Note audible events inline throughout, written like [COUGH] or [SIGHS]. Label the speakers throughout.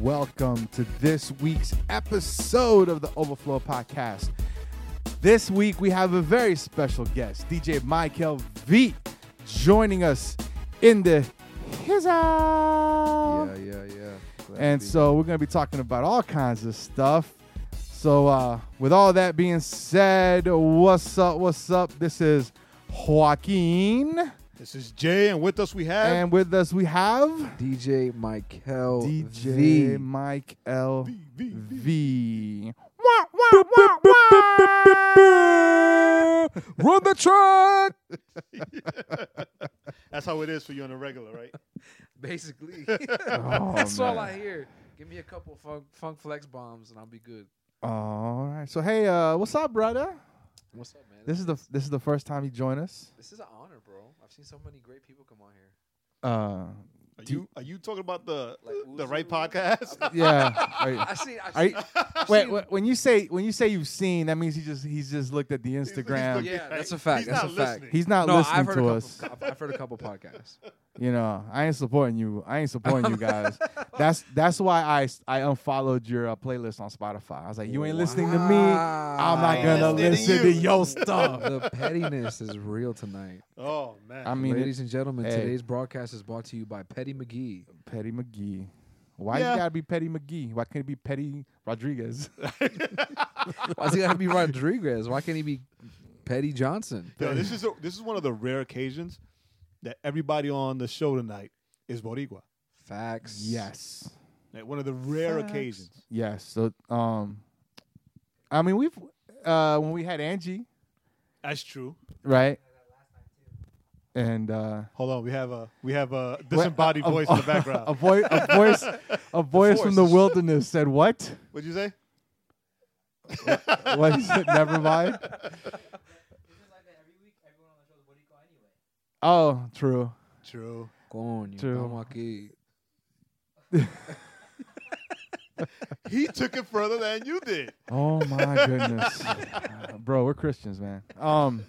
Speaker 1: Welcome to this week's episode of the Overflow Podcast. This week we have a very special guest, DJ Michael V, joining us in the his house.
Speaker 2: Yeah, yeah, yeah. Glad
Speaker 1: And
Speaker 2: to be
Speaker 1: so we're going to be talking about all kinds of stuff. So, uh, with all that being said, what's up? What's up? This is Joaquin,
Speaker 3: This is Jay, and with us we have
Speaker 1: and with us we have
Speaker 2: here. DJ Michael
Speaker 1: DJ
Speaker 2: Oh, V.
Speaker 1: Mike L.
Speaker 3: V,
Speaker 1: V.
Speaker 2: Run the truck.
Speaker 3: That's how it is for you on a regular, right?
Speaker 4: Basically,
Speaker 1: Oh,
Speaker 4: [LAUGHS] that's all I
Speaker 1: man.
Speaker 4: hear. Give me a couple funk, funk flex bombs and I'll be good.
Speaker 1: All right. So hey, uh, what's up, brother?
Speaker 4: What's up, man?
Speaker 1: This is the this is the first time you join us.
Speaker 4: this is an honor, bro. I've seen so many great people come on here.
Speaker 1: Uh,
Speaker 3: Are
Speaker 1: Do-
Speaker 3: you are you talking about the
Speaker 4: Like
Speaker 3: the
Speaker 4: Uzi?
Speaker 3: right podcast?
Speaker 1: yeah. Are you-
Speaker 4: I see.
Speaker 1: are
Speaker 4: I
Speaker 1: you-
Speaker 4: see.
Speaker 1: wait, wait, when you say when you say you've seen, that means he just he's just looked at the
Speaker 3: [LAUGHS] He's- he's
Speaker 1: Instagram.
Speaker 3: looking-
Speaker 1: He's,
Speaker 4: Yeah, that's a
Speaker 3: he's
Speaker 4: fact, that's
Speaker 3: not
Speaker 4: a fact.
Speaker 3: listening.
Speaker 1: not
Speaker 4: no,
Speaker 1: listening
Speaker 4: I've heard, a
Speaker 1: to
Speaker 4: couple,
Speaker 1: us.
Speaker 4: I've- I've heard a couple podcasts.
Speaker 1: You know, I ain't supporting you. I ain't supporting you guys. That's that's why I s- I unfollowed your uh, playlist on Spotify. I was like, [LAUGHS] you ain't listening to me. I'm not
Speaker 3: Wow.
Speaker 1: gonna
Speaker 3: Listening
Speaker 1: listen
Speaker 3: to
Speaker 1: to
Speaker 3: you.
Speaker 1: your stuff.
Speaker 4: the pettiness is real tonight.
Speaker 3: oh man,
Speaker 1: I mean,
Speaker 4: Ladies and gentlemen,
Speaker 1: hey.
Speaker 4: today's broadcast is brought to you by Petty McGee.
Speaker 1: Petty McGee. Why
Speaker 3: Yeah.
Speaker 1: you gotta be Petty McGee? Why can't it be Petty Rodriguez? [LAUGHS]
Speaker 4: Why's he gotta be Rodriguez? Why can't he be Petty Johnson?
Speaker 3: Yo, this is a, this is one of the rare occasions that everybody on the show tonight is Boricua.
Speaker 4: Facts.
Speaker 1: yes.
Speaker 3: Like, one of the rare
Speaker 4: Facts.
Speaker 3: occasions.
Speaker 1: Yes. So um I mean we've uh when we had Angie,
Speaker 3: That's true.
Speaker 1: right? And uh
Speaker 3: Hold on, we have a we have a
Speaker 1: what-
Speaker 3: disembodied
Speaker 1: a- a-
Speaker 3: voice in the background.
Speaker 1: A voice a voice
Speaker 3: [LAUGHS]
Speaker 1: a voice from the
Speaker 3: force.
Speaker 1: wilderness said what?
Speaker 3: What'd you say?
Speaker 1: What he said, never mind. Oh, true.
Speaker 3: True.
Speaker 4: Coño,
Speaker 1: True.
Speaker 4: estamos aquí.
Speaker 3: He took it further than you did.
Speaker 1: Oh my goodness, [LAUGHS] bro, we're Christians, man. Um,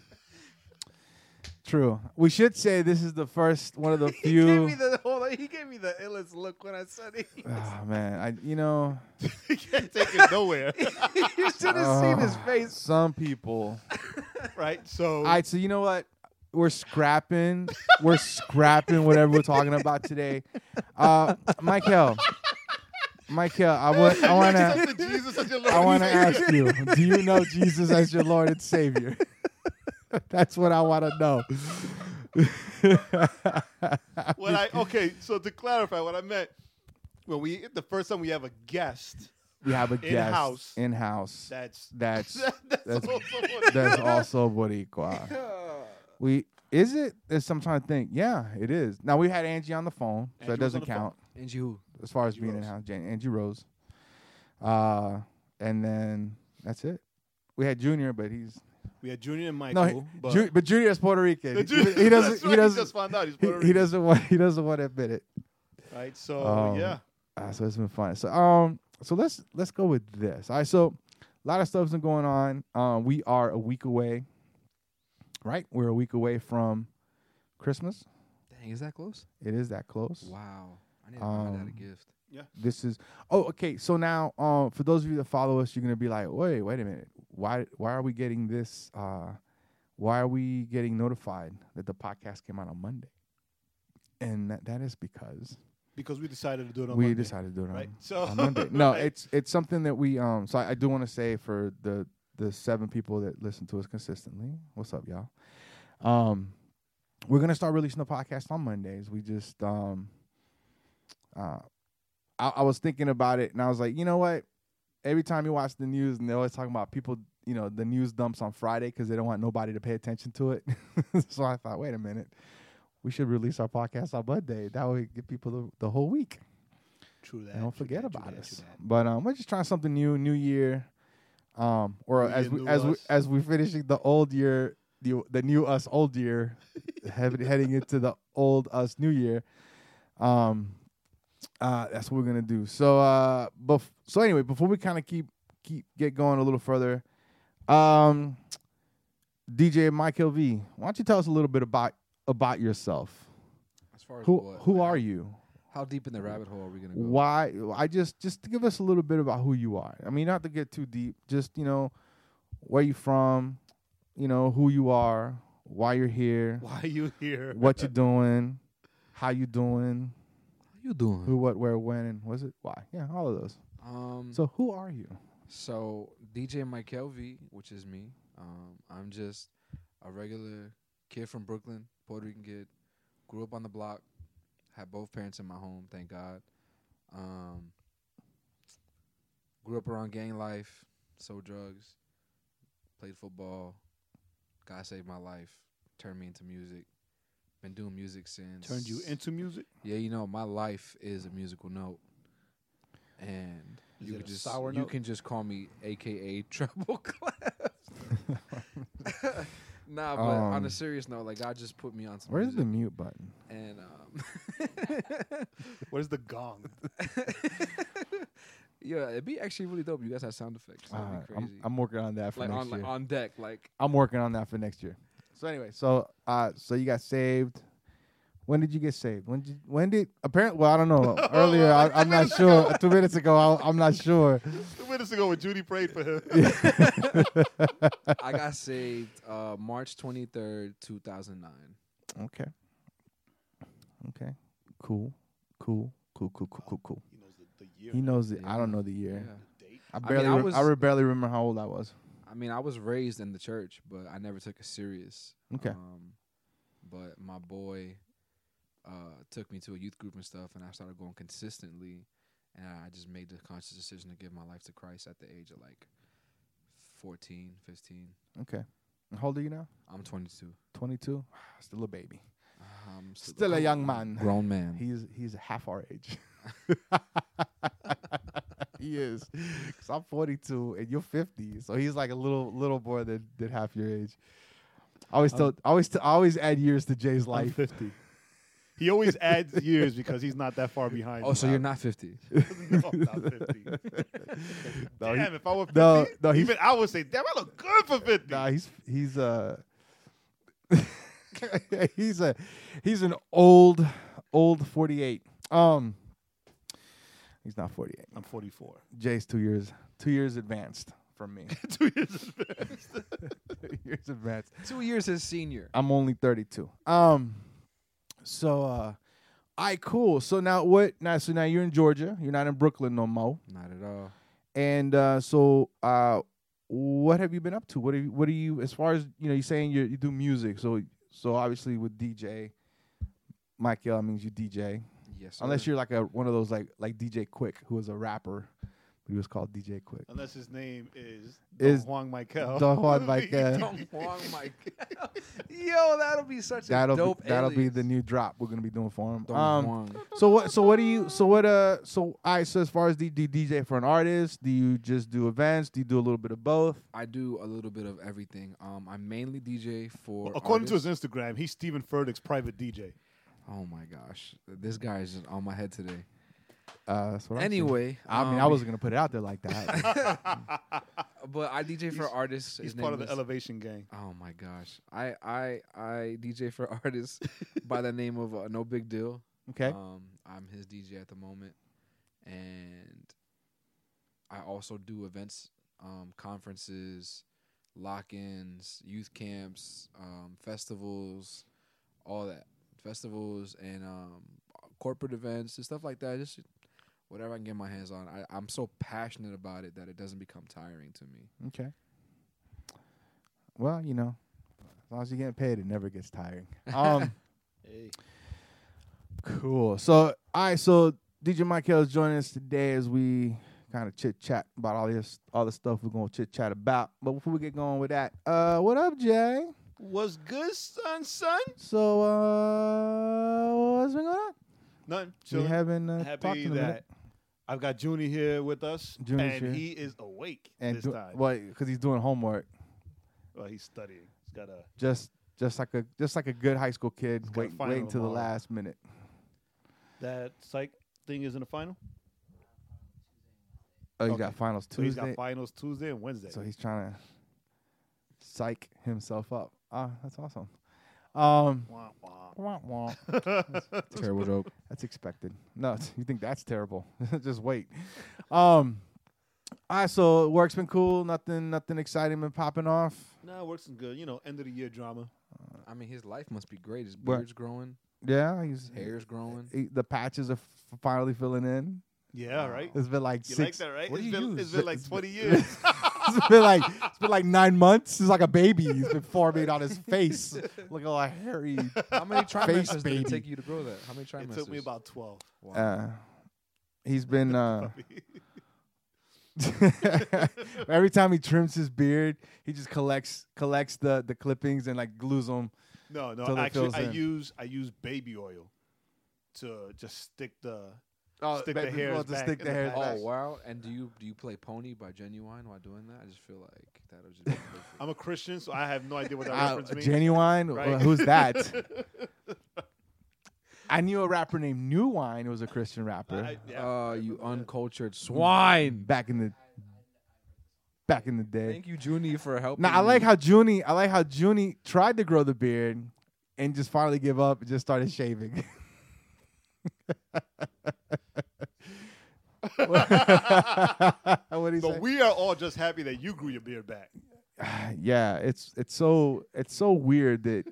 Speaker 1: true. We should say this is the first one of the few.
Speaker 4: the hold on, he gave me the illest look when I said it. [LAUGHS]
Speaker 1: Ah, man, I you know
Speaker 3: He can't take it nowhere.
Speaker 4: you should
Speaker 1: ah, Some people.
Speaker 3: right. So
Speaker 1: All right, so you know what? We're scrapping. We're scrapping whatever we're talking about today. Uh, Michael, Michael, I want I want
Speaker 3: [LAUGHS]
Speaker 1: to
Speaker 3: Accepted Jesus as your Lord
Speaker 1: I
Speaker 3: and
Speaker 1: want to
Speaker 3: Savior.
Speaker 1: ask you: Do you know Jesus as your Lord and Savior? [LAUGHS] That's what I want to know.
Speaker 3: What I okay, so to clarify what I meant, when we the first time we have a guest,
Speaker 1: We have a guest
Speaker 3: In-house.
Speaker 1: in house.
Speaker 3: that's
Speaker 1: That's
Speaker 3: [LAUGHS] that's,
Speaker 1: that's-
Speaker 3: also
Speaker 1: that's also Boricua.
Speaker 3: [LAUGHS]
Speaker 1: We is it? It's, I'm trying to think. Yeah, it is. Now we had Angie on the phone, so
Speaker 3: Angie
Speaker 1: that
Speaker 3: was on
Speaker 1: doesn't
Speaker 3: the phone.
Speaker 1: count
Speaker 4: And you,
Speaker 1: as far as
Speaker 3: Angie
Speaker 1: being in
Speaker 3: Rose.
Speaker 1: house. Jane, Angie Rose, uh, and then that's it. We had Junior, but he's
Speaker 3: we had Junior and
Speaker 1: no,
Speaker 3: Michael,
Speaker 1: he,
Speaker 3: but,
Speaker 1: Ju- but Junior is Puerto Rican.
Speaker 3: The
Speaker 1: He-
Speaker 3: Ju-
Speaker 1: he doesn't.
Speaker 3: [LAUGHS] that's
Speaker 1: He
Speaker 3: right,
Speaker 1: doesn't.
Speaker 3: just found out he's
Speaker 1: He,
Speaker 3: Puerto
Speaker 1: he
Speaker 3: Rican,
Speaker 1: doesn't want. [LAUGHS] He doesn't want to admit it.
Speaker 3: right? So
Speaker 1: Um,
Speaker 3: yeah,
Speaker 1: Uh, so it's been fun. So um, so let's let's go with this. All right, so a lot of stuff's been going on. Um, we are a week away, right? We're a week away from Christmas.
Speaker 4: dang, is that close?
Speaker 1: It is that close.
Speaker 4: Wow, I need to buy that
Speaker 1: Um,
Speaker 4: a gift.
Speaker 1: This is oh okay. So now, um, for those of you that follow us, you're gonna be like, wait, wait a minute. Why why are we getting this? Uh, why are we getting notified that the podcast came out on Monday? And that, that is because
Speaker 3: because we decided to do it on
Speaker 1: we
Speaker 3: Monday,
Speaker 1: decided to do it on [LAUGHS]
Speaker 3: right? So
Speaker 1: on Monday.
Speaker 3: [LAUGHS]
Speaker 1: No,
Speaker 3: right?
Speaker 1: it's it's something that we um. So I, I do want to say for the the seven people that listen to us consistently, what's up, y'all? Um, we're gonna start releasing the podcast on Mondays. We just um, uh, I, I was thinking about it and I was like, you know what? Every time you watch the news and they're always talking about people, you know, the news dumps on Friday because they don't want nobody to pay attention to it. [LAUGHS] so I thought, wait a minute. We should release our podcast on Monday. That would give people the, the whole week
Speaker 3: true that.
Speaker 1: and don't
Speaker 3: true
Speaker 1: forget
Speaker 3: that, true
Speaker 1: about
Speaker 3: that,
Speaker 1: us.
Speaker 3: true that.
Speaker 1: But um, we're just trying something new, new year, um, or
Speaker 3: We
Speaker 1: as
Speaker 3: get
Speaker 1: we,
Speaker 3: new
Speaker 1: as we,
Speaker 3: us.
Speaker 1: as we finishing the old year, the the new us old
Speaker 3: [LAUGHS]
Speaker 1: year, head- heading into the old us new year. Um, uh, that's what we're gonna do. So, uh, bef- so anyway, before we kind of keep keep get going a little further, um, DJ Michael V, why don't you tell us a little bit about about yourself?
Speaker 4: As far as
Speaker 1: Who
Speaker 4: what?
Speaker 1: who
Speaker 4: Like,
Speaker 1: are you?
Speaker 4: How deep in the rabbit hole are we gonna go?
Speaker 1: why i just just to give us a little bit about who you are i mean not to get too deep just you know where you from you know who you are why you're here
Speaker 3: Why are you here?
Speaker 1: what you
Speaker 4: [LAUGHS]
Speaker 1: doing how you doing
Speaker 4: How you doing?
Speaker 1: who what where when and was it why yeah all of those
Speaker 4: Um, so,
Speaker 1: so who are you
Speaker 4: so DJ Michael V, which is me. Um, I'm just a regular kid from Brooklyn, Puerto Rican kid. Grew up on the block. Had both parents in my home, thank God. Um, grew up around gang life, sold drugs, played football. God saved my life, turned me into music. Been doing music since.
Speaker 3: Turned you into music?
Speaker 4: Yeah, you know, my life is a musical note, and
Speaker 3: Is
Speaker 4: you
Speaker 3: it
Speaker 4: could
Speaker 3: a
Speaker 4: just
Speaker 3: sour
Speaker 4: you
Speaker 3: note?
Speaker 4: can just call me AKA [LAUGHS] Treble Clef. nah, but on
Speaker 1: Um,
Speaker 4: a serious note, like God just put me on some.
Speaker 1: where's the
Speaker 4: music,
Speaker 1: mute button
Speaker 4: and um, [LAUGHS]
Speaker 3: Where's the [LAUGHS] gong?
Speaker 4: yeah, it'd be actually really dope. if You guys have sound effects. That'd
Speaker 1: Uh,
Speaker 4: be crazy.
Speaker 1: I'm, I'm working on that for
Speaker 4: like
Speaker 1: next
Speaker 4: on
Speaker 1: year
Speaker 4: like on deck, like
Speaker 1: i'm working on that for next year so anyway so uh so you got saved when did you get saved? When did when did apparently? Well, I don't [LAUGHS] know. Earlier, I, I'm not sure. Two minutes ago, I, I'm not sure.
Speaker 3: Two minutes ago when Judy prayed for [LAUGHS] him.
Speaker 4: I got saved uh, March twenty third, two thousand nine.
Speaker 1: Okay. Okay. Cool. Cool. Cool. Cool. Cool. Cool. Cool.
Speaker 3: He knows the, the year.
Speaker 1: He knows it. I don't
Speaker 4: Yeah.
Speaker 1: know the year.
Speaker 4: yeah.
Speaker 3: the date.
Speaker 1: I
Speaker 4: mean,
Speaker 1: barely.
Speaker 4: I
Speaker 1: re- I,
Speaker 4: was-
Speaker 1: re- barely remember how old I was.
Speaker 4: I mean, I was raised in the church, but I never took it serious.
Speaker 1: Okay.
Speaker 4: Um, but my boy uh, took me to a youth group and stuff, and I started going consistently. And I just made the conscious decision to give my life to Christ at the age of like 14, 15.
Speaker 1: Okay. And How old are you now?
Speaker 4: I'm 22.
Speaker 1: Uh-huh. Twenty-two. Still a baby.
Speaker 4: I'm
Speaker 1: Still a young man.
Speaker 4: [LAUGHS] Grown man.
Speaker 1: He's he's half our age. [LAUGHS] he is. Cause I'm 42 and you're 50, so he's like a little little boy that that half your age. I always tell, I always, I always add years to Jay's
Speaker 3: I'm
Speaker 1: life.
Speaker 3: 50. He always adds years because he's not that far behind.
Speaker 4: oh,
Speaker 3: me.
Speaker 4: so
Speaker 1: [LAUGHS]
Speaker 4: you're not 50.
Speaker 3: no, I'm not [LAUGHS] 50.
Speaker 1: No, he-
Speaker 3: damn, if I were 50,
Speaker 1: no, no, he's-
Speaker 3: even I would say, damn, I look good for 50. [LAUGHS]
Speaker 1: Nah, he's he's uh [LAUGHS] he's a he's an old old 48. Um he's not 48.
Speaker 3: I'm 44.
Speaker 1: Jay's 2 years 2 years advanced from me. [LAUGHS]
Speaker 3: Two years advanced.
Speaker 1: 2 years advanced.
Speaker 4: Two years his senior.
Speaker 1: I'm only 32. Um so uh I cool. So now what now so now you're in Georgia. You're not in Brooklyn no more.
Speaker 4: Not at all.
Speaker 1: And uh so uh what have you been up to? What are you, what are you as far as you know? You're saying you you do music, so so obviously with DJ, Michael that means you DJ,
Speaker 4: Yes.
Speaker 1: unless
Speaker 4: [LAUGHS] sir.
Speaker 1: you're like a one of those like like DJ Quick, who was a rapper, but he was called DJ Quick.
Speaker 3: Unless his name is,
Speaker 1: Is
Speaker 3: Don Juan Michael.
Speaker 1: Don
Speaker 3: [LAUGHS]
Speaker 1: Juan Michael.
Speaker 4: Don Juan
Speaker 1: [LAUGHS]
Speaker 4: Michael. [LAUGHS] Yo, that'll be such
Speaker 1: That'll
Speaker 4: a dope
Speaker 1: be, that'll be
Speaker 4: alias.
Speaker 1: the new drop we're gonna be doing for him.
Speaker 4: Don
Speaker 1: um,
Speaker 4: Juan.
Speaker 1: so what so what do you so what uh so I so as far as the, the DJ for an artist, do you just do events? Do you do a little bit of both?
Speaker 4: I do a little bit of everything. Um, I mainly DJ for.
Speaker 3: [LAUGHS] According
Speaker 4: artists.
Speaker 3: to his Instagram, he's Stephen Furtick's private DJ.
Speaker 4: Oh my gosh, this guy is just on my head today.
Speaker 1: Uh, that's what I'm saying.
Speaker 4: Anyway,
Speaker 1: I mean
Speaker 4: um,
Speaker 1: I wasn't gonna put it out there like that.
Speaker 4: [LAUGHS] But I DJ for
Speaker 3: He's-
Speaker 4: artists.
Speaker 3: He's
Speaker 4: His name
Speaker 3: part of the
Speaker 4: is-
Speaker 3: Elevation Gang.
Speaker 4: Oh my gosh, I I I DJ for [LAUGHS] artists by the name of uh, No Big Deal.
Speaker 1: okay.
Speaker 4: Um, I'm his DJ at the moment, and I also do events, um, conferences, lock-ins, youth camps, um, festivals, all that. Festivals and um, corporate events and stuff like that. Just whatever I can get my hands on. I, I'm so passionate about it that it doesn't become tiring
Speaker 1: [LAUGHS]
Speaker 4: to me.
Speaker 1: Okay. Well, you know, as long as you're getting paid, it never gets
Speaker 4: [LAUGHS]
Speaker 1: tiring. Um,
Speaker 3: Hey.
Speaker 1: cool. So, all right. So, DJ Michael is joining us today as we kind of chit chat about all this, all the stuff we're gonna chit chat about. But before we get going with that, uh, what up, Jay?
Speaker 3: Was good, son, son?
Speaker 1: So, uh, what's been going on?
Speaker 3: None.
Speaker 1: we
Speaker 3: Chilling.
Speaker 1: haven't uh, talked
Speaker 3: Happy
Speaker 1: in a minute.
Speaker 3: that I've got Junie here with us,
Speaker 1: Junie's
Speaker 3: and
Speaker 1: here.
Speaker 3: he is awake
Speaker 1: and
Speaker 3: this
Speaker 1: do,
Speaker 3: time.
Speaker 1: because he's doing homework,
Speaker 3: Well, he's studying. He's got a.
Speaker 1: just just like a just like a good high school kid,
Speaker 3: got a
Speaker 1: wait
Speaker 3: final
Speaker 1: waiting till the
Speaker 3: tomorrow.
Speaker 1: last minute.
Speaker 3: That psych thing is in the final.
Speaker 1: Oh, he's
Speaker 3: Okay.
Speaker 1: got finals
Speaker 3: So he's
Speaker 1: Tuesday,
Speaker 3: got finals Tuesday and Wednesday.
Speaker 1: so he's trying to psych himself up. Ah, that's awesome. Um,
Speaker 3: Wah,
Speaker 1: wah,
Speaker 3: wah. [LAUGHS]
Speaker 1: wah.
Speaker 4: Terrible joke.
Speaker 1: That's expected. No, it's- you think that's terrible? [LAUGHS] Just wait. Um, all right. So work's been cool. Nothing, nothing exciting been popping off.
Speaker 3: Nah, works some good. You know, end of the year drama.
Speaker 4: I mean, his life must be great. His
Speaker 1: What?
Speaker 4: beard's growing,
Speaker 1: Yeah, he's
Speaker 4: his
Speaker 1: [LAUGHS]
Speaker 4: hair's growing.
Speaker 1: he- the patches are f- finally filling in.
Speaker 3: Yeah, right.
Speaker 1: It's been like
Speaker 3: You like
Speaker 1: six.
Speaker 3: that, right?
Speaker 1: What
Speaker 3: It's
Speaker 1: do you
Speaker 3: been,
Speaker 1: use?
Speaker 3: it's been like
Speaker 1: It's
Speaker 3: 20 years.
Speaker 1: [LAUGHS] it's been like it's been like nine months. It's like a baby. He's been forming on his face, looking all hairy.
Speaker 4: How many
Speaker 1: Face
Speaker 4: trimesters did
Speaker 1: baby.
Speaker 4: it take you to grow that? How many trimesters?
Speaker 3: it took me about 12.
Speaker 4: Wow.
Speaker 1: Uh, he's been
Speaker 3: [LAUGHS]
Speaker 1: uh, [LAUGHS] every time he trims his beard, he just collects collects the the clippings and like glues them.
Speaker 3: No, no.
Speaker 1: Till it
Speaker 3: Actually,
Speaker 1: fills
Speaker 3: I
Speaker 1: in.
Speaker 3: use I use baby oil to just stick the.
Speaker 1: Oh,
Speaker 3: Stick the
Speaker 1: baby,
Speaker 3: hairs
Speaker 1: well, to
Speaker 3: back
Speaker 1: stick
Speaker 3: in
Speaker 1: the
Speaker 3: the
Speaker 1: hairs
Speaker 3: back.
Speaker 4: Oh
Speaker 1: back.
Speaker 4: wow! And do you do you play Pony by Genuine while doing that? I just feel like that would just. Be perfect.
Speaker 3: I'm a Christian, so I have no idea
Speaker 1: [LAUGHS]
Speaker 3: what that
Speaker 1: Uh,
Speaker 3: reference means.
Speaker 1: genuine?
Speaker 3: Right.
Speaker 1: Well, who's that?
Speaker 3: [LAUGHS]
Speaker 1: I knew a rapper named New Wine who was a Christian rapper
Speaker 3: I- yeah, Mm-hmm.
Speaker 4: Oh,
Speaker 3: I
Speaker 4: you
Speaker 3: remember that.
Speaker 4: uncultured swine!
Speaker 1: back in the back in the day.
Speaker 4: Thank you, Junie, for helping.
Speaker 1: Now I like
Speaker 4: me.
Speaker 1: how Junie. I like how Junie tried to grow the beard and just finally give up and just started shaving. [LAUGHS] what do you
Speaker 3: But
Speaker 1: say?
Speaker 3: we are all just happy that you grew your beard back.
Speaker 1: yeah, it's it's so it's so weird that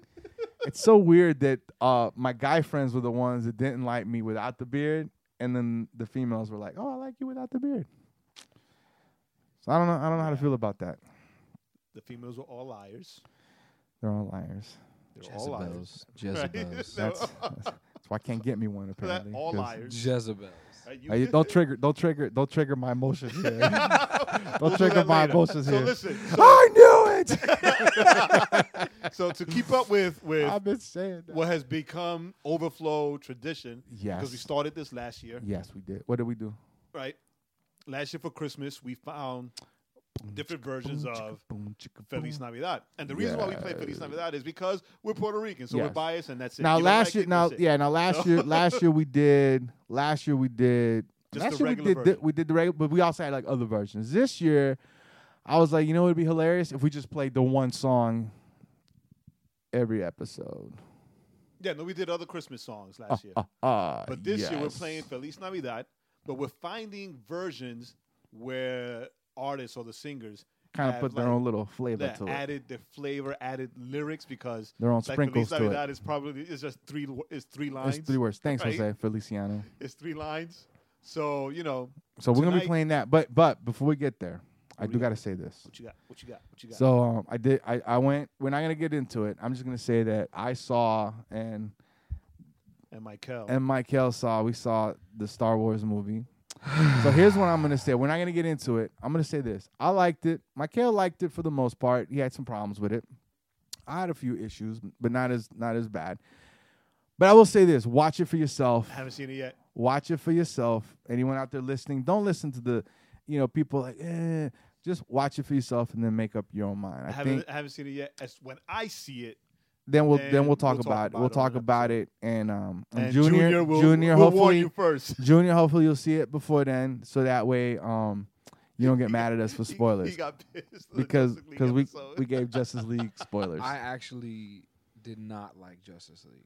Speaker 1: it's so weird that uh my guy friends were the ones that didn't like me without the beard, and then the females were like, "Oh, I like you without the beard." So I don't know. I don't know how to feel about that.
Speaker 3: The females were all liars.
Speaker 1: They're all liars.
Speaker 3: They're all liars.
Speaker 4: Jezebels,
Speaker 3: [LAUGHS]
Speaker 4: Jezebels,
Speaker 3: No.
Speaker 1: That's, that's, that's why I can't get me
Speaker 3: [LAUGHS]
Speaker 1: one apparently.
Speaker 3: all
Speaker 1: 'cause-
Speaker 3: liars.
Speaker 4: Jezebels.
Speaker 3: Right, you
Speaker 1: Hey,
Speaker 3: did
Speaker 1: don't
Speaker 3: that.
Speaker 1: trigger, don't trigger, don't trigger my
Speaker 3: [LAUGHS]
Speaker 1: emotions [LAUGHS] here.
Speaker 3: We'll do
Speaker 1: trigger
Speaker 3: that
Speaker 1: my
Speaker 3: later.
Speaker 1: emotions
Speaker 3: so
Speaker 1: here.
Speaker 3: listen,
Speaker 1: [LAUGHS] I knew it.
Speaker 3: so to keep up
Speaker 1: [LAUGHS]
Speaker 3: with with
Speaker 1: I've been saying that.
Speaker 3: what has become overflow tradition, because we
Speaker 1: Yes,
Speaker 3: started this last year,
Speaker 1: yes, we did. What did we do?
Speaker 3: right? Last year for Christmas, we found different versions of
Speaker 1: Boom, chicka,
Speaker 3: Feliz Navidad, and the reason why we play Feliz Navidad is because we're Puerto Rican, so we're
Speaker 1: Yes.
Speaker 3: biased, and that's it.
Speaker 1: Now
Speaker 3: You don't
Speaker 1: last
Speaker 3: like
Speaker 1: year,
Speaker 3: it,
Speaker 1: now
Speaker 3: that's it.
Speaker 1: yeah, now last
Speaker 3: So- [LAUGHS]
Speaker 1: year, last year we did, last year we did,
Speaker 3: Just
Speaker 1: last
Speaker 3: the
Speaker 1: year we
Speaker 3: regular
Speaker 1: did,
Speaker 3: version.
Speaker 1: we did the regular, but we also had like other versions. This year, I was like, you know, it'd be hilarious if we just played the one song every episode.
Speaker 3: yeah. No, we did other Christmas songs last [LAUGHS] year,
Speaker 1: Ah,
Speaker 3: but this year we're
Speaker 1: yes.
Speaker 3: playing Feliz Navidad, but we're finding versions where artists or the singers
Speaker 1: kind of
Speaker 3: have,
Speaker 1: put their
Speaker 3: like,
Speaker 1: own little flavor
Speaker 3: that
Speaker 1: to it.
Speaker 3: added their flavor, added lyrics because
Speaker 1: Their own
Speaker 3: like
Speaker 1: sprinkles
Speaker 3: Feliz
Speaker 1: to it.
Speaker 3: Navidad is probably it's just three it's three lines.
Speaker 1: It's three words. Thanks,
Speaker 3: right?
Speaker 1: Jose Feliciano.
Speaker 3: It's three lines. So you know
Speaker 1: So we're gonna be
Speaker 3: Tonight-
Speaker 1: playing that. But but before we get there, I
Speaker 3: What do
Speaker 1: do
Speaker 3: you
Speaker 1: gotta say this.
Speaker 3: what you got, what you got, what you got.
Speaker 1: So um, I did. I, I went. We're not gonna get into it. I'm just gonna say that I saw and
Speaker 3: and Michael,
Speaker 1: and Michael saw. We saw the Star Wars movie. so here's what I'm gonna say. We're not gonna get into it. I'm gonna say this. I liked it. Michael liked it for the most part. He had some problems with it. I had a few issues, but not as not as bad. But I will say this: watch it for yourself.
Speaker 3: I haven't seen it yet.
Speaker 1: watch it for yourself. Anyone out there listening, don't listen to the, you know, people like, eh. Just watch it for yourself and then make up your own mind.
Speaker 3: I,
Speaker 1: I,
Speaker 3: haven't
Speaker 1: think
Speaker 3: I haven't seen it yet. As when I see it,
Speaker 1: then we'll then
Speaker 3: then
Speaker 1: we'll talk
Speaker 3: we'll talk
Speaker 1: about it.
Speaker 3: about
Speaker 1: We'll
Speaker 3: it on
Speaker 1: talk
Speaker 3: an
Speaker 1: about it and um and
Speaker 3: and
Speaker 1: junior
Speaker 3: Junior will,
Speaker 1: junior
Speaker 3: will warn
Speaker 1: hopefully
Speaker 3: you
Speaker 1: [LAUGHS]
Speaker 3: first.
Speaker 1: junior hopefully you'll see it before then so that way um you don't get mad at us
Speaker 3: [LAUGHS]
Speaker 1: for
Speaker 3: He-
Speaker 1: spoilers
Speaker 3: He, got pissed [LAUGHS] with the
Speaker 1: because
Speaker 3: Justice League
Speaker 1: because we
Speaker 3: episode.
Speaker 1: we gave Justice
Speaker 3: [LAUGHS]
Speaker 1: League spoilers.
Speaker 4: I actually did not like Justice League.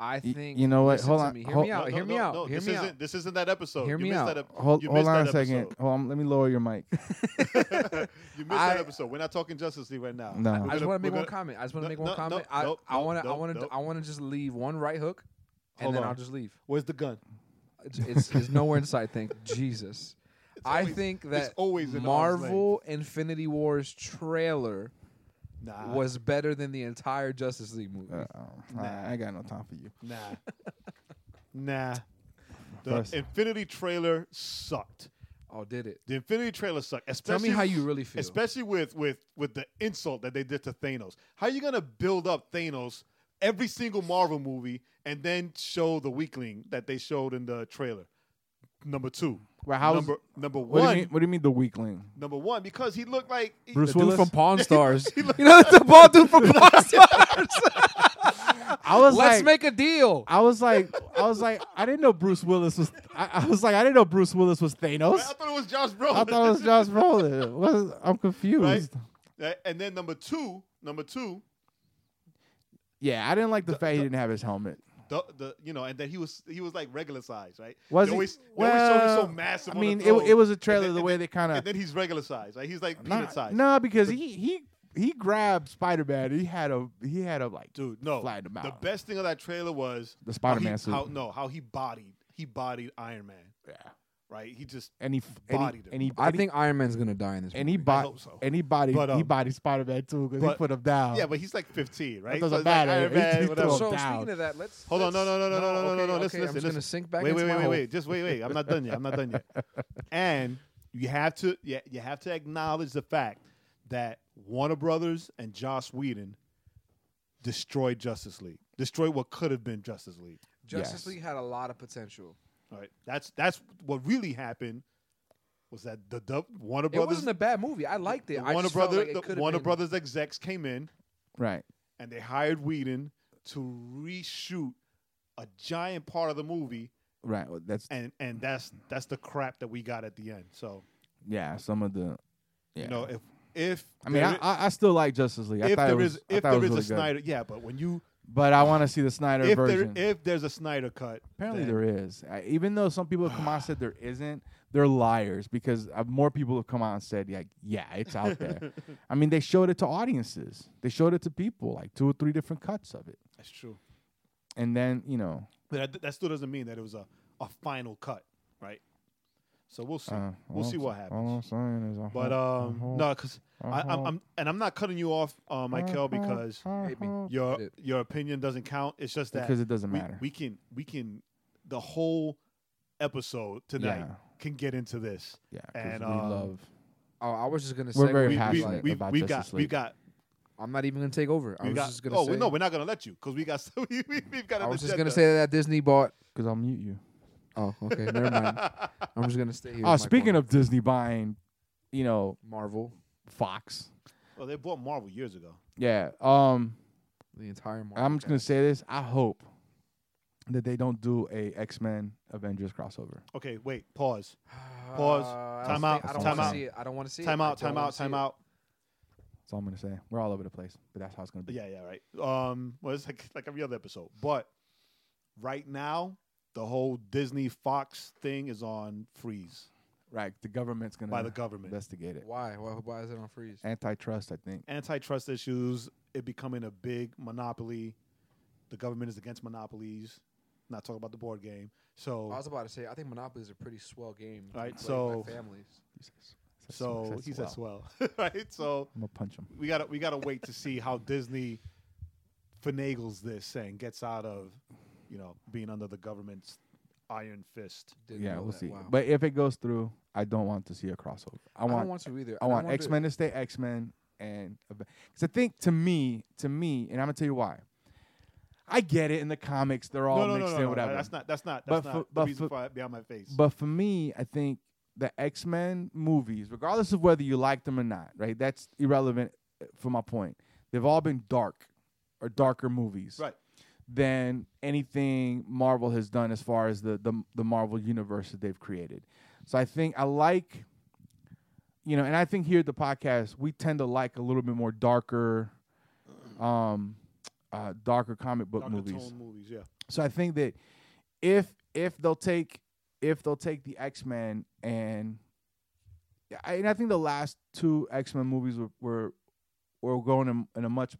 Speaker 4: I
Speaker 1: Y-
Speaker 4: think
Speaker 1: you know what?
Speaker 4: listen
Speaker 1: Hold
Speaker 4: to
Speaker 1: on.
Speaker 4: Me. Hear
Speaker 1: Hol-
Speaker 4: me
Speaker 3: No,
Speaker 4: out.
Speaker 3: no,
Speaker 4: hear me
Speaker 3: no,
Speaker 4: out.
Speaker 3: no,
Speaker 4: hear
Speaker 3: this
Speaker 4: me
Speaker 3: isn't,
Speaker 4: out.
Speaker 3: This isn't that episode.
Speaker 4: Hear
Speaker 3: you
Speaker 4: me
Speaker 3: missed
Speaker 4: out.
Speaker 3: That ep-
Speaker 1: hold
Speaker 3: you
Speaker 1: hold
Speaker 3: missed
Speaker 1: on
Speaker 3: that
Speaker 1: a second.
Speaker 3: episode.
Speaker 1: Hold on, let me lower your mic.
Speaker 3: [LAUGHS] you missed
Speaker 4: I-
Speaker 3: that episode. We're not talking Justice League right now.
Speaker 1: No.
Speaker 3: We're
Speaker 1: I
Speaker 4: I just
Speaker 3: gonna-
Speaker 4: want to make
Speaker 3: we're
Speaker 4: one
Speaker 3: gonna-
Speaker 4: comment. I just want
Speaker 3: No,
Speaker 4: to make one
Speaker 3: no,
Speaker 4: comment.
Speaker 3: no,
Speaker 4: I
Speaker 3: no,
Speaker 4: I want to
Speaker 3: no,
Speaker 4: I want to
Speaker 3: no.
Speaker 4: I want to just leave one right hook, and
Speaker 3: Hold
Speaker 4: then
Speaker 3: on.
Speaker 4: I'll just leave.
Speaker 3: Where's the gun?
Speaker 4: It's it's, it's nowhere in sight. Thank
Speaker 3: [LAUGHS]
Speaker 4: Jesus. I
Speaker 3: always-
Speaker 4: think
Speaker 3: it's
Speaker 4: that
Speaker 3: always an arm's length. Uh,
Speaker 4: Marvel Infinity Wars trailer
Speaker 3: Nah,
Speaker 4: was better than the entire Justice League movie.
Speaker 1: Uh, I, I got no time for you.
Speaker 4: [LAUGHS]
Speaker 3: Nah. nah. The
Speaker 1: First-
Speaker 3: Infinity trailer sucked.
Speaker 4: oh, did it?
Speaker 3: The Infinity trailer sucked.
Speaker 4: Tell
Speaker 3: Especially
Speaker 4: me how you really feel.
Speaker 3: especially with with with the insult that they did to Thanos. How you gonna build up Thanos every single Marvel movie and then show the weakling that they showed in the trailer? number two.
Speaker 1: Well, how's
Speaker 3: number number
Speaker 1: what do you
Speaker 3: one?
Speaker 1: mean? What do you mean the weakling?
Speaker 3: Number one because he looked like he-
Speaker 1: Bruce
Speaker 4: The dude
Speaker 1: Willis
Speaker 4: from Pawn Stars.
Speaker 3: [LAUGHS] he looked-
Speaker 4: you know the ball dude
Speaker 3: [LAUGHS]
Speaker 4: from Pawn Stars.
Speaker 1: I was
Speaker 4: Let's
Speaker 1: like,
Speaker 4: make a deal.
Speaker 1: I was like, I was like, I didn't know Bruce Willis was. I, I was like, I didn't know Bruce Willis was Thanos.
Speaker 3: I thought it was Josh Brolin.
Speaker 1: I thought it
Speaker 3: [LAUGHS]
Speaker 1: was Josh Brolin. What is- I'm confused.
Speaker 3: Right? And then number two, number two,
Speaker 1: Yeah, I didn't like the, fact he didn't have his helmet.
Speaker 3: the, the you know, and then he was he was like regular size, right?
Speaker 1: Was
Speaker 3: they
Speaker 1: he?
Speaker 3: always, they always show him
Speaker 1: Well,
Speaker 3: so massive.
Speaker 1: I
Speaker 3: on the
Speaker 1: mean, it,
Speaker 3: throne.
Speaker 1: it was a
Speaker 3: And
Speaker 1: trailer
Speaker 3: then-
Speaker 1: the
Speaker 3: and
Speaker 1: way
Speaker 3: then-
Speaker 1: they kind
Speaker 3: And
Speaker 1: of.
Speaker 3: then he's regular size, right? He's like
Speaker 1: No,
Speaker 3: peanut size.
Speaker 1: nah, because he he he grabbed Spider Man. He had a he had a like
Speaker 3: dude, no.
Speaker 1: flattened him
Speaker 3: The
Speaker 1: out.
Speaker 3: best thing of that trailer was
Speaker 1: the
Speaker 3: how
Speaker 1: Spider
Speaker 3: he-
Speaker 1: Man suit.
Speaker 3: How, no, how he bodied he bodied Iron Man,
Speaker 1: yeah.
Speaker 3: right? He just
Speaker 1: And he f- and he
Speaker 3: Bodied him.
Speaker 1: and he,
Speaker 4: I
Speaker 1: and he-
Speaker 4: think Iron Man's gonna die in this.
Speaker 1: and he
Speaker 4: movie.
Speaker 3: I
Speaker 1: body
Speaker 3: hope so.
Speaker 1: and he body
Speaker 3: But,
Speaker 1: he
Speaker 3: um,
Speaker 1: bodied Spider Man too because he
Speaker 3: but-
Speaker 1: put him down.
Speaker 3: yeah, but he's like 15, right?
Speaker 1: uh, doesn't
Speaker 3: it's like
Speaker 1: matter.
Speaker 3: Iron
Speaker 1: He- he
Speaker 3: Man,
Speaker 1: threw
Speaker 3: whatever.
Speaker 1: him
Speaker 4: so
Speaker 1: down.
Speaker 4: speaking of that, let's
Speaker 3: Hold on, no,
Speaker 4: let's-
Speaker 3: no, no, no, no, no,
Speaker 4: okay,
Speaker 3: no, no,
Speaker 4: Okay,
Speaker 3: listen,
Speaker 4: I'm
Speaker 3: listen,
Speaker 4: just gonna
Speaker 3: listen.
Speaker 4: sink back
Speaker 3: wait,
Speaker 4: into
Speaker 3: wait,
Speaker 4: my
Speaker 3: wait, wait,
Speaker 4: hole.
Speaker 3: wait. Just wait, wait. I'm not done yet. I'm not done yet. And you have to, yeah, you have to acknowledge the fact that Warner Brothers and Joss Whedon destroyed Justice League, destroyed what could have been Justice League.
Speaker 1: Yes.
Speaker 4: Justice League had a lot of potential.
Speaker 3: All right, that's that's what really happened. Was that the, the Warner
Speaker 4: It
Speaker 3: Brothers?
Speaker 4: wasn't a bad movie. I liked it.
Speaker 3: the
Speaker 4: I
Speaker 3: Warner
Speaker 4: just felt
Speaker 3: Brother-
Speaker 4: like it
Speaker 3: the
Speaker 4: could've
Speaker 3: Warner
Speaker 4: been-
Speaker 3: Brothers execs came in
Speaker 1: right.
Speaker 3: and they hired Whedon to reshoot a giant part of the movie
Speaker 1: Right. Well, That's
Speaker 3: and and that's that's the crap that we got at the end. So
Speaker 1: yeah. Some of the. Yeah.
Speaker 3: you know if if
Speaker 1: I mean,
Speaker 3: there
Speaker 1: I,
Speaker 3: i-
Speaker 1: I I still like Justice League. I
Speaker 3: if
Speaker 1: thought it
Speaker 3: there
Speaker 1: was,
Speaker 3: is
Speaker 1: I
Speaker 3: if
Speaker 1: thought it was
Speaker 3: there is
Speaker 1: really
Speaker 3: a
Speaker 1: good.
Speaker 3: Snyder, yeah, but when you
Speaker 1: but I want to see the Snyder
Speaker 3: if there
Speaker 1: version.
Speaker 3: if there's a Snyder cut,
Speaker 1: Apparently
Speaker 3: then-
Speaker 1: there is. I, even though some people have come out and
Speaker 3: [SIGHS]
Speaker 1: said there isn't, they're liars because uh, more people have come out and said like, yeah, it's out
Speaker 3: [LAUGHS]
Speaker 1: there. I mean, they showed it to audiences. They showed it to people, like two or three different cuts of it,
Speaker 3: that's true.
Speaker 1: and then you know,
Speaker 3: But that, that still doesn't mean that it was a a final cut, right? So we'll see.
Speaker 1: uh,
Speaker 3: we'll
Speaker 1: all
Speaker 3: see
Speaker 1: I'm
Speaker 3: what
Speaker 1: s-
Speaker 3: happens.
Speaker 1: All I'm saying is, I
Speaker 3: but
Speaker 4: Uh-huh,
Speaker 1: hope-
Speaker 3: um, no, because
Speaker 1: I
Speaker 3: I, I'm, I'm and I'm not cutting you off, uh, Michael, because
Speaker 4: Hate me.
Speaker 3: your
Speaker 4: Uh-huh, It-
Speaker 3: your opinion doesn't count. It's just that
Speaker 1: because it doesn't
Speaker 3: we,
Speaker 1: matter.
Speaker 3: we can we can the whole episode tonight
Speaker 1: Yeah.
Speaker 3: can get into this.
Speaker 1: yeah, 'cause
Speaker 3: and,
Speaker 1: we
Speaker 3: um,
Speaker 1: love.
Speaker 4: Oh, I was just gonna say.
Speaker 1: We're very
Speaker 3: We, we,
Speaker 1: passionate
Speaker 3: we,
Speaker 1: about
Speaker 3: we've
Speaker 1: Justice
Speaker 3: got we've
Speaker 1: League.
Speaker 3: got
Speaker 4: I'm not even gonna take over. I
Speaker 3: We
Speaker 4: was
Speaker 3: got,
Speaker 4: just gonna
Speaker 3: oh
Speaker 4: say.
Speaker 3: no, we're not gonna let you because we got [LAUGHS] we, we, we've got.
Speaker 4: I
Speaker 3: an
Speaker 4: was just gonna
Speaker 3: agenda.
Speaker 4: say that Disney bought.
Speaker 1: Because I'll mute you.
Speaker 4: Oh, okay, never mind. I'm just gonna stay here.
Speaker 1: Oh, speaking of Disney buying, you know,
Speaker 4: Marvel,
Speaker 1: Fox.
Speaker 3: Well, Oh, they bought Marvel years ago.
Speaker 1: Yeah. Um.
Speaker 4: the entire Marvel.
Speaker 1: I'm just gonna say this. I hope that they don't do a X Men Avengers crossover.
Speaker 3: Okay, wait, pause,
Speaker 4: gonna
Speaker 3: [SIGHS] Pause. Time out.
Speaker 4: I don't
Speaker 3: Time
Speaker 4: wanna
Speaker 3: out.
Speaker 4: See it. I don't want to see
Speaker 3: time
Speaker 4: it. I
Speaker 3: out,
Speaker 4: don't
Speaker 3: time
Speaker 4: wanna
Speaker 3: out,
Speaker 4: see
Speaker 3: time
Speaker 4: it.
Speaker 3: out.
Speaker 1: That's all I'm gonna say. We're all over the place, but that's how it's gonna
Speaker 3: But
Speaker 1: be.
Speaker 3: yeah, yeah, right. Um, well, it's like like every other episode, but right now the whole Disney Fox thing is on freeze
Speaker 1: Right. The government's gonna
Speaker 3: by the government.
Speaker 1: investigate it.
Speaker 4: Why? Why? Why is it on freeze?
Speaker 1: Antitrust, I think.
Speaker 3: Antitrust issues, it becoming a big monopoly. The government is against monopolies. Not talking about the board game. So
Speaker 4: I was about to say. I think Monopoly is a pretty swell game. to
Speaker 3: Right,
Speaker 4: play
Speaker 3: so-
Speaker 4: by families.
Speaker 3: so he says
Speaker 1: well.
Speaker 3: swell, [LAUGHS] right? So
Speaker 1: I'm gonna punch him.
Speaker 3: we gotta we gotta wait to see how Disney finagles this and gets out of you know being under the government's iron fist.
Speaker 4: Didn't
Speaker 1: yeah,
Speaker 4: know
Speaker 1: we'll
Speaker 4: that.
Speaker 1: see.
Speaker 4: Wow.
Speaker 1: But if it goes through, I don't want to see a crossover. I
Speaker 4: I
Speaker 1: want
Speaker 4: don't want to either.
Speaker 1: I
Speaker 4: don't
Speaker 1: want
Speaker 4: to-
Speaker 1: X Men to stay X Men, and because I think to me, to me, and I'm gonna tell you why. I get it in the comics; they're all
Speaker 3: no, no, no,
Speaker 1: mixed
Speaker 3: no,
Speaker 1: in,
Speaker 3: no,
Speaker 1: whatever.
Speaker 3: That's not. That's not.
Speaker 1: But
Speaker 3: That's
Speaker 1: for-
Speaker 3: not
Speaker 1: but
Speaker 3: the reason
Speaker 1: for-
Speaker 3: for, behind my face.
Speaker 1: But for me, I think the X Men movies, regardless of whether you like them or not, right? That's irrelevant uh, for my point. They've all been dark or darker movies,
Speaker 3: Right.
Speaker 1: Than anything Marvel has done as far as the the, the Marvel universe that they've created. So I think I like, you know, and I think here at the podcast we tend to like a little bit more darker, um, uh, darker comic book
Speaker 3: Darker
Speaker 1: movies.
Speaker 3: tone movies. Yeah.
Speaker 1: So I think that if if they'll take if they'll take the X Men and yeah, I, and I think the last two X Men movies were, were were going in, in a much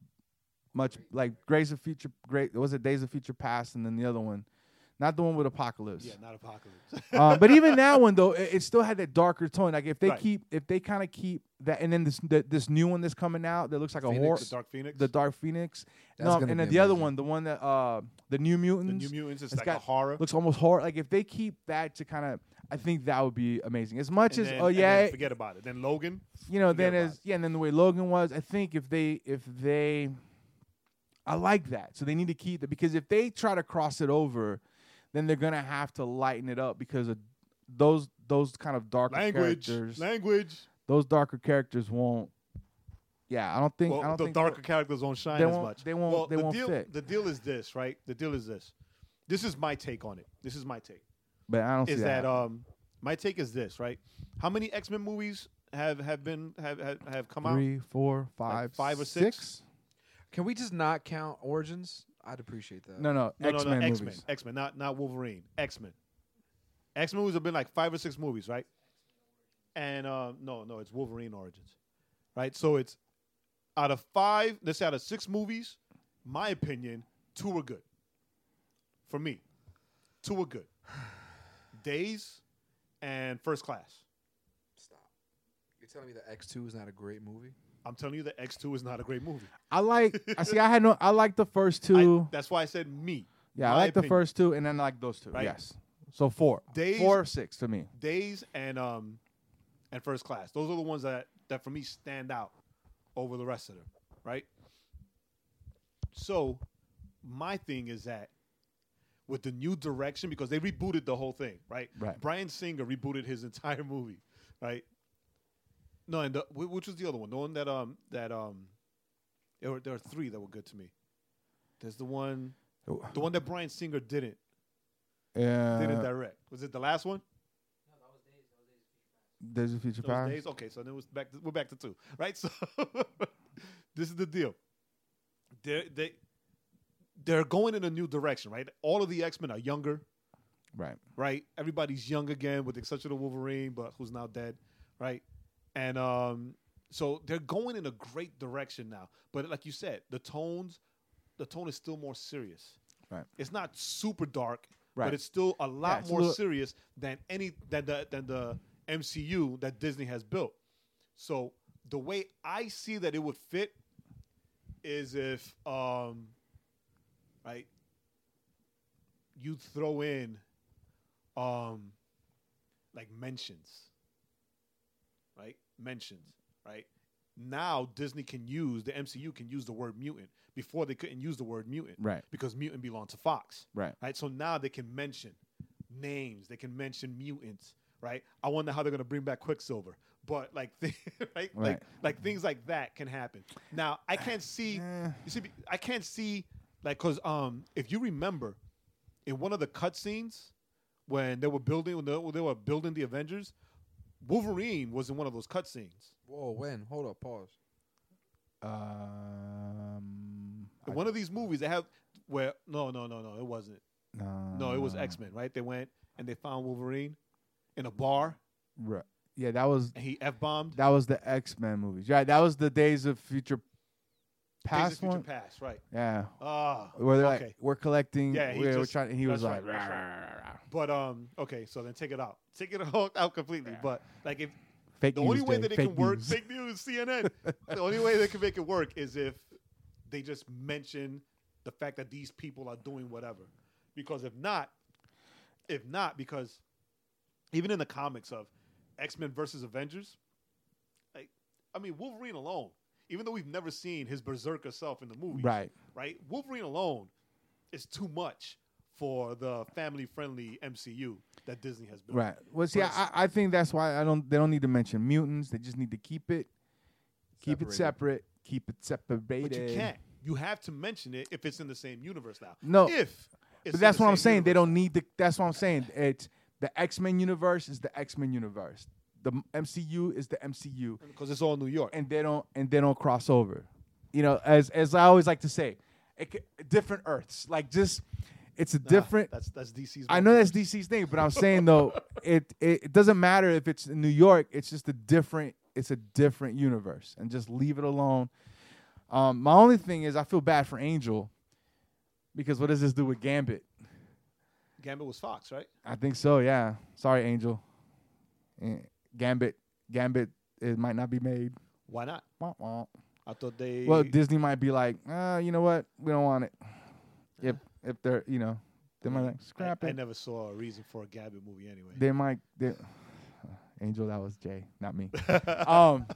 Speaker 1: much like Grays of Future Great was it Days of Future Past and then the other one, not the one with Apocalypse.
Speaker 3: Yeah. Not apocalypse.
Speaker 1: Uh, but even that one though, it, it still had that darker tone. Like if they
Speaker 3: Right.
Speaker 1: keep if they kind of keep that, and then this the, this new one that's coming out that looks like a
Speaker 3: the
Speaker 1: horse,
Speaker 3: Dark Phoenix.
Speaker 1: the Dark Phoenix.
Speaker 4: That's
Speaker 1: no,
Speaker 4: gonna
Speaker 1: and then
Speaker 4: be
Speaker 1: the other
Speaker 4: amazing.
Speaker 1: one, the one that uh the New Mutants
Speaker 3: The New Mutants. It's,
Speaker 1: It's
Speaker 3: like a
Speaker 1: got-
Speaker 3: horror.
Speaker 1: looks almost horror. Like if they keep that to kind of, I think that would be amazing. As much
Speaker 3: and
Speaker 1: as
Speaker 3: then-
Speaker 1: oh
Speaker 3: and then
Speaker 1: yeah,
Speaker 3: forget about it. Then Logan.
Speaker 1: you know, then
Speaker 3: forget
Speaker 1: as
Speaker 3: about
Speaker 1: yeah, and then the way Logan was, I think if they if they, I like that. So they need to keep that because if they try to cross it over, then they're gonna have to lighten it up because of those those kind of darker
Speaker 3: Language,
Speaker 1: characters,
Speaker 3: language.
Speaker 1: those darker characters won't. Yeah, I don't think. I
Speaker 3: Well,
Speaker 1: don't
Speaker 3: the
Speaker 1: think
Speaker 3: darker characters don't shine
Speaker 1: they
Speaker 3: as
Speaker 1: won't-
Speaker 3: much.
Speaker 1: they won't-
Speaker 3: Well,
Speaker 1: they
Speaker 3: the
Speaker 1: won't
Speaker 3: deal,
Speaker 1: fit.
Speaker 3: The deal is this, right? The deal is this. This is my take on it. This is my take.
Speaker 1: But I don't
Speaker 3: Is
Speaker 1: see
Speaker 3: that
Speaker 1: that.
Speaker 3: um? My take is this, right? How many X Men movies have have been have have, have come out?
Speaker 1: Three, four, five,
Speaker 3: five or six?
Speaker 4: Can we just not count Origins? I'd appreciate that.
Speaker 1: No, no,
Speaker 3: No,
Speaker 1: X
Speaker 3: no,
Speaker 1: Men
Speaker 3: no, X Men,
Speaker 1: movies.
Speaker 3: X Men, not not Wolverine. X Men. X Men movies have been like five or six movies, right? And uh, no, no, it's Wolverine Origins, right? So it's out of five, let's say out of six movies, my opinion, two were good. For me, two were good. [SIGHS] Days and First Class.
Speaker 4: Stop. You're telling me that X Two is not a great movie?
Speaker 3: I'm telling you, the X Two is not a great movie.
Speaker 1: I like. I see. I had no. I like the first
Speaker 3: I-
Speaker 1: two.
Speaker 3: that's why I said me.
Speaker 1: yeah, I
Speaker 3: my
Speaker 1: like the
Speaker 3: opinion.
Speaker 1: first two, and then I like those two.
Speaker 3: Right.
Speaker 1: Yes. So four,
Speaker 3: Days-
Speaker 1: four, or six to me.
Speaker 3: Days and um and First Class. Those are the ones that that for me stand out over the rest of them, right? So my thing is that with the new direction because they rebooted the whole thing, right?
Speaker 1: Right.
Speaker 3: Brian Singer rebooted his [LAUGHS] entire movie, right? No, and the, wh- which was the other one? The one that um that um there were, there are three that were good to me. There's the one the one that Brian Singer didn't didn't
Speaker 1: Yeah.
Speaker 3: direct. Was it the last one?
Speaker 1: Days of Future
Speaker 3: those
Speaker 1: Past.
Speaker 3: days. Okay, so then we're back. To, we're back to two, right? [LAUGHS] So this is the deal. They're, they they're going in a new direction, right? All of the X Men are younger,
Speaker 1: Right.
Speaker 3: right? Everybody's young again, with the exception of Wolverine, but who's now dead, right? And um, so they're going in a great direction now. But like you said, the tones, the tone is still more serious.
Speaker 1: Right.
Speaker 3: It's not super dark,
Speaker 1: Right.
Speaker 3: but it's still a lot
Speaker 1: it's a
Speaker 3: more
Speaker 1: little-
Speaker 3: serious than any than the than the MCU that Disney has built. So the way I see that it would fit is if um right you throw in um like mentions right mentions right now disney can use the mcu can use the word mutant before they couldn't use the word mutant
Speaker 1: Right.
Speaker 3: because mutant belonged to fox
Speaker 1: Right.
Speaker 3: right so now they can mention names they can mention mutants right i wonder how they're going to bring back quicksilver but like [LAUGHS] right? like
Speaker 1: Right.
Speaker 3: like things like that can happen now i can't see
Speaker 1: Eh.
Speaker 3: you see, I can't see like because um, if you remember, in one of the cutscenes when they were building when they, when they were building the Avengers, Wolverine was in one of those cutscenes.
Speaker 4: Whoa, when? Hold up, pause.
Speaker 1: Um.
Speaker 3: In one of these movies, they have where no, no, no, no, it wasn't. No, it was
Speaker 1: Mm.
Speaker 3: X Men, right? They went and they found Wolverine in a bar
Speaker 1: Men. Yeah, that was
Speaker 3: and he f bombed.
Speaker 1: that was the X Men movies. Yeah, that was the Days of Future Past one.
Speaker 3: Pass, right?
Speaker 1: Yeah.
Speaker 3: Ah,
Speaker 1: Where they're
Speaker 3: okay.
Speaker 1: like, we're collecting.
Speaker 3: Yeah,
Speaker 1: Yeah,
Speaker 3: he
Speaker 1: we're,
Speaker 3: just-
Speaker 1: trying. He
Speaker 3: that's
Speaker 1: was like,
Speaker 3: right, that's but um, okay, so then take it out, take it [LAUGHS] all out completely. But like if
Speaker 1: fake
Speaker 3: The
Speaker 1: news
Speaker 3: only way
Speaker 1: day,
Speaker 3: that it
Speaker 1: fake
Speaker 3: can work,
Speaker 1: news.
Speaker 3: fake
Speaker 1: [LAUGHS]
Speaker 3: news, CNN. the only way they can make it work is if they just mention the fact that these people are doing whatever. Because if not, if not, because even in the comics of X Men versus Avengers, like I mean Wolverine alone, even though we've never seen his berserker self in the movie,
Speaker 1: Right.
Speaker 3: right? Wolverine alone is too much for the family friendly MCU that Disney has built.
Speaker 1: Right. Well, see, I, I I think that's why I don't. They don't need to mention mutants. They just need to keep it, keep it separate, keep it separated.
Speaker 3: But you can't. You have to mention it if it's in the same universe now.
Speaker 1: No.
Speaker 3: if it's in
Speaker 1: But that's
Speaker 3: the
Speaker 1: what I'm
Speaker 3: same
Speaker 1: saying. They
Speaker 3: universe.
Speaker 1: don't need to. That's what I'm saying. It's the X Men universe is the X Men universe. The m- MCU is the MCU,
Speaker 3: because it's all New York.
Speaker 1: and they don't and they don't cross over. You know, as as I always like to say, it, c- different Earths. Like just, it's a
Speaker 3: Nah,
Speaker 1: different.
Speaker 3: That's that's DC's.
Speaker 1: I know that's
Speaker 3: multiverse.
Speaker 1: DC's thing, but I'm saying
Speaker 3: [LAUGHS]
Speaker 1: though, it, it it doesn't matter if it's in New York. It's just a different. It's a different universe, and just leave it alone. Um, my only thing is, I feel bad for Angel, because what does this do with Gambit?
Speaker 3: Gambit was Fox, right?
Speaker 1: I think so. Yeah. Sorry, Angel. Eh, Gambit. Gambit. It might not be made.
Speaker 3: Why not?
Speaker 1: Wah, wah.
Speaker 3: I thought they.
Speaker 1: Well, Disney might be like, uh, you know what? We don't want it. If if they're you know, they might like
Speaker 3: I,
Speaker 1: scrap
Speaker 3: I
Speaker 1: it.
Speaker 3: never saw a reason for a Gambit movie anyway.
Speaker 1: They might. They, [SIGHS] Angel, that was Jay, not [LAUGHS] me. um,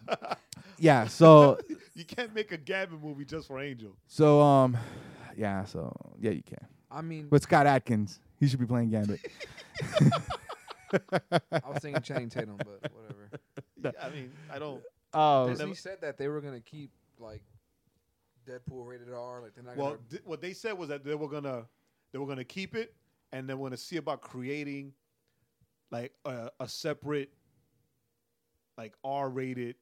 Speaker 1: yeah. So
Speaker 3: you can't make a Gambit movie just for Angel.
Speaker 1: so um, yeah. So yeah, you can.
Speaker 4: I mean,
Speaker 1: With Scott Atkins, he should be playing Gambit.
Speaker 4: I was thinking Channing Tatum, but
Speaker 3: [LAUGHS]
Speaker 4: whatever.
Speaker 3: I mean, I don't.
Speaker 1: [LAUGHS] Oh,
Speaker 4: Disney said that they were gonna keep like Deadpool rated R. Like they're not
Speaker 3: Well,
Speaker 4: gonna.
Speaker 3: th- what they said was that they were gonna they were gonna keep it, and they were gonna see about creating like a, a separate like R rated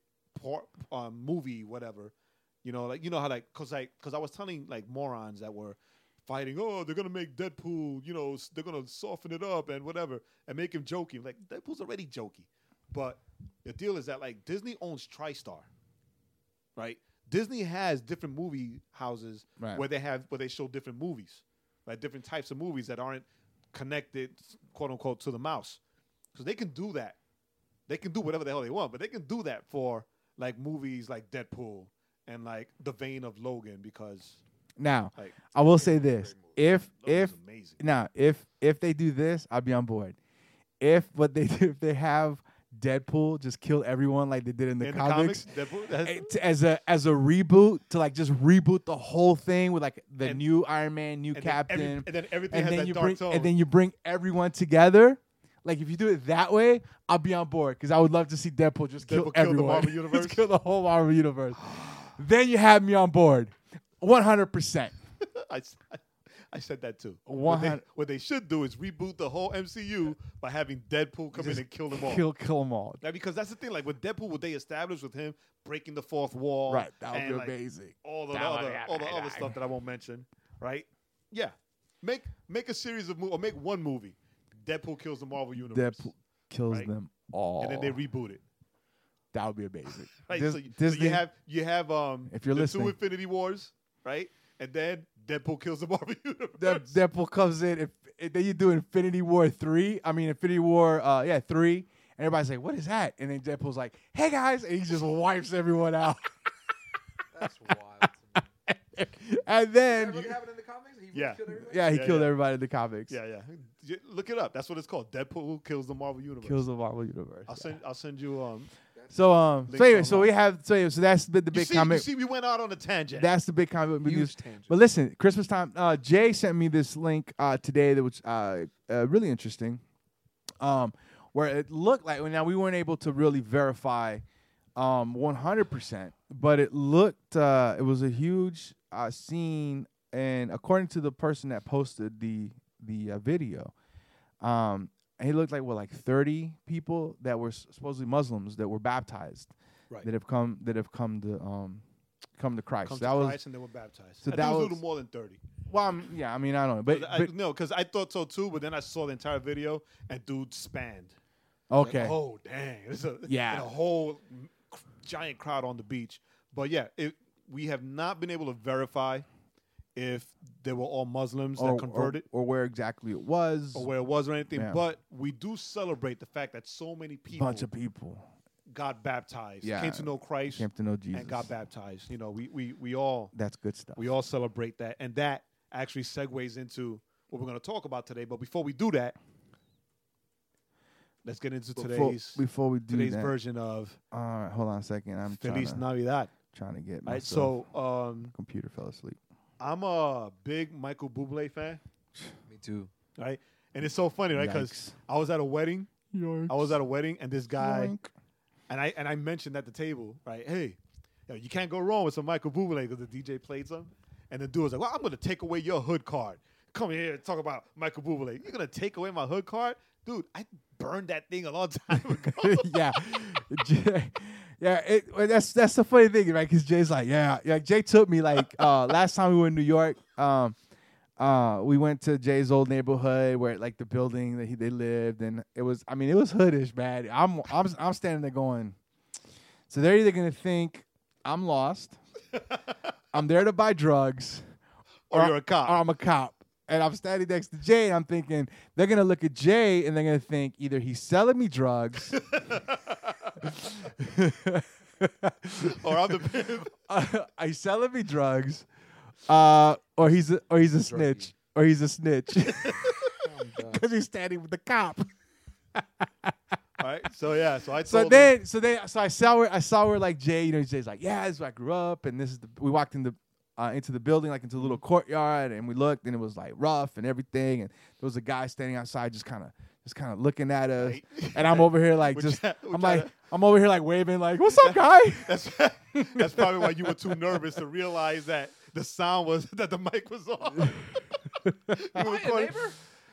Speaker 3: part um, movie, whatever. You know, like you know how like cause like cause I was telling like morons that were fighting. Oh, they're gonna make Deadpool. You know, s- they're gonna soften it up and whatever, and make him jokey. Like Deadpool's already jokey, but the deal is that like Disney owns TriStar, right? Disney has different movie houses
Speaker 1: Right.
Speaker 3: where they have where they show different movies, like different types of movies that aren't connected, quote unquote, to the mouse. So they can do that. They can do whatever the hell they want, but they can do that for like movies like Deadpool and like the vein of Logan because
Speaker 1: now
Speaker 3: like
Speaker 1: I will say this: if
Speaker 3: Logan's
Speaker 1: if
Speaker 3: amazing.
Speaker 1: now if if they do this, I'll be on board. If what they [LAUGHS] do, if they have Deadpool just kill everyone like they did in the
Speaker 3: In
Speaker 1: comics.
Speaker 3: Deadpool, that's-
Speaker 1: eh, t- As a as a reboot to like just reboot the whole thing with like the
Speaker 3: And-
Speaker 1: new Iron Man, new
Speaker 3: and then every-
Speaker 1: Captain,
Speaker 3: and then everything
Speaker 1: and
Speaker 3: has
Speaker 1: then
Speaker 3: that
Speaker 1: you
Speaker 3: dark
Speaker 1: bring
Speaker 3: tone.
Speaker 1: and then you bring everyone together. Like if you do it that way, I'll be on board because I would love to see Deadpool just
Speaker 3: Deadpool
Speaker 1: kill
Speaker 3: kill the
Speaker 1: everyone. [LAUGHS]
Speaker 3: Marvel
Speaker 1: Just
Speaker 3: universe?
Speaker 1: kill the whole Marvel universe. then you have me on board, one hundred percent.
Speaker 3: [LAUGHS] I, s- I- I said that too. What
Speaker 1: One
Speaker 3: they,
Speaker 1: hun-
Speaker 3: what they should do is reboot the whole MCU by having Deadpool come in
Speaker 1: Just
Speaker 3: and kill them all.
Speaker 1: Kill, kill them all.
Speaker 3: Now, because that's the thing, like with Deadpool, what they established with him breaking the fourth wall,
Speaker 1: Right, that would
Speaker 3: and,
Speaker 1: be
Speaker 3: like,
Speaker 1: amazing.
Speaker 3: All the
Speaker 1: That would
Speaker 3: other,
Speaker 1: be
Speaker 3: all the other
Speaker 1: amazing.
Speaker 3: stuff that I won't mention, right? Yeah, make make a series of movies or make one movie. Deadpool kills the Marvel universe,
Speaker 1: Deadpool kills
Speaker 3: right?
Speaker 1: them all,
Speaker 3: and then they reboot it.
Speaker 1: that would be amazing.
Speaker 3: [LAUGHS] Right,
Speaker 1: Dis-
Speaker 3: so, you- so
Speaker 1: Disney,
Speaker 3: you have you have um
Speaker 1: If you're
Speaker 3: the
Speaker 1: listening.
Speaker 3: two Infinity Wars, right? And then Deadpool kills the Marvel [LAUGHS] universe.
Speaker 1: Dep- Deadpool comes in. If, if then you do Infinity War three. I mean Infinity War. Uh, yeah, three. And everybody's like, "What is that?" And then Deadpool's like, "Hey guys," and he just wipes everyone out. [LAUGHS]
Speaker 3: [LAUGHS]
Speaker 4: That's wild. to me.
Speaker 1: and
Speaker 4: That
Speaker 1: then,
Speaker 4: really happened in the comics. He really
Speaker 3: Yeah.
Speaker 4: killed everybody?
Speaker 1: yeah, he
Speaker 3: Yeah,
Speaker 1: killed
Speaker 3: yeah.
Speaker 1: everybody in the comics.
Speaker 3: Yeah, yeah. J- Look it up. That's what it's called. Deadpool kills the Marvel universe.
Speaker 1: kills the Marvel universe.
Speaker 3: I'll send. I'll send you. Um.
Speaker 1: So um,
Speaker 3: Links
Speaker 1: so anyway, so
Speaker 3: online.
Speaker 1: we have so anyway, so that's been the
Speaker 3: You
Speaker 1: big
Speaker 3: see, you
Speaker 1: comic.
Speaker 3: see, we went out on a tangent.
Speaker 1: That's the big comic book
Speaker 4: Huge
Speaker 1: news.
Speaker 4: tangent.
Speaker 1: But listen, Christmas time. Uh, Jay sent me this link uh, today that was uh, uh, really interesting. Um, where it looked like well, now we weren't able to really verify um 100%, but it looked uh, it was a huge uh, scene, and according to the person that posted the the uh, video, um, he looked like what like 30 people that were s- supposedly Muslims that were baptized,
Speaker 3: Right.
Speaker 1: that have come that have come to um come to Christ.
Speaker 3: Comes
Speaker 1: that
Speaker 3: to
Speaker 1: was
Speaker 3: Christ and they were baptized.
Speaker 1: so
Speaker 3: I
Speaker 1: that
Speaker 3: think it was a
Speaker 1: was-
Speaker 3: little more than thirty.
Speaker 1: well, I'm, yeah, I mean, I don't know, but,
Speaker 3: I,
Speaker 1: but
Speaker 3: no, because I thought so too, but then I saw the entire video and dude spanned.
Speaker 1: okay,
Speaker 3: Oh dang! It's a
Speaker 1: Yeah.
Speaker 3: and a whole c- giant crowd on the beach. But yeah, it, we have not been able to verify if they were all Muslims
Speaker 1: or,
Speaker 3: that converted
Speaker 1: or, or where exactly it was,
Speaker 3: or, where it was or anything.
Speaker 1: Oh, Yeah.
Speaker 3: But we do celebrate the fact that so many people
Speaker 1: bunch of people
Speaker 3: got baptized,
Speaker 1: Yeah.
Speaker 3: came to know Christ,
Speaker 1: came to know Jesus.
Speaker 3: and got baptized. You know, we we we all
Speaker 1: That's good stuff.
Speaker 3: we all celebrate that, and that actually segues into what we're going to talk about today. But before we do that, let's get into
Speaker 1: before,
Speaker 3: today's
Speaker 1: before we do
Speaker 3: today's
Speaker 1: that.
Speaker 3: version of
Speaker 1: All right, hold on a second. I'm trying
Speaker 3: Feliz
Speaker 1: to,
Speaker 3: Navidad.
Speaker 1: trying to get
Speaker 3: All
Speaker 1: my
Speaker 3: right, so um,
Speaker 1: computer fell asleep.
Speaker 3: I'm a big Michael Bublé fan,
Speaker 4: Me too.
Speaker 3: right? And it's so funny, right? Because
Speaker 1: Yikes.
Speaker 3: I was at a wedding, I was at a wedding, and this guy. and I and I mentioned at the table, right? Hey, yo, you can't go wrong with some Michael Bublé because the DJ played some, and the dude was like, "Well, I'm gonna take away your hood card. Come here and talk about Michael Bublé. You're gonna take away my hood card, dude? I burned that thing a long [LAUGHS] time
Speaker 1: [LAUGHS]
Speaker 3: ago.
Speaker 1: yeah, Jay- yeah. It, well, that's that's the funny thing, right? Because Jay's like, yeah, yeah. Jay took me like uh, last time we were in New York. Um, uh, we went to Jay's old neighborhood where like the building that he, they lived, and it was. I mean, it was hoodish, man. I'm I'm I'm standing there going. So they're either gonna think I'm lost, I'm there to buy drugs,
Speaker 3: or you're a
Speaker 1: or
Speaker 3: cop.
Speaker 1: Uh, I'm a cop. And I'm standing next to Jay, and I'm thinking they're gonna look at Jay, and they're gonna think either he's selling me
Speaker 3: [LAUGHS]
Speaker 1: drugs, [LAUGHS]
Speaker 3: or I'm the [LAUGHS]
Speaker 1: he's selling me drugs, uh, or he's a, or he's a snitch, or he's a
Speaker 3: [LAUGHS]
Speaker 1: snitch [LAUGHS]
Speaker 4: I'm done.
Speaker 1: because he's standing with the cop.
Speaker 3: All right? So yeah, so I told
Speaker 1: So
Speaker 3: him-
Speaker 1: then, so then, so I saw where I saw where like Jay, you know, Jay's like, yeah, this is where I grew up, and this is the we walked in the uh, into the building, like into a little
Speaker 3: Mm-hmm.
Speaker 1: courtyard, and we looked, and it was like rough and everything, and there was a guy standing outside, just kind of just kind of looking at us,
Speaker 3: Right.
Speaker 1: and I'm over here
Speaker 3: [LAUGHS]
Speaker 1: like
Speaker 3: We're
Speaker 1: just
Speaker 3: try- we're
Speaker 1: I'm
Speaker 3: trying
Speaker 1: like
Speaker 3: to-
Speaker 1: I'm over here like waving like what's up,
Speaker 3: [LAUGHS]
Speaker 1: guy?
Speaker 3: That's that's probably why you were too nervous to realize that the sound was [LAUGHS] that the mic was off. [LAUGHS] we were recording.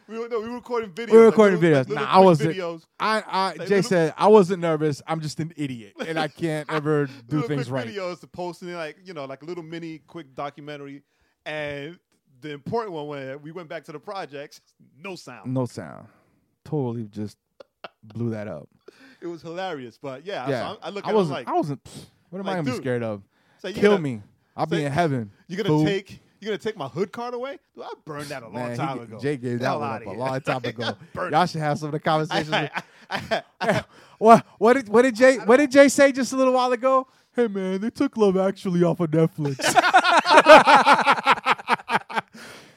Speaker 3: We were, no, we were recording videos.
Speaker 1: were
Speaker 3: like
Speaker 1: recording
Speaker 3: little-
Speaker 1: videos.
Speaker 3: Like, little
Speaker 1: Nah, I
Speaker 3: quick
Speaker 1: wasn't-
Speaker 3: Videos.
Speaker 1: I, I
Speaker 3: Like,
Speaker 1: Jay
Speaker 3: little-
Speaker 1: said I wasn't nervous. I'm just an idiot, and I can't
Speaker 3: [LAUGHS]
Speaker 1: ever do
Speaker 3: little
Speaker 1: things
Speaker 3: quick
Speaker 1: right.
Speaker 3: Videos to posting like you know like a little mini quick documentary, and the important one when we went back to the projects, no sound.
Speaker 1: No sound. Totally just blew that up.
Speaker 3: It was hilarious, but yeah,
Speaker 1: Yeah,
Speaker 3: I, I look at
Speaker 1: I
Speaker 3: it I'm
Speaker 1: wasn't.
Speaker 3: like,
Speaker 1: I wasn't. pfft, what am
Speaker 3: like,
Speaker 1: I gonna be
Speaker 3: dude,
Speaker 1: scared of?
Speaker 3: so you
Speaker 1: Kill
Speaker 3: gonna-
Speaker 1: me. I'll
Speaker 3: so
Speaker 1: be in heaven.
Speaker 3: You're gonna
Speaker 1: fool.
Speaker 3: take you're gonna take my hood card away? Dude, I burned that a long
Speaker 1: Man, he
Speaker 3: time
Speaker 1: g-
Speaker 3: ago.
Speaker 1: Jay gave that
Speaker 3: Hell
Speaker 1: one
Speaker 3: outta
Speaker 1: up a
Speaker 3: here.
Speaker 1: long
Speaker 3: [LAUGHS]
Speaker 1: time ago.
Speaker 3: burned.
Speaker 1: Y'all should have some of the [LAUGHS] conversations.
Speaker 3: [LAUGHS]
Speaker 1: with-
Speaker 3: I- I- I-
Speaker 1: what what did what did Jay what did Jay say just a little while ago? Hey man, they took Love Actually off of
Speaker 3: [LAUGHS]
Speaker 1: Netflix. [LAUGHS]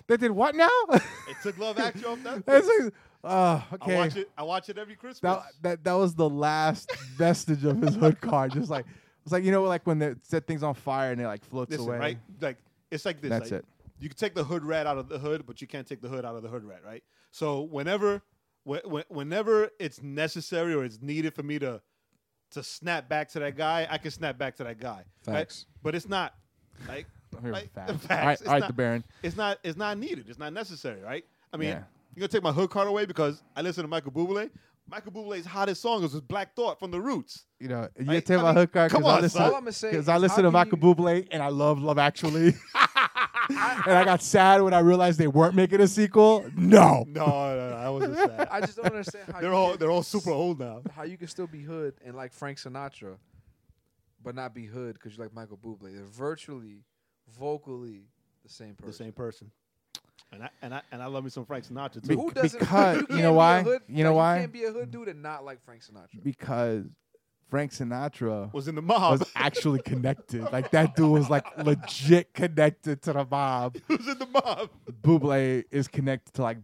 Speaker 1: they did what
Speaker 3: [LAUGHS]
Speaker 1: now?
Speaker 3: it took Love Actually off Netflix.
Speaker 1: [LAUGHS] That's like, uh,
Speaker 3: I
Speaker 1: okay.
Speaker 3: watch it. I watch it every Christmas.
Speaker 1: That, that that was the last vestige of his hood card. Just like it's like you know like when they set things on fire and it like floats
Speaker 3: Listen,
Speaker 1: away.
Speaker 3: right? Like it's like this.
Speaker 1: That's
Speaker 3: like,
Speaker 1: it.
Speaker 3: You can take the hood rat out of the hood, but you can't take the hood out of the hood rat, right? So whenever, wh- wh- whenever it's necessary or it's needed for me to to snap back to that guy, I can snap back to that guy. right?
Speaker 4: Facts.
Speaker 3: But it's not like,
Speaker 1: [LAUGHS] Here,
Speaker 3: like [LAUGHS]
Speaker 1: facts.
Speaker 3: facts.
Speaker 1: All right,
Speaker 3: It's
Speaker 1: all right,
Speaker 3: not-
Speaker 1: the Baron.
Speaker 3: It's not. It's not needed. It's not necessary, right? I mean,
Speaker 1: Yeah.
Speaker 3: you're gonna take my hood card away because I listen to Michael Bublé. Michael Bublé's hottest song is his Black Thought from The Roots.
Speaker 1: You know, you
Speaker 3: Like,
Speaker 1: take
Speaker 3: I
Speaker 1: my
Speaker 3: mean,
Speaker 1: hood card
Speaker 3: come
Speaker 1: because I
Speaker 3: on,
Speaker 1: listen,
Speaker 3: son.
Speaker 4: All I'ma say
Speaker 1: 'cause
Speaker 4: is
Speaker 1: I listen to
Speaker 4: how
Speaker 1: Michael
Speaker 4: can
Speaker 1: Bublé and I love Love
Speaker 3: [LAUGHS]
Speaker 1: Actually. and I got sad when I realized they weren't making a sequel. No,
Speaker 3: No, no, no [LAUGHS] I wasn't sad.
Speaker 4: I just don't understand how
Speaker 3: [LAUGHS] they're
Speaker 4: you
Speaker 3: all
Speaker 4: can-
Speaker 3: they're all super old now.
Speaker 4: how you can still be hood and like Frank Sinatra, but not be hood because you like Michael Bublé. They're virtually, vocally the same person.
Speaker 3: the same person. And I and I and I love me some Frank Sinatra
Speaker 1: Be-
Speaker 3: too.
Speaker 4: Who doesn't? [LAUGHS]
Speaker 1: because- you
Speaker 4: can't
Speaker 1: know
Speaker 4: be a
Speaker 1: why?
Speaker 4: hood-
Speaker 1: You know
Speaker 4: like,
Speaker 1: why?
Speaker 4: You can't be a hood dude and not like Frank Sinatra.
Speaker 1: because Frank Sinatra
Speaker 3: was in the mob.
Speaker 1: was actually connected. Like that dude was like legit connected to the mob.
Speaker 3: He [LAUGHS] was in the mob.
Speaker 1: Bublé is connected to like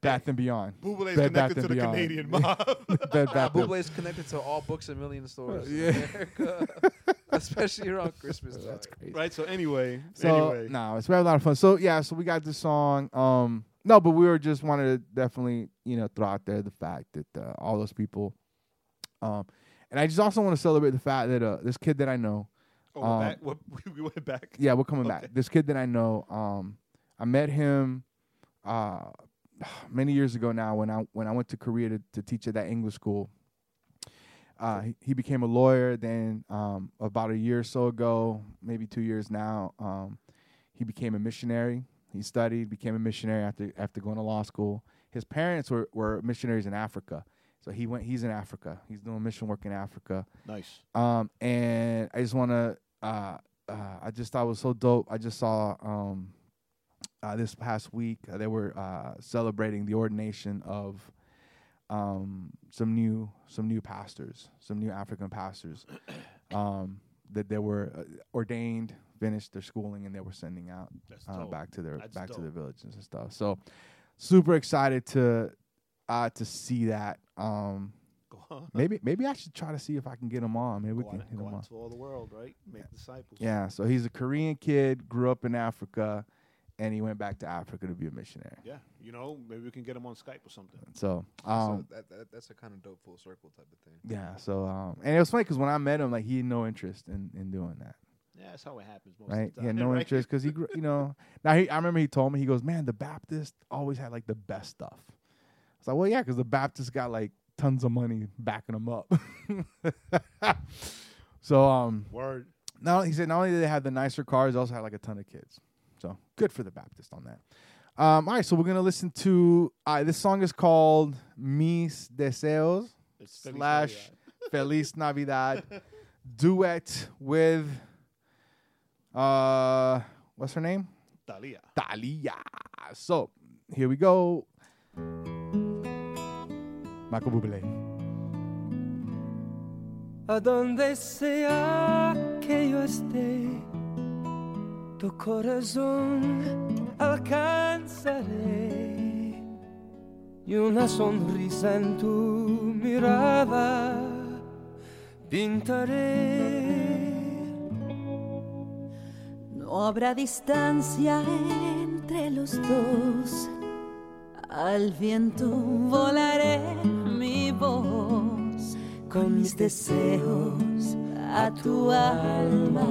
Speaker 1: Bath and Beyond.
Speaker 3: Bublé's
Speaker 1: Bed, Bath,
Speaker 3: connected
Speaker 1: and
Speaker 3: to the
Speaker 1: Beyond.
Speaker 3: Canadian mob. [LAUGHS]
Speaker 1: Bed Bath and-
Speaker 4: Bublé is connected to all books and million stores
Speaker 1: Yeah.
Speaker 4: in America, [LAUGHS] especially around Christmas time.
Speaker 1: That's crazy.
Speaker 3: right. So anyway,
Speaker 1: So
Speaker 3: anyway,
Speaker 1: no, it's we had a lot of fun. So yeah, so we got this song. Um, no, but we were just wanted to definitely you know throw out there the fact that uh, all those people, um, and I just also want to celebrate the fact that uh, this kid that I know,
Speaker 3: oh, we're
Speaker 1: um,
Speaker 3: back. We're, we went back.
Speaker 1: yeah, we're coming
Speaker 3: Okay.
Speaker 1: back. This kid that I know, um, I met him, uh, [SIGHS] many years ago now when I when I went to Korea to, to teach at that English school. Uh, he, he became a lawyer. Then um, about a year or so ago, maybe two years now, um, he became a missionary. He studied, became a missionary after after going to law school. His parents were, were missionaries in Africa, so he went. He's in Africa. He's doing mission work in Africa.
Speaker 3: Nice.
Speaker 1: Um, and I just want to, uh, uh, I just thought it was so dope. I just saw um, uh, this past week uh, they were uh, celebrating the ordination of um, some new some new pastors, some new African
Speaker 3: [CLEARS THROAT]
Speaker 1: pastors um, that they were uh, ordained, finished their schooling, and they were sending out
Speaker 3: That's
Speaker 1: uh,
Speaker 3: dope.
Speaker 1: back to their
Speaker 3: That's
Speaker 1: back to
Speaker 3: dope.
Speaker 1: their villages and stuff. So super excited to uh, to see that. Um,
Speaker 3: Go on.
Speaker 1: Maybe maybe I should try to see if I can get him on. Maybe we
Speaker 3: Go
Speaker 1: can
Speaker 3: out,
Speaker 1: hit him
Speaker 3: go
Speaker 1: on.
Speaker 3: out to all the world, right? Make disciples.
Speaker 1: Yeah, so he's a Korean kid, grew up in Africa, and he went back to Africa to be a missionary.
Speaker 3: Yeah. You know, maybe we can get them on Skype or something.
Speaker 1: So,
Speaker 4: So
Speaker 1: um,
Speaker 4: that, that, that's a kind of dope full circle type of thing.
Speaker 1: yeah, so um, and it was funny because when I met him, like he had no interest in, in doing that,
Speaker 3: Yeah, that's how it happens most
Speaker 1: right?
Speaker 3: of the
Speaker 1: He had
Speaker 3: time.
Speaker 1: no
Speaker 3: right?
Speaker 1: interest because he, grew, you
Speaker 3: [LAUGHS]
Speaker 1: know, now he, I remember he told me he goes, man, the Baptist always had like the best stuff. It's like, well, yeah, because the Baptist got like tons of money backing them up. [LAUGHS] so, um,
Speaker 3: Word.
Speaker 1: Not he said not only did they have the nicer cars, they also had like a ton of kids. So good for the Baptist on that. Um, all right, so we're gonna listen to uh, this song is called "Mis Deseos"
Speaker 3: It's Feliz
Speaker 1: slash "Feliz Navidad" [LAUGHS] duet with uh, what's her name?
Speaker 3: Navidad. Thalia.
Speaker 1: Thalia. So here we go. Michael Bublé.
Speaker 5: a donde sea que yo esté, tu corazón alcanzaré y una sonrisa en tu mirada pintaré.
Speaker 6: No habrá distancia entre los dos, Al viento volaré mi voz con mis deseos a tu alma.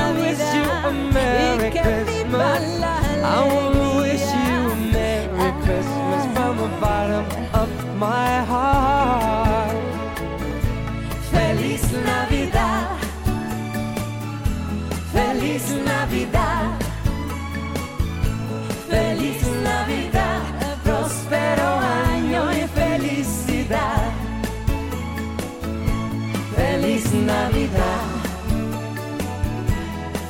Speaker 5: wish you a Merry Christmas. I wanna wish you a Merry Christmas from the bottom of my heart.
Speaker 6: Feliz Navidad. Feliz Navidad. Feliz Navidad. Próspero año y felicidad. Feliz Navidad.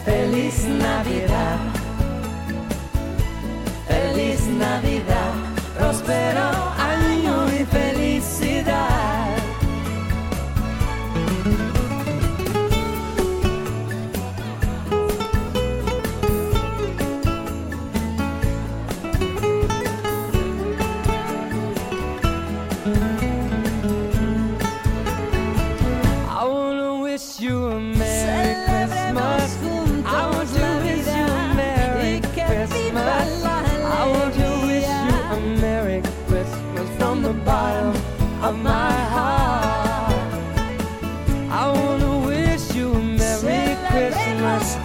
Speaker 6: Feliz Navidad. Feliz Navidad. Próspero año y felicidad.
Speaker 5: I wanna wish you a Merry Christmas. I want to wish you a Merry Christmas. I want to wish you a Merry Christmas from the bottom of my heart. I wanna wish you a Merry Christmas.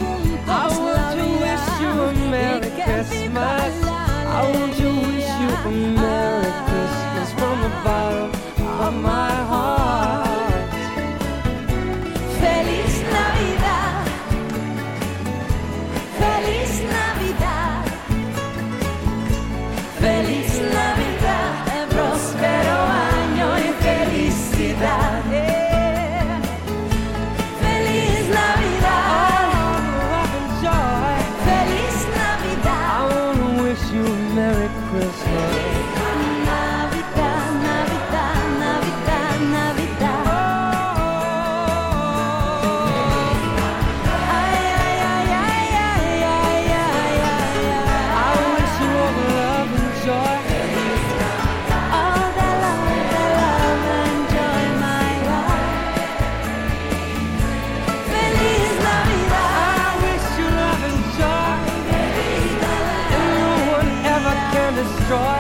Speaker 5: I want to wish you a Merry Christmas. I want to wish you a Merry Christmas from the bottom of my heart.
Speaker 6: Feliz Navidad. Feliz Navidad. Feliz Navidad. eh, Próspero año y felicidad. Yeah. Feliz Navidad. Feliz Navidad.
Speaker 5: I wanna wish you a Merry Christmas.
Speaker 6: Navidad, Navidad, Navidad, Navidad. Ay, ay, ay, ay, ay, ay, ay, ay, ay.
Speaker 5: I wish you all the love and joy.
Speaker 6: All the love, the love and joy, my life. Feliz Navidad.
Speaker 5: I wish you love and joy. And no one ever can destroy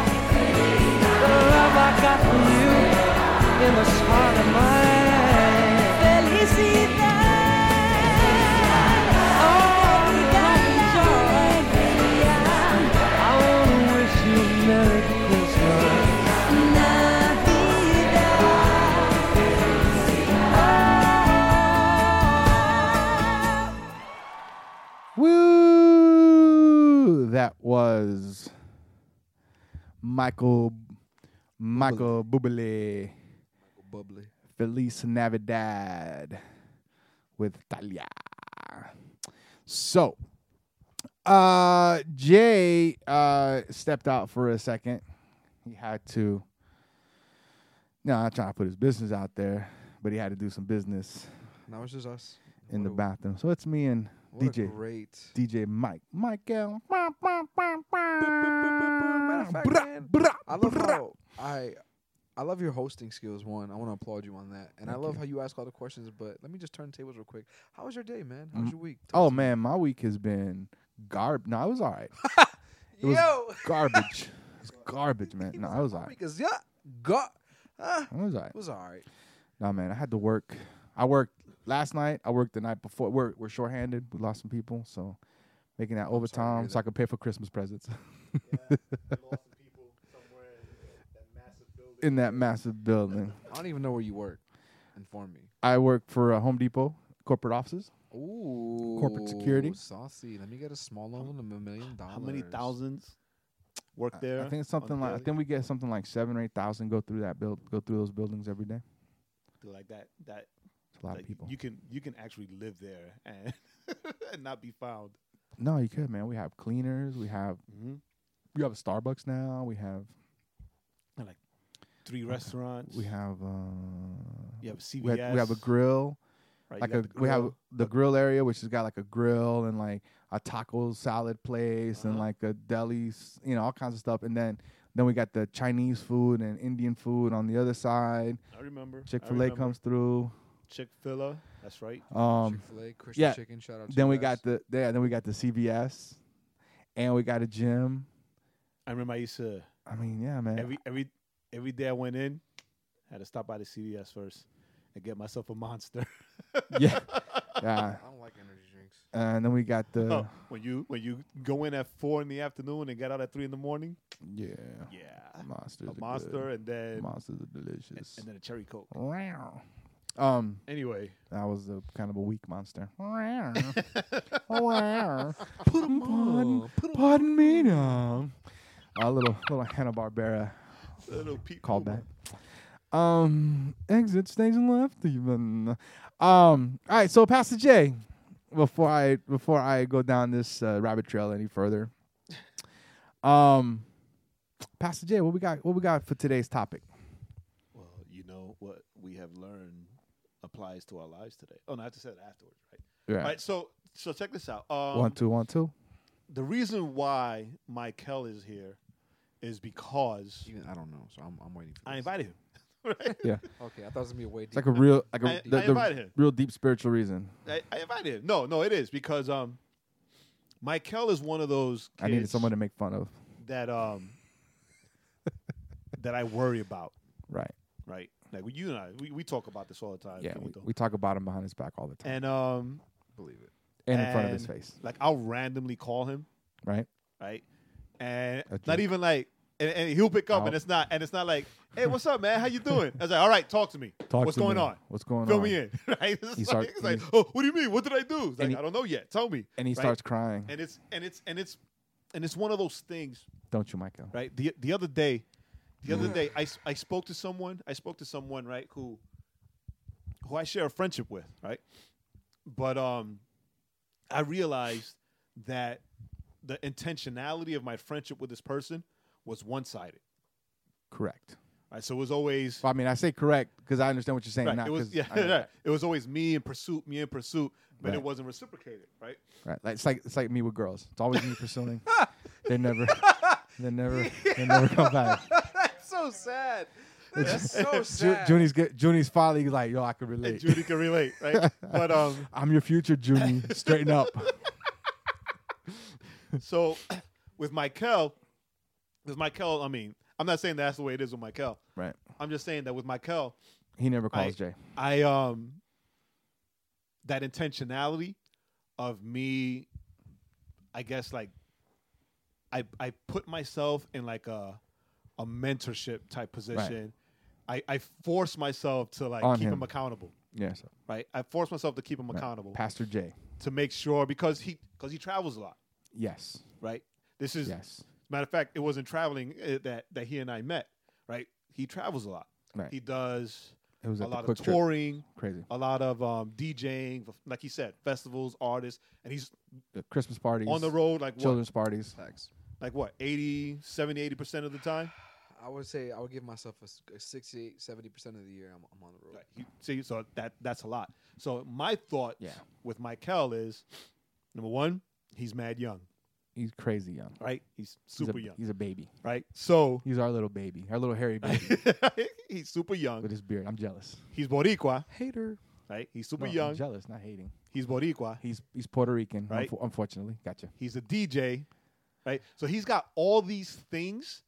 Speaker 5: the love I got from you in this heart of mine.
Speaker 6: Felicidad.
Speaker 5: Oh, love and joy.
Speaker 6: Navidad.
Speaker 5: I wanna wish you a Merry Christmas.
Speaker 6: Navidad.
Speaker 1: Woo! That was Michael Michael Bublé.
Speaker 4: Bubbly.
Speaker 1: Feliz Navidad with Talia. So, uh, Jay uh, stepped out for a second. He had to. No, I'm trying to put his business out there, but he had to do some business
Speaker 4: Now it's just us.
Speaker 1: in the
Speaker 4: What a-
Speaker 1: bathroom. So it's me and
Speaker 4: what a
Speaker 1: DJ.
Speaker 4: Great.
Speaker 1: DJ Mike. Michael.
Speaker 4: Matter of fact,
Speaker 1: Bra-
Speaker 4: man,
Speaker 1: bra-
Speaker 4: I love
Speaker 1: bra-
Speaker 4: how I I love your hosting skills. One, I want to applaud you on that, and I love how you ask all the questions. But let me just turn tables real quick. How was your day, man? How was your week? Tell
Speaker 1: Oh
Speaker 4: us.
Speaker 1: man, my week has been garb. No, I was all right. it was
Speaker 4: yo, [LAUGHS]
Speaker 1: garbage. It's garbage, man.
Speaker 4: He
Speaker 1: No,
Speaker 4: was
Speaker 1: I was
Speaker 4: like, [LAUGHS]
Speaker 1: all
Speaker 4: "My
Speaker 1: right.
Speaker 4: week is yeah, God, ah,
Speaker 1: I was all
Speaker 4: it
Speaker 1: right.
Speaker 4: was all right.
Speaker 1: No, man, I had to work. I worked last night. I worked the night before. We're we're shorthanded. We lost some people, so making that overtime
Speaker 4: hear
Speaker 1: so I could pay for Christmas presents [LAUGHS] in that massive building.
Speaker 4: I don't even know where you work. Inform me.
Speaker 1: I work for uh, Home Depot corporate offices.
Speaker 4: Ooh.
Speaker 1: security.
Speaker 4: Saucy. Let me get a small loan of a million dollars.
Speaker 3: How many thousands work
Speaker 1: I-
Speaker 3: there?
Speaker 1: I think it's
Speaker 3: on
Speaker 1: something like I
Speaker 3: daily?
Speaker 1: think we get something like seven or eight thousand go through that build go through those buildings every day.
Speaker 3: Dude, like that. That
Speaker 1: It's a lot
Speaker 3: like,
Speaker 1: of people.
Speaker 3: you can you can actually live there and [LAUGHS] and not be found.
Speaker 1: no, you could, man. We have cleaners. We have
Speaker 3: Mhm.
Speaker 1: we have a Starbucks now. We have
Speaker 3: Three restaurants.
Speaker 1: we have uh,
Speaker 3: you have a CVS.
Speaker 1: we, had- we have a grill.
Speaker 3: right, you
Speaker 1: like a,
Speaker 3: got the
Speaker 1: we have
Speaker 3: grill.
Speaker 1: the grill area, which has got like a grill and like a taco salad place and
Speaker 3: Uh-huh.
Speaker 1: like a deli, s- you know, all kinds of stuff. And then then we got the Chinese food and Indian food on the other side.
Speaker 3: I remember.
Speaker 1: Chick Fil A comes through.
Speaker 3: Chick Fil A. That's right.
Speaker 1: Um,
Speaker 4: Chick-fil-A, Christian
Speaker 1: yeah,
Speaker 4: chicken, shout out to
Speaker 1: then
Speaker 4: you
Speaker 1: we
Speaker 4: guys.
Speaker 1: got the yeah, then we got the CVS, and we got a gym.
Speaker 3: I remember I used to
Speaker 1: I mean, yeah, man.
Speaker 3: every every every day I went in, had to stop by the CVS first and get myself a monster.
Speaker 1: [LAUGHS]
Speaker 3: [LAUGHS]
Speaker 1: yeah, yeah.
Speaker 4: I don't like energy drinks.
Speaker 1: And then we got the
Speaker 3: Oh, when you when you go in at four in the afternoon and get out at three in the morning,
Speaker 1: yeah,
Speaker 3: yeah,
Speaker 1: monsters. are
Speaker 3: a
Speaker 1: good.
Speaker 3: monster and then
Speaker 1: Monsters are delicious.
Speaker 3: and then a cherry coke.
Speaker 1: Wow. Um,
Speaker 3: Anyway,
Speaker 1: That was a kind of a weak
Speaker 3: [LAUGHS]
Speaker 1: monster. Put him on. Pardon me now. A little little Hanna Barbera
Speaker 3: little Pete
Speaker 1: callback.
Speaker 3: Boomer.
Speaker 1: Um, exit stage left even. Um, all right. So Pastor J, before I before I go down this uh, rabbit trail any further, um, Pastor J, what we got? What we got for today's topic?
Speaker 3: Well, you know what we have learned applies to our lives today. Oh, no, I have to say that afterwards, right?
Speaker 1: Yeah.
Speaker 3: All right, so so check this out. Um,
Speaker 1: One two one two.
Speaker 3: The reason why Michael is here is because
Speaker 4: Even I don't know, so I'm, I'm waiting for. This.
Speaker 3: I invited him. [LAUGHS] right?
Speaker 4: Okay, I thought it was gonna be a way.
Speaker 1: It's like a real like a
Speaker 3: I,
Speaker 1: the-
Speaker 3: I
Speaker 1: the
Speaker 3: invited him.
Speaker 1: real deep spiritual reason.
Speaker 3: I, I invited him. No, no, it is because um, Michael is one of those. Kids
Speaker 1: I needed someone to make fun of.
Speaker 3: that um that I worry about.
Speaker 1: Right.
Speaker 3: Right? Like you and I, we, we talk about this all the time.
Speaker 1: Yeah. We,
Speaker 3: Finito.
Speaker 1: we talk about him behind his back all the time.
Speaker 3: and um,
Speaker 4: believe it.
Speaker 1: And, in front of his
Speaker 3: and-
Speaker 1: face.
Speaker 3: like I'll randomly call him
Speaker 1: Right?
Speaker 3: right? And
Speaker 1: A
Speaker 3: not
Speaker 1: jerk.
Speaker 3: even like, and, and he'll pick up,
Speaker 1: I'll-
Speaker 3: and it's not, and it's not like, hey, what's up, man? How you doing? I was like, all right, talk to me.
Speaker 1: Talk
Speaker 3: what's
Speaker 1: to
Speaker 3: going
Speaker 1: me.
Speaker 3: on?
Speaker 1: What's going
Speaker 3: Fill
Speaker 1: on?
Speaker 3: me in, [LAUGHS] right? It's
Speaker 1: He
Speaker 3: like,
Speaker 1: start-
Speaker 3: it's like,
Speaker 1: he's-
Speaker 3: oh, what do you mean? What did I do? It's like,
Speaker 1: And he-
Speaker 3: I don't know yet. Tell me.
Speaker 1: And he
Speaker 3: right?
Speaker 1: starts crying.
Speaker 3: and it's and it's and it's and it's one of those things,
Speaker 1: Don't you, Michael?
Speaker 3: right? The the other day, the
Speaker 1: Mm.
Speaker 3: other day, I s- I spoke to someone, I spoke to someone, right, who who I share a friendship with, right? But um, I realized that the intentionality of my friendship with this person was one sided.
Speaker 1: Correct.
Speaker 3: Right, so it was always
Speaker 1: Well, I mean, I say correct because I understand what you're saying.
Speaker 3: right,
Speaker 1: now,
Speaker 3: it was
Speaker 1: 'cause
Speaker 3: yeah,
Speaker 1: I know
Speaker 3: [LAUGHS] right. it was always me in pursuit, me in pursuit, but it
Speaker 1: Right.
Speaker 3: wasn't reciprocated, right?
Speaker 1: that, right. Like, it's like it's like me with girls. It's always me
Speaker 3: [LAUGHS]
Speaker 1: pursuing. They never, they never, they never come back.
Speaker 4: That's so sad. That's so
Speaker 1: [LAUGHS] Ju-
Speaker 4: sad.
Speaker 1: Junie's get Junie's finally like, yo, I can
Speaker 3: And
Speaker 1: relate.
Speaker 3: Judy can relate,
Speaker 1: [LAUGHS]
Speaker 3: right? But um,
Speaker 1: I'm your future Junie. Straighten
Speaker 3: [LAUGHS]
Speaker 1: up.
Speaker 3: So [COUGHS] with Michael, with Michael, I mean, I'm not saying that's the way it is with Michael.
Speaker 1: Right.
Speaker 3: I'm just saying that with Michael,
Speaker 1: He never calls
Speaker 3: I-
Speaker 1: Jay.
Speaker 3: I um that intentionality of me, I guess like I I put myself in like a a mentorship type position. I, I force myself to like
Speaker 1: On
Speaker 3: keep him.
Speaker 1: him.
Speaker 3: accountable,
Speaker 1: Yeah. So,
Speaker 3: right? I force myself to keep him
Speaker 1: right.
Speaker 3: accountable
Speaker 1: Pastor J.
Speaker 3: to make sure because he because he travels a lot,
Speaker 1: Yes.
Speaker 3: right? This is
Speaker 1: Yes.
Speaker 3: Matter of fact, it wasn't traveling uh, that that he and I met. Right? He travels a lot.
Speaker 1: Right.
Speaker 3: He does
Speaker 1: It was
Speaker 3: a
Speaker 1: at the
Speaker 3: lot of
Speaker 1: quick trip.
Speaker 3: touring,
Speaker 1: Crazy.
Speaker 3: a lot of um, DJing, like he said, festivals, artists, and he's
Speaker 1: The Christmas parties.
Speaker 3: on the road like what,
Speaker 1: Children's parties.
Speaker 4: Facts.
Speaker 3: like what, 80, 70, 80 percent of the time.
Speaker 4: I would say I would give myself a, s- a 68, 70 percent of the year. I'm, I'm on the road.
Speaker 3: Like, he, see, so that that's a lot. So my thoughts
Speaker 1: Yeah.
Speaker 3: with Michael is number one, he's mad young,
Speaker 1: He's crazy young.
Speaker 3: right? He's
Speaker 1: He's a-
Speaker 3: super young,
Speaker 1: He's a baby.
Speaker 3: right? So
Speaker 1: He's our little baby, our little hairy baby
Speaker 3: [LAUGHS] he's super young.
Speaker 1: with his beard. I'm jealous.
Speaker 3: He's Boricua,
Speaker 4: Hater.
Speaker 3: right? He's super
Speaker 1: No, I'm
Speaker 3: young.
Speaker 1: jealous, not hating.
Speaker 3: He's Boricua.
Speaker 1: He's he's Puerto Rican,
Speaker 3: Right.
Speaker 1: unfo- unfortunately. Gotcha.
Speaker 3: He's a DJ, right? So he's got all these things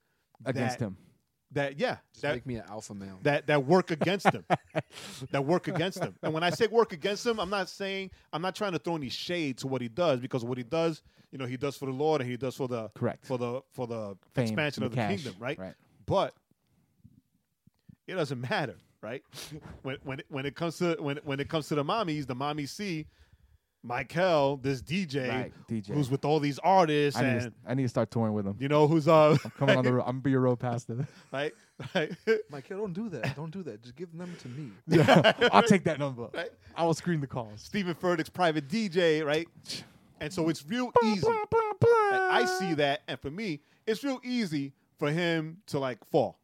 Speaker 1: Against
Speaker 3: that,
Speaker 1: him.
Speaker 3: That yeah,
Speaker 4: Just
Speaker 3: that,
Speaker 4: make me an alpha male.
Speaker 3: that that work against him, [LAUGHS] that work against him. And when I say work against him, I'm not saying I'm not trying to throw any shade to what he does because what he does, you know, he does for the Lord and he does for the
Speaker 1: Correct.
Speaker 3: for the for the
Speaker 1: Fame,
Speaker 3: expansion
Speaker 1: the
Speaker 3: of the
Speaker 1: cash,
Speaker 3: kingdom, right?
Speaker 1: right.
Speaker 3: But it doesn't matter right? [LAUGHS] When when it- when it comes to when it- when it comes to the mommies, the mommies see Michael, this DJ,
Speaker 1: Right, DJ.
Speaker 3: who's with all these artists
Speaker 1: I need,
Speaker 3: and
Speaker 1: to, I need to start touring with
Speaker 3: [LAUGHS]
Speaker 1: him.
Speaker 3: you know who's uh
Speaker 1: I'm coming on the road. I'm gonna be your road pastor.
Speaker 3: [LAUGHS] right right [LAUGHS]
Speaker 4: Mike, don't do that. Don't do that. Just give them to me.
Speaker 1: Yeah, I'll take that number.
Speaker 3: Right.
Speaker 1: I will screen the calls.
Speaker 3: Stephen Furtick's private DJ, right? And so it's real easy. And I see that, and for me, it's real easy for him to like fall,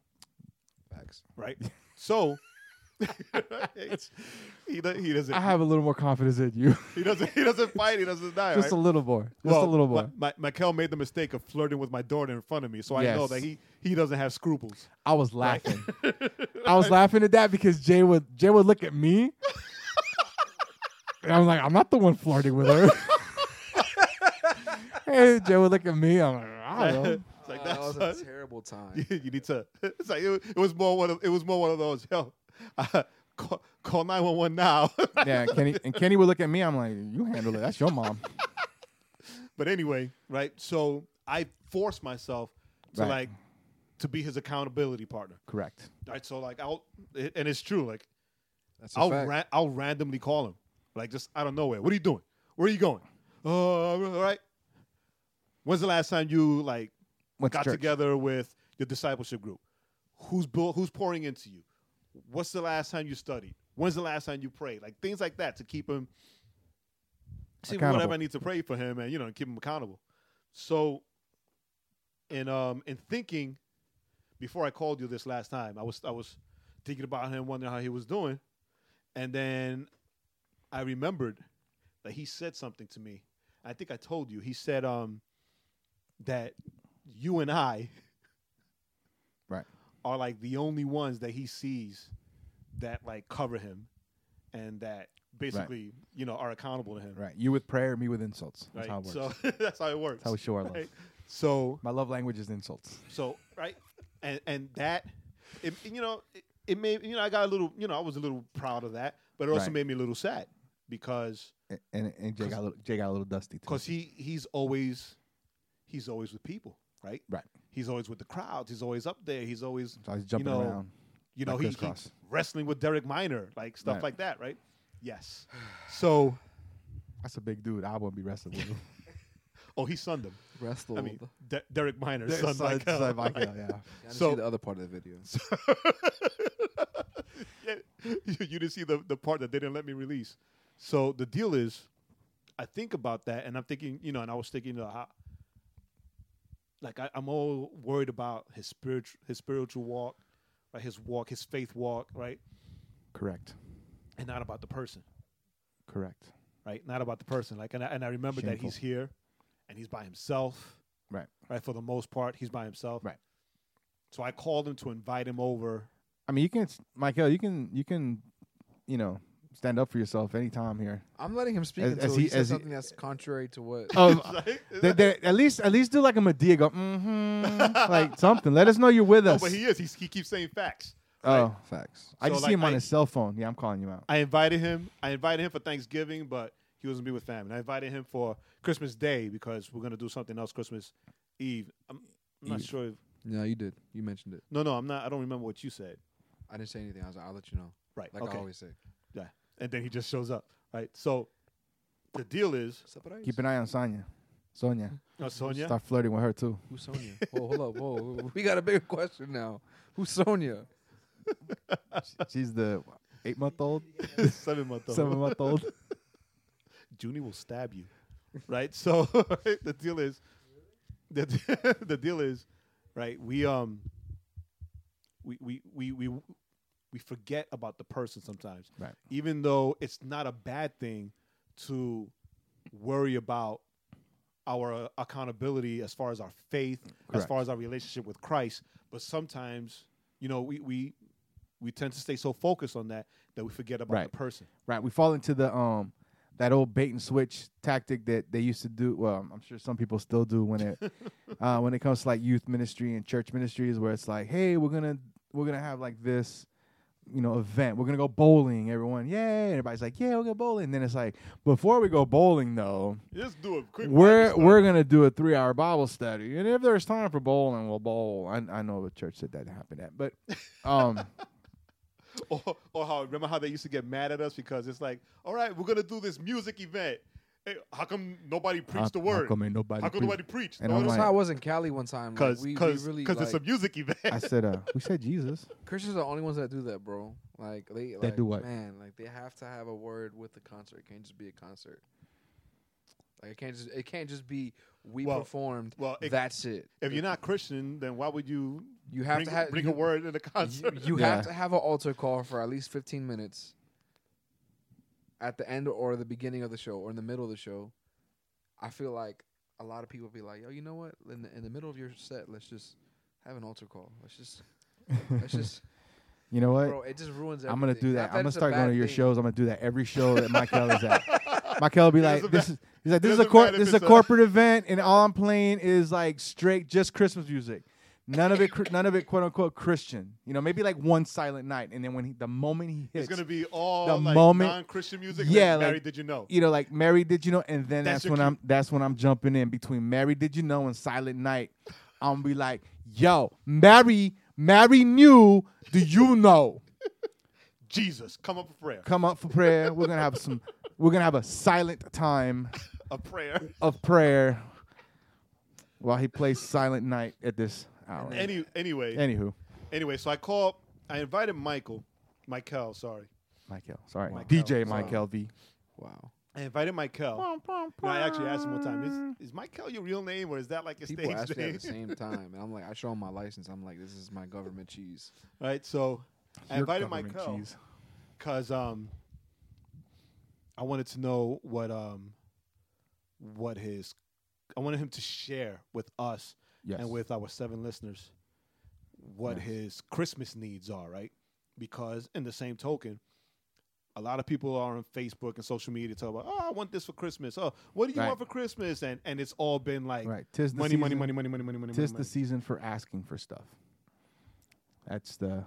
Speaker 4: Facts.
Speaker 3: right? So [LAUGHS] it's- he do- he doesn't
Speaker 1: I have a little more confidence in
Speaker 3: [LAUGHS]
Speaker 1: you.
Speaker 3: he doesn't he doesn't fight, he doesn't die.
Speaker 1: Just
Speaker 3: right?
Speaker 1: a little more. Just
Speaker 3: Well,
Speaker 1: a little more.
Speaker 3: My, my, Mikel made the mistake of flirting with my daughter in front of me, so I know
Speaker 1: Yes.
Speaker 3: that he he doesn't have scruples.
Speaker 1: I was
Speaker 3: [LAUGHS]
Speaker 1: laughing. I was laughing at that because Jay would Jay would look at
Speaker 3: [LAUGHS]
Speaker 1: me. and I was like, I'm not the one flirting with
Speaker 3: [LAUGHS]
Speaker 1: her. [LAUGHS] and Jay would look at me. I'm like, I don't know.
Speaker 3: [LAUGHS] It's like
Speaker 4: that was
Speaker 3: that's
Speaker 4: a terrible
Speaker 3: [LAUGHS]
Speaker 4: time.
Speaker 3: you need to. It's like it, it was more one of it was more one of those. Yo, [LAUGHS] uh, call call nine one one now. [LAUGHS]
Speaker 1: Yeah, and Kenny and Kenny would look at me. I'm like, you handle it. That's your
Speaker 3: [LAUGHS]
Speaker 1: mom.
Speaker 3: But anyway, right? So I force myself to
Speaker 1: Right.
Speaker 3: like to be his accountability partner.
Speaker 1: Correct.
Speaker 3: Right? So like I'll it, and it's true. Like
Speaker 4: That's a
Speaker 3: I'll
Speaker 4: fact.
Speaker 3: ra- I'll randomly call him, like just out of nowhere. What are you doing? Where are you going? Uh, all right. When's the last time you like
Speaker 1: Went to
Speaker 3: got
Speaker 1: church.
Speaker 3: together with your discipleship group? Who's bu- who's pouring into you? What's the last time you studied? When's the last time you prayed? Like things like that to keep him. See whatever
Speaker 1: Accountable.
Speaker 3: I need to pray for him, and you know, keep him accountable. So, in um, in thinking, before I called you this last time, I was I was thinking about him, wondering how he was doing, and then I remembered that he said something to me. I think I told you. He said um, that you and I
Speaker 1: Right.
Speaker 3: are like the only ones that he sees that like cover him and that basically you know are accountable to him.
Speaker 1: Right. You with prayer, me with insults. That's
Speaker 3: Right.
Speaker 1: how it works.
Speaker 3: So [LAUGHS] that's how it works.
Speaker 1: that's how we show our love.
Speaker 3: Right? So
Speaker 1: My love language is insults.
Speaker 3: so right, and and that, it, you know, it, it made you know I got a little you know I was a little proud of that, but it also
Speaker 1: Right.
Speaker 3: made me a little sad because
Speaker 1: And and, and Jay got a little Jay got a little dusty too.
Speaker 3: because he he's always he's always with people, right?
Speaker 1: Right.
Speaker 3: He's always with the crowds. He's always up there. He's always
Speaker 1: So I was jumping
Speaker 3: you know,
Speaker 1: around.
Speaker 3: You
Speaker 1: Like
Speaker 3: know, he, he
Speaker 1: crisscross.
Speaker 3: wrestling with Derek Minor, like stuff
Speaker 1: Right.
Speaker 3: like that, right? Yes. So
Speaker 1: That's a big dude. I wouldn't be wrestling
Speaker 3: [LAUGHS]
Speaker 1: with him.
Speaker 3: oh, he sunned him.
Speaker 4: Wrestled.
Speaker 3: I mean, De- Derek Minor
Speaker 1: Son-
Speaker 3: sunned
Speaker 1: son-
Speaker 3: Michael,
Speaker 1: son-
Speaker 3: right?
Speaker 1: Michael, yeah.
Speaker 4: I didn't
Speaker 3: so-
Speaker 4: see the other part of the video.
Speaker 3: [LAUGHS] Yeah, you, you didn't see the, the part that they didn't let me release. So the deal is, I think about that, and I'm thinking, you know, and I was thinking, uh, how, like I, I'm all worried about his spiritual his spiritual walk, right? His walk, his faith walk, right?
Speaker 1: Correct.
Speaker 3: And not about the person,
Speaker 1: Correct.
Speaker 3: right? Not about the person. Like, and I, and I remember that
Speaker 1: Shameful.
Speaker 3: he's here, and he's by himself,
Speaker 1: Right.
Speaker 3: right? For the most part, he's by himself,
Speaker 1: Right.
Speaker 3: So I called him to invite him [LAUGHS] over.
Speaker 1: I mean, you can, Michael. You can, you can, you know, stand up for yourself anytime here.
Speaker 4: I'm letting him speak
Speaker 1: As-
Speaker 4: until
Speaker 1: as
Speaker 4: he,
Speaker 1: he-
Speaker 4: says
Speaker 1: as he-
Speaker 4: something that's contrary to what.
Speaker 3: [LAUGHS]
Speaker 1: Um, they- they- at least, at least do like a Medea go, mm-hmm,
Speaker 3: [LAUGHS]
Speaker 1: like something. Let us know you're with
Speaker 3: No,
Speaker 1: us.
Speaker 3: Oh, but he is. He's, he keeps saying facts.
Speaker 1: oh,
Speaker 4: Facts.
Speaker 1: I
Speaker 3: So,
Speaker 1: just
Speaker 3: like,
Speaker 1: see him on
Speaker 3: I-
Speaker 1: his cell phone. Yeah, I'm calling you out.
Speaker 3: I invited him. I invited him for Thanksgiving, but he wasn't be with family. I invited him for Christmas Day because we're gonna do something else Christmas Eve. I'm, I'm not
Speaker 1: Eve.
Speaker 3: sure. If,
Speaker 4: No, you did. You mentioned it.
Speaker 3: no, no, I'm not. I don't remember what you said.
Speaker 4: I didn't say anything. I was like, I'll let you know.
Speaker 3: Right.
Speaker 4: Like
Speaker 3: okay.
Speaker 4: I always say.
Speaker 3: Yeah. And then he just shows up. Right. So the deal is,
Speaker 1: Keep an eye on Sonya. Sonya,
Speaker 3: uh, Sonia.
Speaker 1: [LAUGHS] start flirting with her
Speaker 3: [LAUGHS]
Speaker 1: too.
Speaker 4: Who's Sonya? Whoa, hold up. Whoa, whoa, whoa. [LAUGHS] we got a bigger question now. Who's Sonya?
Speaker 1: She's the eight month old,
Speaker 3: Seven month old.
Speaker 1: seven month old.
Speaker 3: Junie will stab you. Right? So [LAUGHS] the deal is the, [LAUGHS] the deal is, right, we um we we we we we forget about the person sometimes.
Speaker 1: Right.
Speaker 3: Even though it's not a bad thing to worry about our uh, accountability as far as our faith, as
Speaker 1: Correct.
Speaker 3: far as our relationship with Christ, but sometimes, you know, we we we tend to stay so focused on that that we forget about
Speaker 1: Right.
Speaker 3: the person.
Speaker 1: Right. We fall into the um that old bait and switch tactic that they used to do. Well, I'm sure some people still do when
Speaker 3: [LAUGHS]
Speaker 1: it uh, when it comes to like youth ministry and church ministries, where it's like, hey, we're gonna we're gonna have like this, you know, event. We're gonna go bowling, everyone. Yay! Everybody's like, yeah, we'll go bowling. then it's like, before we go bowling
Speaker 3: [LAUGHS]
Speaker 1: though,
Speaker 3: Just do a quick
Speaker 1: we're we're gonna do a three hour Bible study, and if there's
Speaker 3: [LAUGHS]
Speaker 1: time for bowling, we'll bowl. I I know the church said that happened at, but um,
Speaker 3: or, or how remember how they used to get mad at us because it's like, all right, we're gonna do this music event. Hey, how come nobody preached the word?
Speaker 1: Come in, nobody.
Speaker 3: How come
Speaker 1: preach?
Speaker 3: nobody preached?
Speaker 1: And
Speaker 3: No
Speaker 1: I'm
Speaker 3: one
Speaker 4: That's
Speaker 1: like-
Speaker 4: how I was in Cali one time. like,
Speaker 3: because
Speaker 4: we, we
Speaker 3: because
Speaker 4: really
Speaker 3: because
Speaker 4: like,
Speaker 3: it's a music event.
Speaker 1: I said, uh, we said Jesus.
Speaker 4: Christians are the only ones that do that, bro. Like they, like,
Speaker 1: do what?
Speaker 4: Man, like they have to have a word with the concert. It can't just be a concert. Like it can't just it can't just be we
Speaker 3: Well,
Speaker 4: performed.
Speaker 3: well, it-
Speaker 4: that's it.
Speaker 3: [LAUGHS] if you're not Christian, then why would you
Speaker 4: You have
Speaker 3: bring,
Speaker 4: to have
Speaker 3: bring
Speaker 4: you,
Speaker 3: a word in the
Speaker 4: You,
Speaker 3: concert?
Speaker 4: you
Speaker 1: Yeah.
Speaker 4: have to have an altar call for at least fifteen minutes. At the end or the beginning of the show or in the middle of the show, I feel like a lot of people be like, "Yo, you know what? In the, in the middle of your set, let's just have an altar call. Let's just, let's [LAUGHS] just."
Speaker 1: You know what?
Speaker 4: Bro, it just ruins everything.
Speaker 1: I'm gonna do
Speaker 4: Not
Speaker 1: that. I'm gonna
Speaker 4: it's a
Speaker 1: start going
Speaker 4: bad
Speaker 1: to your
Speaker 4: thing.
Speaker 1: shows. I'm gonna do that every show that Michael is
Speaker 3: [LAUGHS]
Speaker 1: at. Michael will be like,
Speaker 3: doesn't
Speaker 1: "This
Speaker 3: ma-
Speaker 1: is." He's like, "This is a
Speaker 3: doesn't
Speaker 1: cor-
Speaker 3: matter if
Speaker 1: this is a
Speaker 3: it's a-
Speaker 1: corporate event, and all I'm playing is like straight just Christmas music. None of it, cr- none of it, quote unquote Christian. You know, maybe like one silent night, and then when he, the moment he hits,
Speaker 3: [LAUGHS] It's gonna be all
Speaker 1: The
Speaker 3: like
Speaker 1: moment-
Speaker 3: non-Christian music.
Speaker 1: Yeah,
Speaker 3: like, Mary,
Speaker 1: like-
Speaker 3: did you know?
Speaker 1: you know, like Mary, did you know? And then that's,
Speaker 3: That's your
Speaker 1: when
Speaker 3: cue.
Speaker 1: I'm that's when I'm jumping in between Mary, did you know, and Silent Night. I'm gonna be like, yo, Mary, Mary knew. Do you know?
Speaker 3: Jesus, come up for prayer.
Speaker 1: Come up for prayer. We're gonna have some. We're gonna have a silent time. [LAUGHS]
Speaker 3: A prayer. [LAUGHS]
Speaker 1: of prayer while he plays Silent Night at this hour.
Speaker 3: Any anyway,
Speaker 1: Anywho,
Speaker 3: anyway. So I called. I invited Michael, Michael. Sorry,
Speaker 1: Michael, sorry,
Speaker 3: Michael,
Speaker 1: DJ Michael V.
Speaker 4: Wow.
Speaker 3: I invited Michael. No, I actually asked him one time. Is, is Michael your real name or is that like a
Speaker 4: People ask
Speaker 3: stage
Speaker 4: me at
Speaker 3: name?
Speaker 4: the same time, and I'm like, I show them my license. I'm like, this is my government cheese.
Speaker 3: right. So I
Speaker 1: Your
Speaker 3: invited
Speaker 1: government
Speaker 3: Michael
Speaker 1: cheese.
Speaker 3: because um, I wanted to know what um, what his, I wanted him to share with us
Speaker 1: Yes.
Speaker 3: and with our seven listeners what
Speaker 1: Yes.
Speaker 3: his Christmas needs are, right? Because in the same token, a lot of people are on Facebook and social media talking about, oh, I want this for Christmas. Oh, what do you
Speaker 1: Right.
Speaker 3: want for Christmas? And and it's all been like
Speaker 1: right, tis the
Speaker 3: money, money,
Speaker 1: season-
Speaker 3: money, money, money, money, money, money.
Speaker 1: Tis the season for asking for stuff. That's the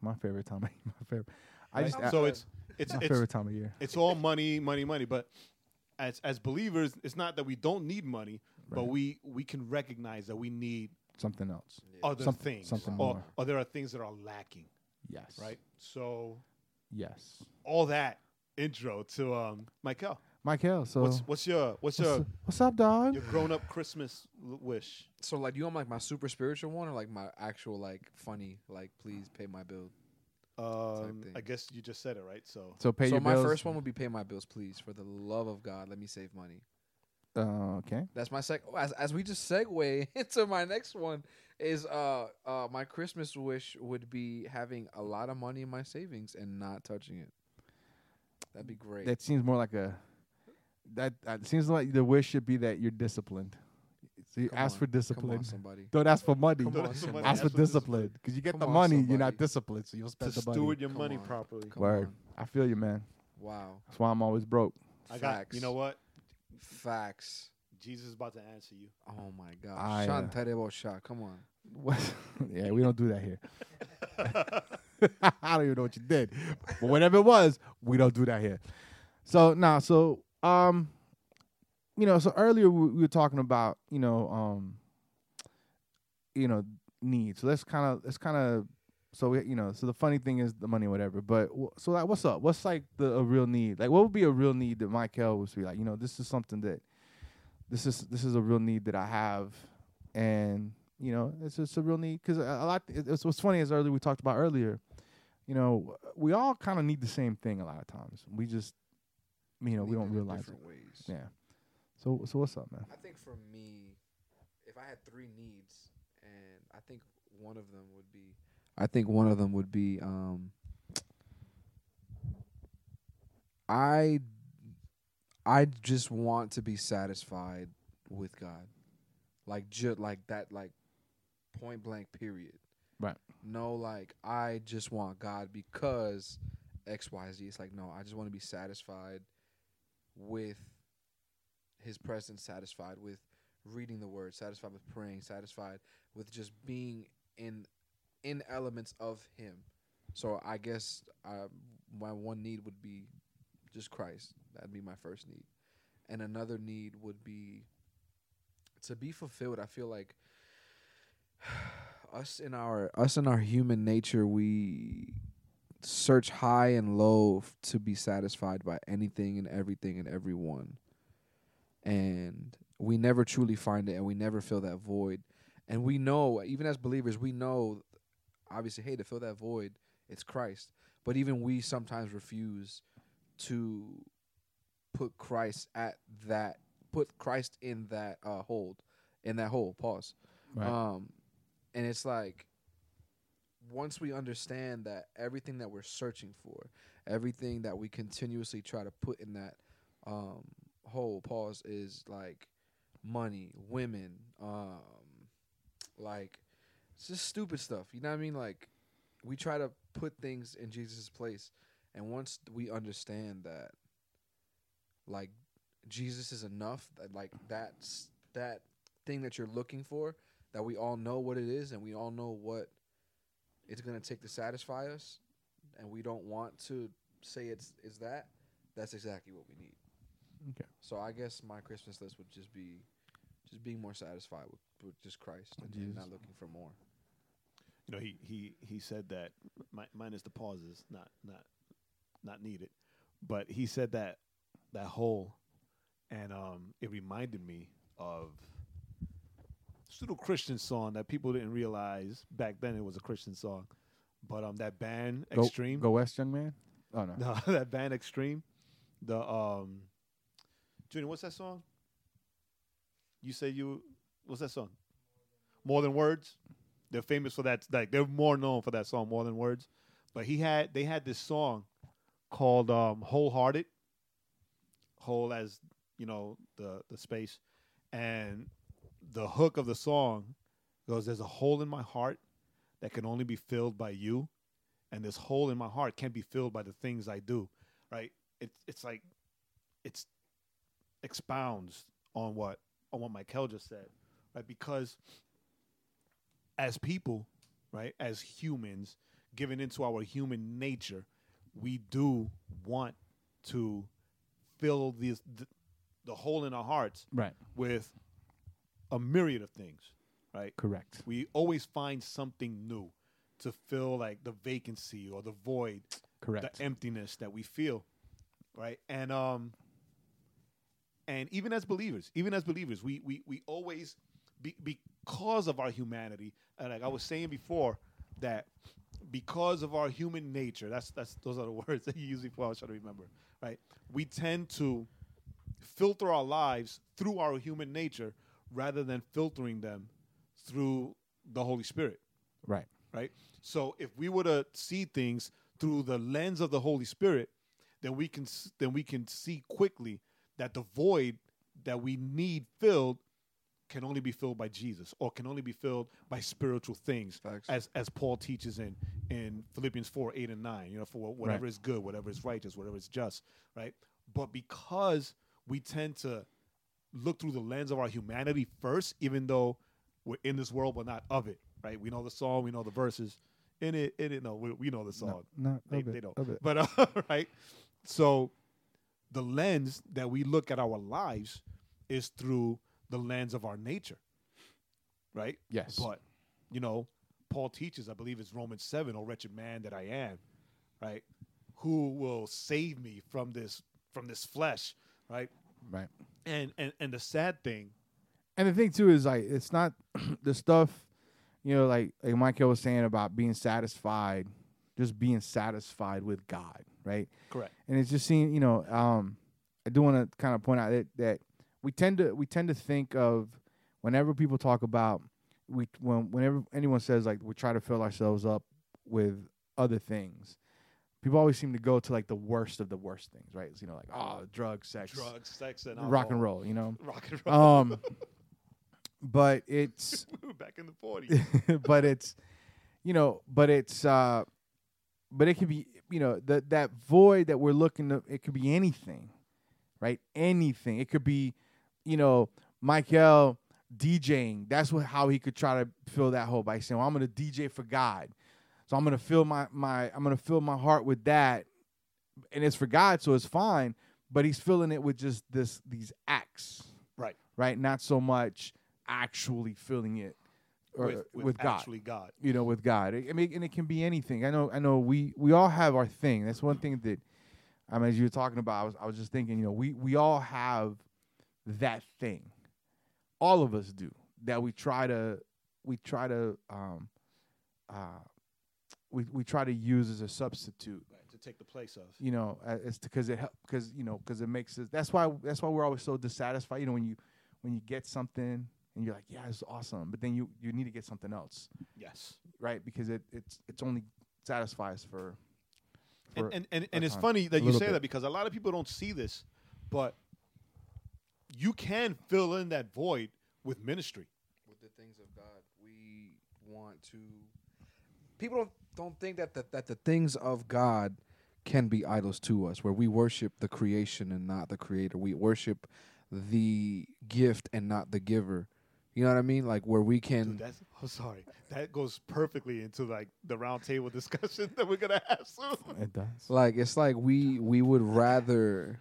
Speaker 1: my favorite time. Of, [LAUGHS] my favorite. I just
Speaker 3: so it's it's
Speaker 1: my
Speaker 3: it's
Speaker 1: favorite time of year.
Speaker 3: it's all money, money, money. But as as believers, it's not that we don't need money, but
Speaker 1: Right.
Speaker 3: we we can recognize that we need
Speaker 1: Something else.
Speaker 3: other
Speaker 1: Something-
Speaker 3: things,
Speaker 1: something
Speaker 3: or,
Speaker 1: more.
Speaker 3: or there are things that are lacking,
Speaker 1: Yes.
Speaker 3: right? So
Speaker 1: Yes.
Speaker 3: all that intro to um Michael.
Speaker 1: Michael, so
Speaker 3: What's what's your what's your
Speaker 1: what's up, dog?
Speaker 3: your grown up Christmas l- wish?
Speaker 4: So like, you want like my super spiritual one or like my actual like funny like please pay my bill?
Speaker 3: Um,
Speaker 4: thing.
Speaker 3: I guess you just said it right. So [LAUGHS]
Speaker 1: So pay
Speaker 4: so
Speaker 1: your
Speaker 4: my
Speaker 1: bills.
Speaker 4: first one would be pay my bills, please. For the love of God, let me save money.
Speaker 1: Uh, okay.
Speaker 4: That's my sec. As, as we just segue [LAUGHS] into my next one is uh uh my Christmas wish would be having a lot of money in my savings and not touching it. That'd be great.
Speaker 1: that seems more like a that, that seems like the wish should be that you're disciplined. So you
Speaker 4: Come
Speaker 1: ask
Speaker 4: on.
Speaker 1: for
Speaker 4: Come
Speaker 1: discipline. [LAUGHS]
Speaker 4: on, somebody.
Speaker 1: Don't ask for money.
Speaker 4: Come
Speaker 3: Don't
Speaker 4: on,
Speaker 3: ask for
Speaker 4: somebody.
Speaker 3: money,
Speaker 1: ask for
Speaker 3: That's what this is.
Speaker 1: discipline because you get
Speaker 4: Come
Speaker 1: the
Speaker 4: on,
Speaker 1: money, you're
Speaker 4: somebody.
Speaker 1: not disciplined, so you'll
Speaker 3: to
Speaker 1: spend the money.
Speaker 3: steward your
Speaker 4: Come
Speaker 3: money
Speaker 4: on.
Speaker 3: properly.
Speaker 4: Come
Speaker 1: Word,
Speaker 4: on.
Speaker 1: I feel you, man.
Speaker 4: Wow.
Speaker 1: That's why I'm always broke.
Speaker 3: I got. You know what?
Speaker 4: Facts.
Speaker 3: Jesus is about to answer you.
Speaker 4: Oh my
Speaker 1: I,
Speaker 4: gosh.
Speaker 1: uh,
Speaker 4: Chantere Bosha, come on.
Speaker 1: What? [LAUGHS] yeah, we don't do that here. [LAUGHS] I don't even know what you did, but whatever it was, we don't do that here. So nah, so um, you know, so earlier we, we were talking about you know um, you know needs. So let's kind of let's kind of so we, you know so the funny thing is the money whatever. But wh- so like, what's up? What's like the a real need? Like what would be a real need that Michael would be like? You know, this is something that this is this is a real need that I have, and you know it's it's a real need because a, a lot. it- It's what's funny is earlier we talked about earlier. You know, we all kind of need the same thing a lot of times. We just, you know, we
Speaker 4: Need
Speaker 1: don't
Speaker 4: it in
Speaker 1: realize it.
Speaker 4: different ways.
Speaker 1: Yeah. So so what's up, man?
Speaker 4: I think for me, if I had three needs, and I think one of them would be, I think one of them would be, um, I, I just want to be satisfied with God, like just like that, like point blank period.
Speaker 1: Right.
Speaker 4: No, like I just want God because X Y Z. It's like no, I just want to be satisfied with his presence satisfied with reading the word satisfied with praying satisfied with just being in in elements of him so i guess uh my one need would be just christ that'd be my first need and another need would be to be fulfilled i feel like us in our us in our human nature we search high and low f- to be satisfied by anything and everything and everyone. And we never truly find it and we never fill that void. And we know, even as believers, we know obviously, hey, to fill that void, it's Christ. But even we sometimes refuse to put Christ at that put Christ in that uh hold. In that hole. Pause.
Speaker 1: Right.
Speaker 3: Uh,
Speaker 4: Um and it's like once we understand that everything that we're searching for, everything that we continuously try to put in that um, whole pause is like money, women, um, like it's just stupid stuff. You know what I mean? Like we try to put things in Jesus' place, and once we understand that, like Jesus is enough, that like that's that thing that you're looking for, that we all know what it is, and we all know what it's gonna take to satisfy us, and we don't want to say it's is that. That's exactly what we need.
Speaker 1: Okay.
Speaker 4: So I guess my Christmas list would just be just being more satisfied with, with just Christ and, and not looking for more.
Speaker 3: [LAUGHS] You know, he he he said that mi- minus the pauses, not not not needed, but he said that that whole, and um, it reminded me of this little Christian song that people didn't realize back then it was a Christian song, but um, that band
Speaker 1: Go,
Speaker 3: Extreme,
Speaker 1: Go West, young man. Oh no.
Speaker 3: no, [LAUGHS] that band Extreme, the um, Junior, what's that song? You say you what's that song? More than words. They're famous for that. Like they're more known for that song, more than words. But he had they had this song called um, "Wholehearted," whole as you know the the space, and the hook of the song goes, "There's a hole in my heart that can only be filled by you, and this hole in my heart can't be filled by the things I do." Right? It's it's like it's expounds on what on what Michael just said, right? Because as people, right, as humans, given into our human nature, we do want to fill these the, the hole in our hearts
Speaker 1: Right.
Speaker 3: with a myriad of things, right?
Speaker 1: Correct.
Speaker 3: We always find something new to fill like the vacancy or the void,
Speaker 1: Correct.
Speaker 3: the emptiness that we feel, right? And um and even as believers, even as believers, we we we always be, because of our humanity, and like I was saying before that because of our human nature, that's that's those are the [LAUGHS] words that you use before I was trying to remember, right? We tend to filter our lives through our human nature rather than filtering them through the Holy Spirit,
Speaker 1: right.
Speaker 3: right? So if we were to see things through the lens of the Holy Spirit, then we can s- then we can see quickly that the void that we need filled can only be filled by Jesus or can only be filled by spiritual things
Speaker 4: Facts.
Speaker 3: as as Paul teaches in in Philippians 4 8 and 9 you know for whatever is good whatever is righteous whatever is just right but because we tend to look through the lens of our humanity first, even though we're in this world but not of it, right? We know the song, we know the verses in it, in it. No, we, we know the song.
Speaker 1: No,
Speaker 3: they,
Speaker 1: of it,
Speaker 3: they don't.
Speaker 1: of it.
Speaker 3: But [LAUGHS] uh, right, so the lens that we look at our lives is through the lens of our nature, right?
Speaker 1: Yes.
Speaker 3: But you know, Paul teaches, I believe it's Romans seven, "O wretched man that I am," right? Who will save me from this from this flesh, right?
Speaker 1: Right.
Speaker 3: And and and the sad thing,
Speaker 1: And the thing too is like it's not [CLEARS THROAT] the stuff, you know, like like Michael was saying about being satisfied, just being satisfied with God, right?
Speaker 3: correct?
Speaker 1: and it's just seen you know um i do want to kind of point out that, that we tend to we tend to think of whenever people talk about we when whenever anyone says like we try to fill ourselves up with other things people always seem to go to like the worst of the worst things right it's, you know like oh drugs sex
Speaker 3: drugs, sex, and
Speaker 1: rock and
Speaker 3: alcohol.
Speaker 1: roll you
Speaker 3: [LAUGHS]
Speaker 1: know
Speaker 3: Rock
Speaker 1: [LAUGHS]
Speaker 3: and roll.
Speaker 1: um but it's
Speaker 3: We were [LAUGHS] Back in the forties,
Speaker 1: [LAUGHS] but it's you know but it's uh but it can be you know that that void that we're looking to it could be anything right anything it could be you know michael djing that's what how he could try to fill that hole by saying well i'm gonna dj for god so i'm gonna fill my my i'm gonna fill my heart with that and it's for god so it's fine but he's filling it with just this these acts
Speaker 3: right?
Speaker 1: right? Not so much actually feeling it or uh,
Speaker 3: with, with,
Speaker 1: God.
Speaker 3: actually God.
Speaker 1: you know, with God. I I mean, and it can be anything. I know, I know. We we all have our thing. That's one thing that, I mean, as you were talking about, I was I was just thinking, you know, we we all have that thing. All of us do that. We try to we try to um, uh, we we try to use as a substitute.
Speaker 3: Right, to take the place of.
Speaker 1: You know, uh, it's because it help because you know because it makes us. That's why that's why we're always so dissatisfied. You know, when you when you get something and you're like, yeah, it's awesome, but then you you need to get something else
Speaker 3: Yes.
Speaker 1: right? Because it it's it's only satisfies for. for
Speaker 3: And and, and,
Speaker 1: for
Speaker 3: and it's
Speaker 1: time.
Speaker 3: funny that you
Speaker 1: little
Speaker 3: say
Speaker 1: bit.
Speaker 3: that because a lot of people don't see this, but you can fill in that void with ministry.
Speaker 4: with the things of God. We want to. People don't don't think that the, that the things of God can be idols to us, where we worship the creation and not the creator. We worship the gift and not the giver. You know what I mean? Like where we can.
Speaker 3: Dude, that's
Speaker 1: Mm.
Speaker 3: I'm sorry. That goes perfectly into like the round table [LAUGHS] discussion that we're gonna have soon.
Speaker 1: [LAUGHS] it does.
Speaker 4: Like it's like we we would rather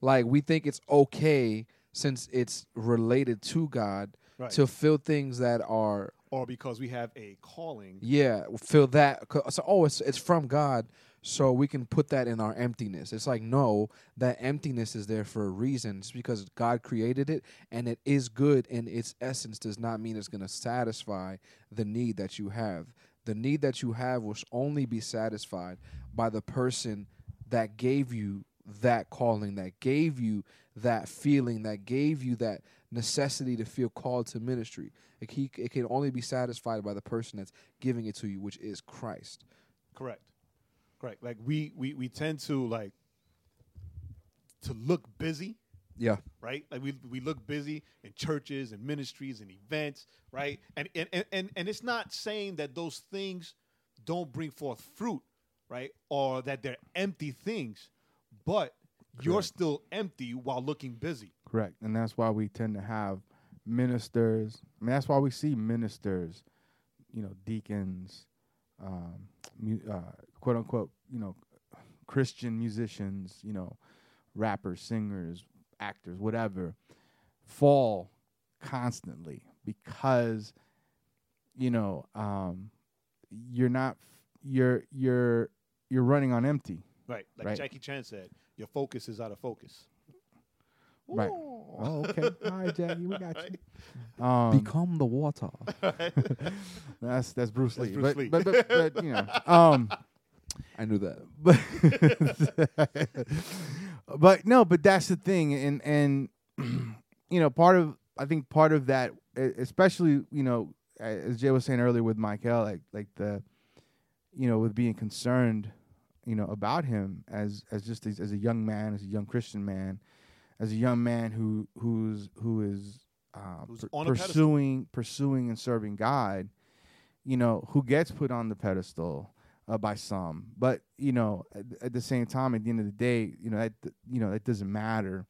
Speaker 4: like we think it's okay since it's related to God
Speaker 3: Right.
Speaker 4: to feel things that are
Speaker 3: Or because we have a calling.
Speaker 4: yeah, feel that 'cause- so oh it's it's from God so we can put that in our emptiness. It's like no, that emptiness is there for a reason. It's because God created it and it is good in its essence does not mean it's going to satisfy the need that you have. The need that you have will only be satisfied by the person that gave you that calling, that gave you that feeling, that gave you that necessity to feel called to ministry. It, he, it can only be satisfied by the person that's giving it to you, which is Christ.
Speaker 3: Correct. Correct. Like we we we tend to like to look busy
Speaker 4: Yeah.
Speaker 3: right? Like we we look busy in churches and ministries and events, right? And and and and, and it's not saying that those things don't bring forth fruit, right? Or that they're empty things, but you're still empty while looking busy.
Speaker 1: Correct, and that's why we tend to have ministers. I mean, that's why we see ministers, you know, deacons, um, mu- uh, quote unquote, you know, Christian musicians, you know, rappers, singers, actors, whatever, fall constantly because you know um, you're not you're you're you're running on empty.
Speaker 3: Right. Like
Speaker 1: Right.
Speaker 3: Jackie Chan said, your focus is out of focus.
Speaker 1: Right. Oh, okay. All right, Jackie, we got you. Um,
Speaker 4: Become the water.
Speaker 1: that's that's Bruce Lee.
Speaker 3: That's Bruce
Speaker 1: but,
Speaker 3: Lee.
Speaker 1: but but but you
Speaker 3: [LAUGHS]
Speaker 1: know. Um,
Speaker 4: I knew that.
Speaker 1: but [LAUGHS] but no, but that's the thing, and and [CLEARS THROAT] you know, part of I think part of that, e- especially you know, a- as Jay was saying earlier with Michael, like like the, you know, with being concerned, you know, about him as as just as, as a young man, as a young Christian man, as a young man who who's who is uh,
Speaker 3: Who's
Speaker 1: pur-
Speaker 3: on a pedestal.
Speaker 1: pursuing pursuing and serving God, you know, who gets put on the pedestal uh, by some, but you know, at, at the same time, at the end of the day, you know, that you know, that doesn't matter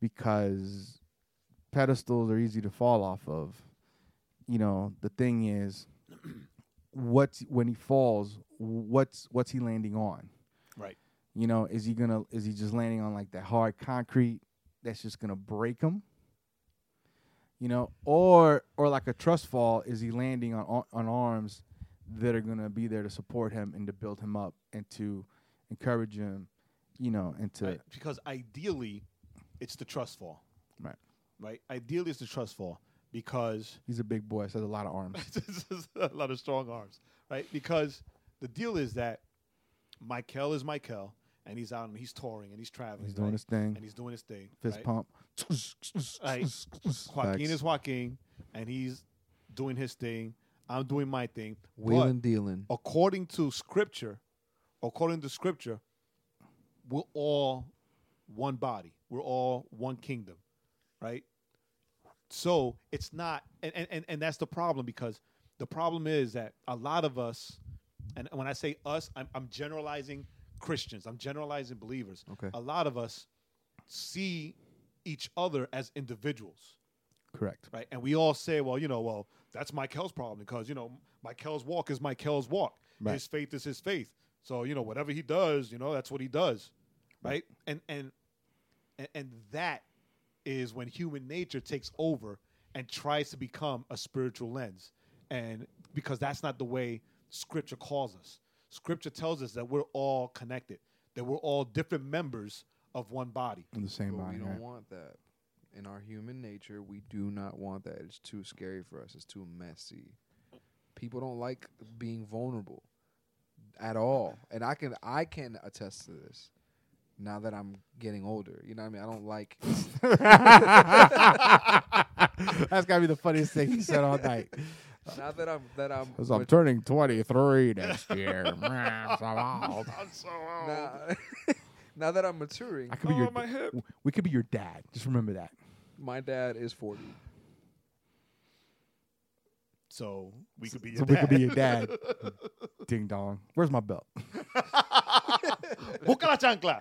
Speaker 1: because pedestals are easy to fall off of. You know, the thing is, what's when he falls, what's what's he landing on?
Speaker 3: Right.
Speaker 1: You know, is he gonna is he just landing on like that hard concrete that's just gonna break him? You know, or or like a trust fall, is he landing on ar- on arms that are gonna be there to support him and to build him up and to encourage him, you know, and to
Speaker 3: Right, because ideally it's the trust fall.
Speaker 1: Right.
Speaker 3: Right? Ideally it's the trust fall because [LAUGHS]
Speaker 1: he's a big boy, so there's a lot of arms.
Speaker 3: This is a lot of strong arms, right? Because the deal is that Michael is Michael, and he's out and he's touring and he's traveling.
Speaker 1: He's doing
Speaker 3: right?
Speaker 1: his thing.
Speaker 3: And he's doing his thing.
Speaker 1: fist
Speaker 3: right?
Speaker 1: pump. [LAUGHS]
Speaker 3: Right. Joaquin
Speaker 4: Facts.
Speaker 3: is Joaquin, and he's doing his thing. I'm doing my thing.
Speaker 4: Wheeling, dealing.
Speaker 3: But according to Scripture, according to Scripture, we're all one body. We're all one kingdom, right? So it's not, and, and, and, and that's the problem because the problem is that a lot of us, and when I say us, I'm, I'm generalizing Christians, I'm generalizing believers.
Speaker 4: Okay.
Speaker 3: A lot of us see each other as individuals,
Speaker 1: Correct.
Speaker 3: right? And we all say, well, you know, well, that's Michael's problem because, you know, Michael's walk is Michael's walk.
Speaker 1: Right.
Speaker 3: His faith is his faith. So, you know, whatever he does, you know, that's what he does. Right? And and and, and that is when human nature takes over and tries to become a spiritual lens. and because that's not the way Scripture calls us. Scripture tells us that we're all connected, that we're all different members of one body.
Speaker 1: in the same
Speaker 4: But
Speaker 1: body.
Speaker 4: we don't
Speaker 1: right?
Speaker 4: want that. In our human nature, we do not want that. It's too scary for us. It's too messy. People don't like being vulnerable at all. And I can I can attest to this. Now that I'm getting older, you know what I mean. I don't like.
Speaker 1: [LAUGHS] That's gotta be the funniest thing he said all night.
Speaker 4: now that I'm that I'm.
Speaker 1: Because I'm
Speaker 4: with-
Speaker 1: turning 23 next year. I'm [LAUGHS] old.
Speaker 4: now, [LAUGHS] now that I'm maturing,
Speaker 1: I could be your my hip. We could be your dad. Just remember that.
Speaker 4: my dad is 40.
Speaker 3: So we could be
Speaker 1: so
Speaker 3: your
Speaker 1: we could be
Speaker 3: dad.
Speaker 1: your dad. [LAUGHS] Ding dong. Where's my belt?
Speaker 3: [LAUGHS] Busca la chancla.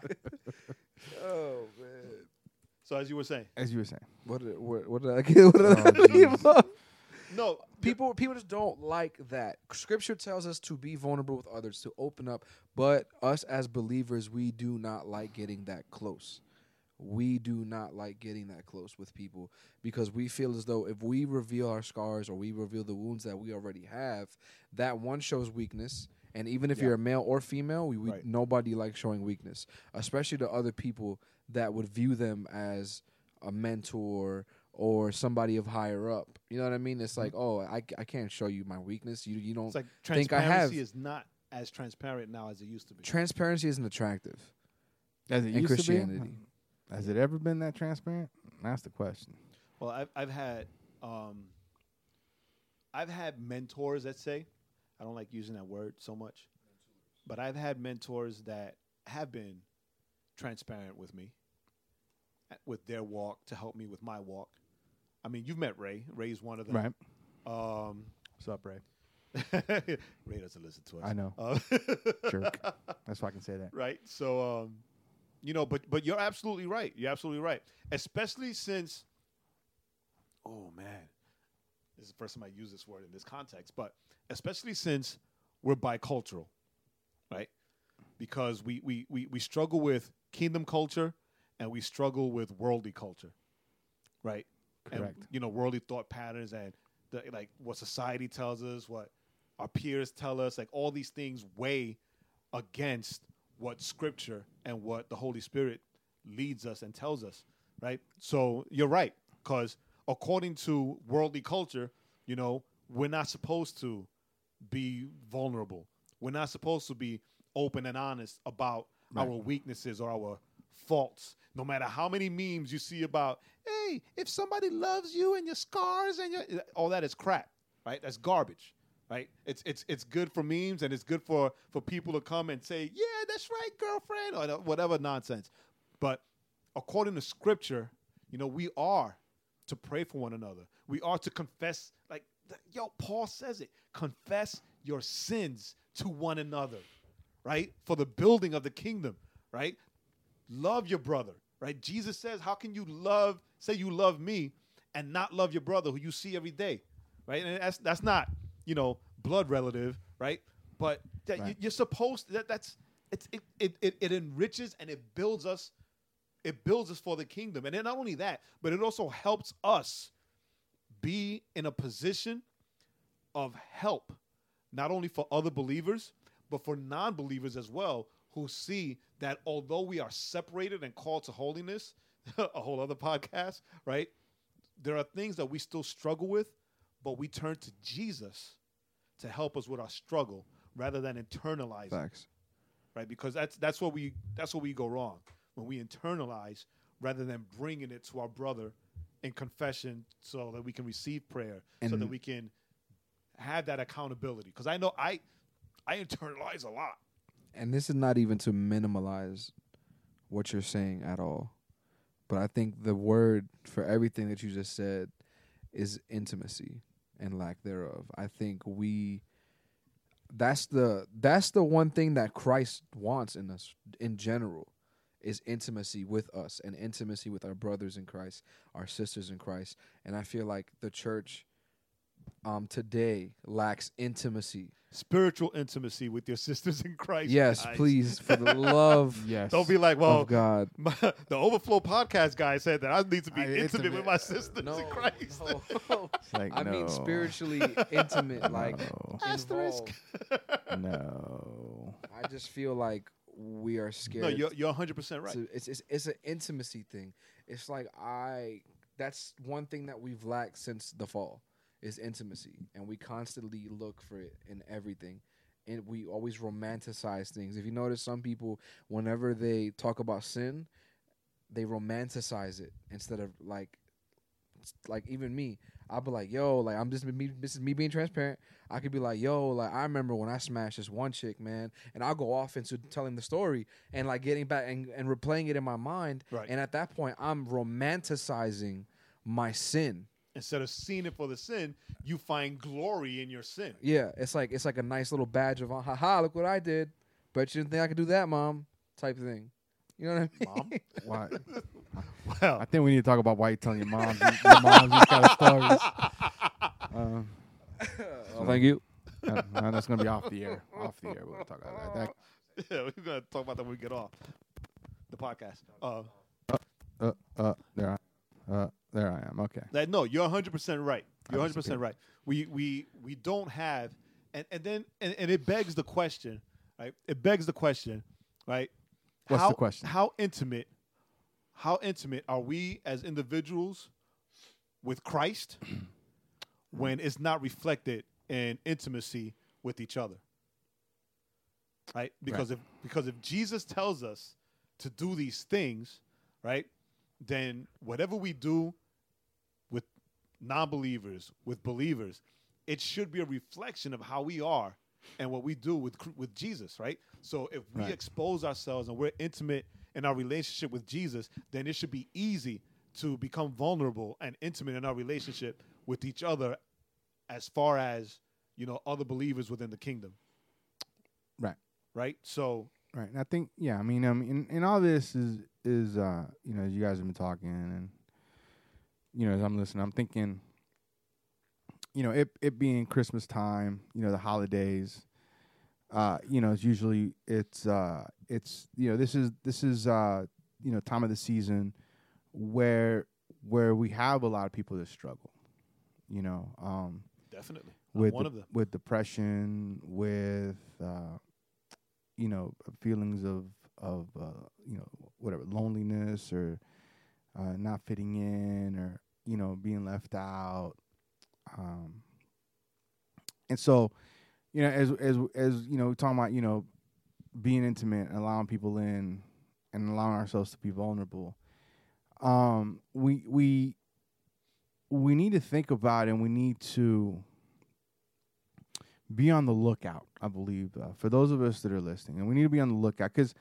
Speaker 4: Oh man,
Speaker 3: So as you were saying,
Speaker 1: As you were [LAUGHS] saying.
Speaker 4: what did what, what did I get? [LAUGHS] What
Speaker 1: Oh.
Speaker 4: did I leave off?
Speaker 3: no,
Speaker 4: people people just don't like that scripture tells us to be vulnerable with others to open up but us as believers we do not like getting that close we do not like getting that close with people because we feel as though if we reveal our scars or we reveal the wounds that we already have that one shows weakness and even if you're a male or female we, we
Speaker 3: Right.
Speaker 4: nobody likes showing weakness especially to other people that would view them as a mentor or somebody of higher up. You know what I mean? It's like, oh, I, I can't show you my weakness. You you don't
Speaker 3: Mm-hmm. it's like
Speaker 4: think I have.
Speaker 3: transparency is not as transparent now as it used to be.
Speaker 4: transparency isn't attractive
Speaker 1: As it
Speaker 4: in
Speaker 1: used to be?
Speaker 4: Christianity.
Speaker 1: Has it ever been that transparent? That's the question.
Speaker 3: Well, I've, I've had, um, I've had mentors that say, I don't like using that word so much, but I've had mentors that have been transparent with me, uh, with their walk to help me with my walk. I mean, you've met Ray. Ray's one of them.
Speaker 1: Right.
Speaker 3: Um, [LAUGHS]
Speaker 1: What's up, Ray?
Speaker 3: Ray doesn't listen to us.
Speaker 1: I know.
Speaker 3: Uh, [LAUGHS]
Speaker 1: [LAUGHS] Jerk. That's why I can say that.
Speaker 3: right? So, um, you know, but but you're absolutely right. You're absolutely right, especially since, oh man, this is the first time I use this word in this context, but especially since we're bicultural, right? Because we we we, we struggle with kingdom culture, and we struggle with worldly culture, right?
Speaker 1: Correct.
Speaker 3: And, you know, worldly thought patterns and the, like what society tells us, what our peers tell us, like all these things weigh against what scripture and what the Holy Spirit leads us and tells us, right? So you're right, because according to worldly culture, you know, we're not supposed to be vulnerable. We're not supposed to be open and honest about our weaknesses or our faults. No matter how many memes you see about, hey, if somebody loves you and your scars and your all that is crap, right? That's garbage right? It's it's it's good for memes and it's good for for people to come and say, "Yeah, that's right, girlfriend," or tha- whatever nonsense. But according to scripture, you know, we are to pray for one another. We are to confess like th- yo, Paul says it. Confess your sins to one another, right? For the building of the kingdom, right? love your brother right jesus says how can you love say you love me and not love your brother who you see every day right and that's that's not you know blood relative right but that You,
Speaker 1: Right.
Speaker 3: you're supposed that that's it's it, it it it enriches and it builds us it builds us for the kingdom and then not only that but it also helps us be in a position of help, not only for other believers, but for non believers as well, who see that although we are separated and called to holiness, [LAUGHS] a whole other podcast, right? There are things that we still struggle with, but we turn to Jesus to help us with our struggle rather than internalize it
Speaker 4: Facts.
Speaker 3: right? Because that's that's what we that's what we go wrong when we internalize rather than bringing it to our brother in confession, so that we can receive prayer, so that
Speaker 4: And-
Speaker 3: we can have that accountability. Because I know I I internalize a lot.
Speaker 4: And this is not even to minimalize what you're saying at all. But I think the word for everything that you just said is intimacy and lack thereof. I think we that's the that's the one thing that Christ wants in us in general is intimacy with us and intimacy with our brothers in Christ, our sisters in Christ. And I feel like the church um, today lacks intimacy.
Speaker 3: Spiritual intimacy with your [LAUGHS] sisters in Christ.
Speaker 4: Yes,
Speaker 3: guys.
Speaker 4: please, for the love
Speaker 1: Yes.
Speaker 3: Don't be like, well,
Speaker 4: of God.
Speaker 3: [LAUGHS] my, the Overflow podcast guy said that I need to be
Speaker 4: I-
Speaker 3: [LAUGHS] intimate,
Speaker 4: intimate.
Speaker 3: with my sisters
Speaker 4: No,
Speaker 3: in Christ.
Speaker 4: no.
Speaker 1: It's like,
Speaker 4: I mean
Speaker 1: no, [LAUGHS]
Speaker 4: spiritually intimate, like
Speaker 1: No.
Speaker 4: involved.
Speaker 1: no.
Speaker 4: I just feel like we are scared.
Speaker 3: [LAUGHS] [LAUGHS] No, you're, you're 100% right.
Speaker 4: to- it's, it's it's an intimacy thing. It's like I that's one thing that we've lacked since the fall is intimacy, and we constantly look for it in everything, and we always romanticize things. If you notice, some people whenever they talk about sin, they romanticize it instead of like like even me. I'll be like, yo, like I'm just me. This is me being transparent. I could be like, yo, like I remember when I smashed this one chick, man, and I'll go off into telling the story and like getting back and, and replaying it in my mind.
Speaker 3: Right.
Speaker 4: And at that point, I'm romanticizing my sin.
Speaker 3: Instead of seeing it for the sin, you find glory in your sin.
Speaker 4: Yeah, it's like it's like a nice little badge of, "Ah, ha ha, look what I did. But you didn't think I could do that, mom, type thing. You know what I mean?
Speaker 3: Mom?
Speaker 1: Why?
Speaker 3: Well,
Speaker 1: I think we need to talk about why you telling your moms you- your moms these kind of stories. Um,
Speaker 4: Thank you.
Speaker 1: uh, no, that's gonna be off the air. Off the air, we'll talk about that.
Speaker 3: yeah, [LAUGHS] we're going to talk about that when we get off the podcast. Uh,
Speaker 1: that uh, uh, there, I, uh, there I am. Okay.
Speaker 3: Like, no, you're 100 percent right. You're
Speaker 1: I
Speaker 3: 100 percent right. We we we don't have, and and then and, and it begs the question, right? It begs the question, right?
Speaker 1: What's the
Speaker 3: how,
Speaker 1: question?
Speaker 3: How intimate, how intimate are we as individuals with Christ [CLEARS THROAT] when it's not reflected in intimacy with each other? Right? Because if because if Jesus tells us to do these things, right? Then whatever we do with non-believers, with believers, it should be a reflection of how we are and what we do with cr- with Jesus, right? So if we
Speaker 1: Right.
Speaker 3: expose ourselves and we're intimate in our relationship with Jesus, then it should be easy to become vulnerable and intimate in our relationship with each other as far as, you know, other believers within the kingdom,
Speaker 1: Right.
Speaker 3: right? So
Speaker 1: Right. And I think yeah, I mean um and, and all this is is uh you know, as you guys have been talking and you know, as I'm listening, I'm thinking you know, it it being Christmas time, you know, the holidays, uh, you know, it's usually it's uh it's you know, this is this is uh you know, time of the season where where we have a lot of people that struggle. You know, um
Speaker 3: definitely. I'm
Speaker 1: with
Speaker 3: one
Speaker 1: de-
Speaker 3: of them.
Speaker 1: with depression, with uh, you know feelings of of uh, you know whatever loneliness or uh, not fitting in or you know being left out, um, and so you know as as as you know talking about you know being intimate and allowing people in and allowing ourselves to be vulnerable. Um, we we we need to think about and we need to be on the lookout. I believe uh, for those of us that are listening, and we need to be on the lookout because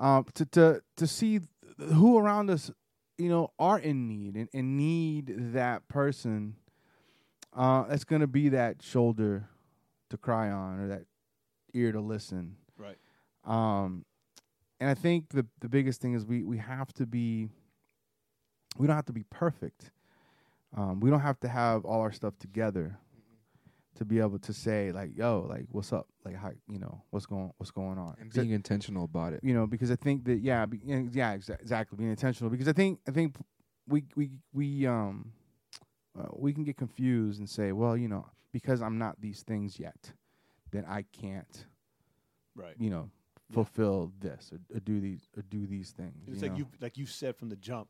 Speaker 1: uh, to to to see th- who around us, you know, are in need and, and need that person uh, that's going to be that shoulder to cry on or that ear to listen.
Speaker 3: Right.
Speaker 1: Um, and I think the the biggest thing is we we have to be we don't have to be perfect. Um, we don't have to have all our stuff together to be able to say like, "Yo, like, what's up? Like, how you know what's going what's going on?"
Speaker 4: And
Speaker 1: So-
Speaker 4: being intentional about it.
Speaker 1: you know, because I think that yeah, be, yeah, yeah, exa- exactly, being intentional. Because I think I think we we we um uh, we can get confused and say, well, you know, because I'm not these things yet, then I can't,
Speaker 3: Right.
Speaker 1: you know, fulfill this or, or do these or do these things.
Speaker 3: It's
Speaker 1: you
Speaker 3: like
Speaker 1: know?
Speaker 3: you like you said from the jump,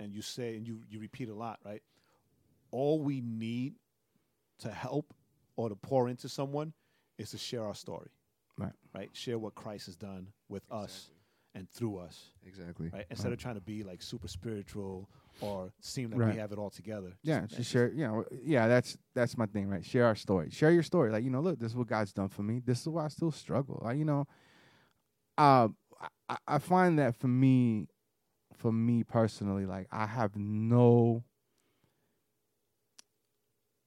Speaker 3: and you say and you you repeat a lot, right? All we need to help or to pour into someone is to share our story,
Speaker 1: Right.
Speaker 3: Right, share what Christ has done with us and through us, [LAUGHS]
Speaker 4: Exactly.
Speaker 3: right? Instead of trying to be like super spiritual or seem like
Speaker 1: Right.
Speaker 3: we have it all together.
Speaker 1: Yeah,
Speaker 3: Just-
Speaker 1: just share. Yeah, w- yeah. That's that's my thing, right? Share our story. Share your story. Like you know, look, this is what God's done for me. This is why I still struggle. Like you know, uh, I- I, I find that for me, for me personally, like I have no,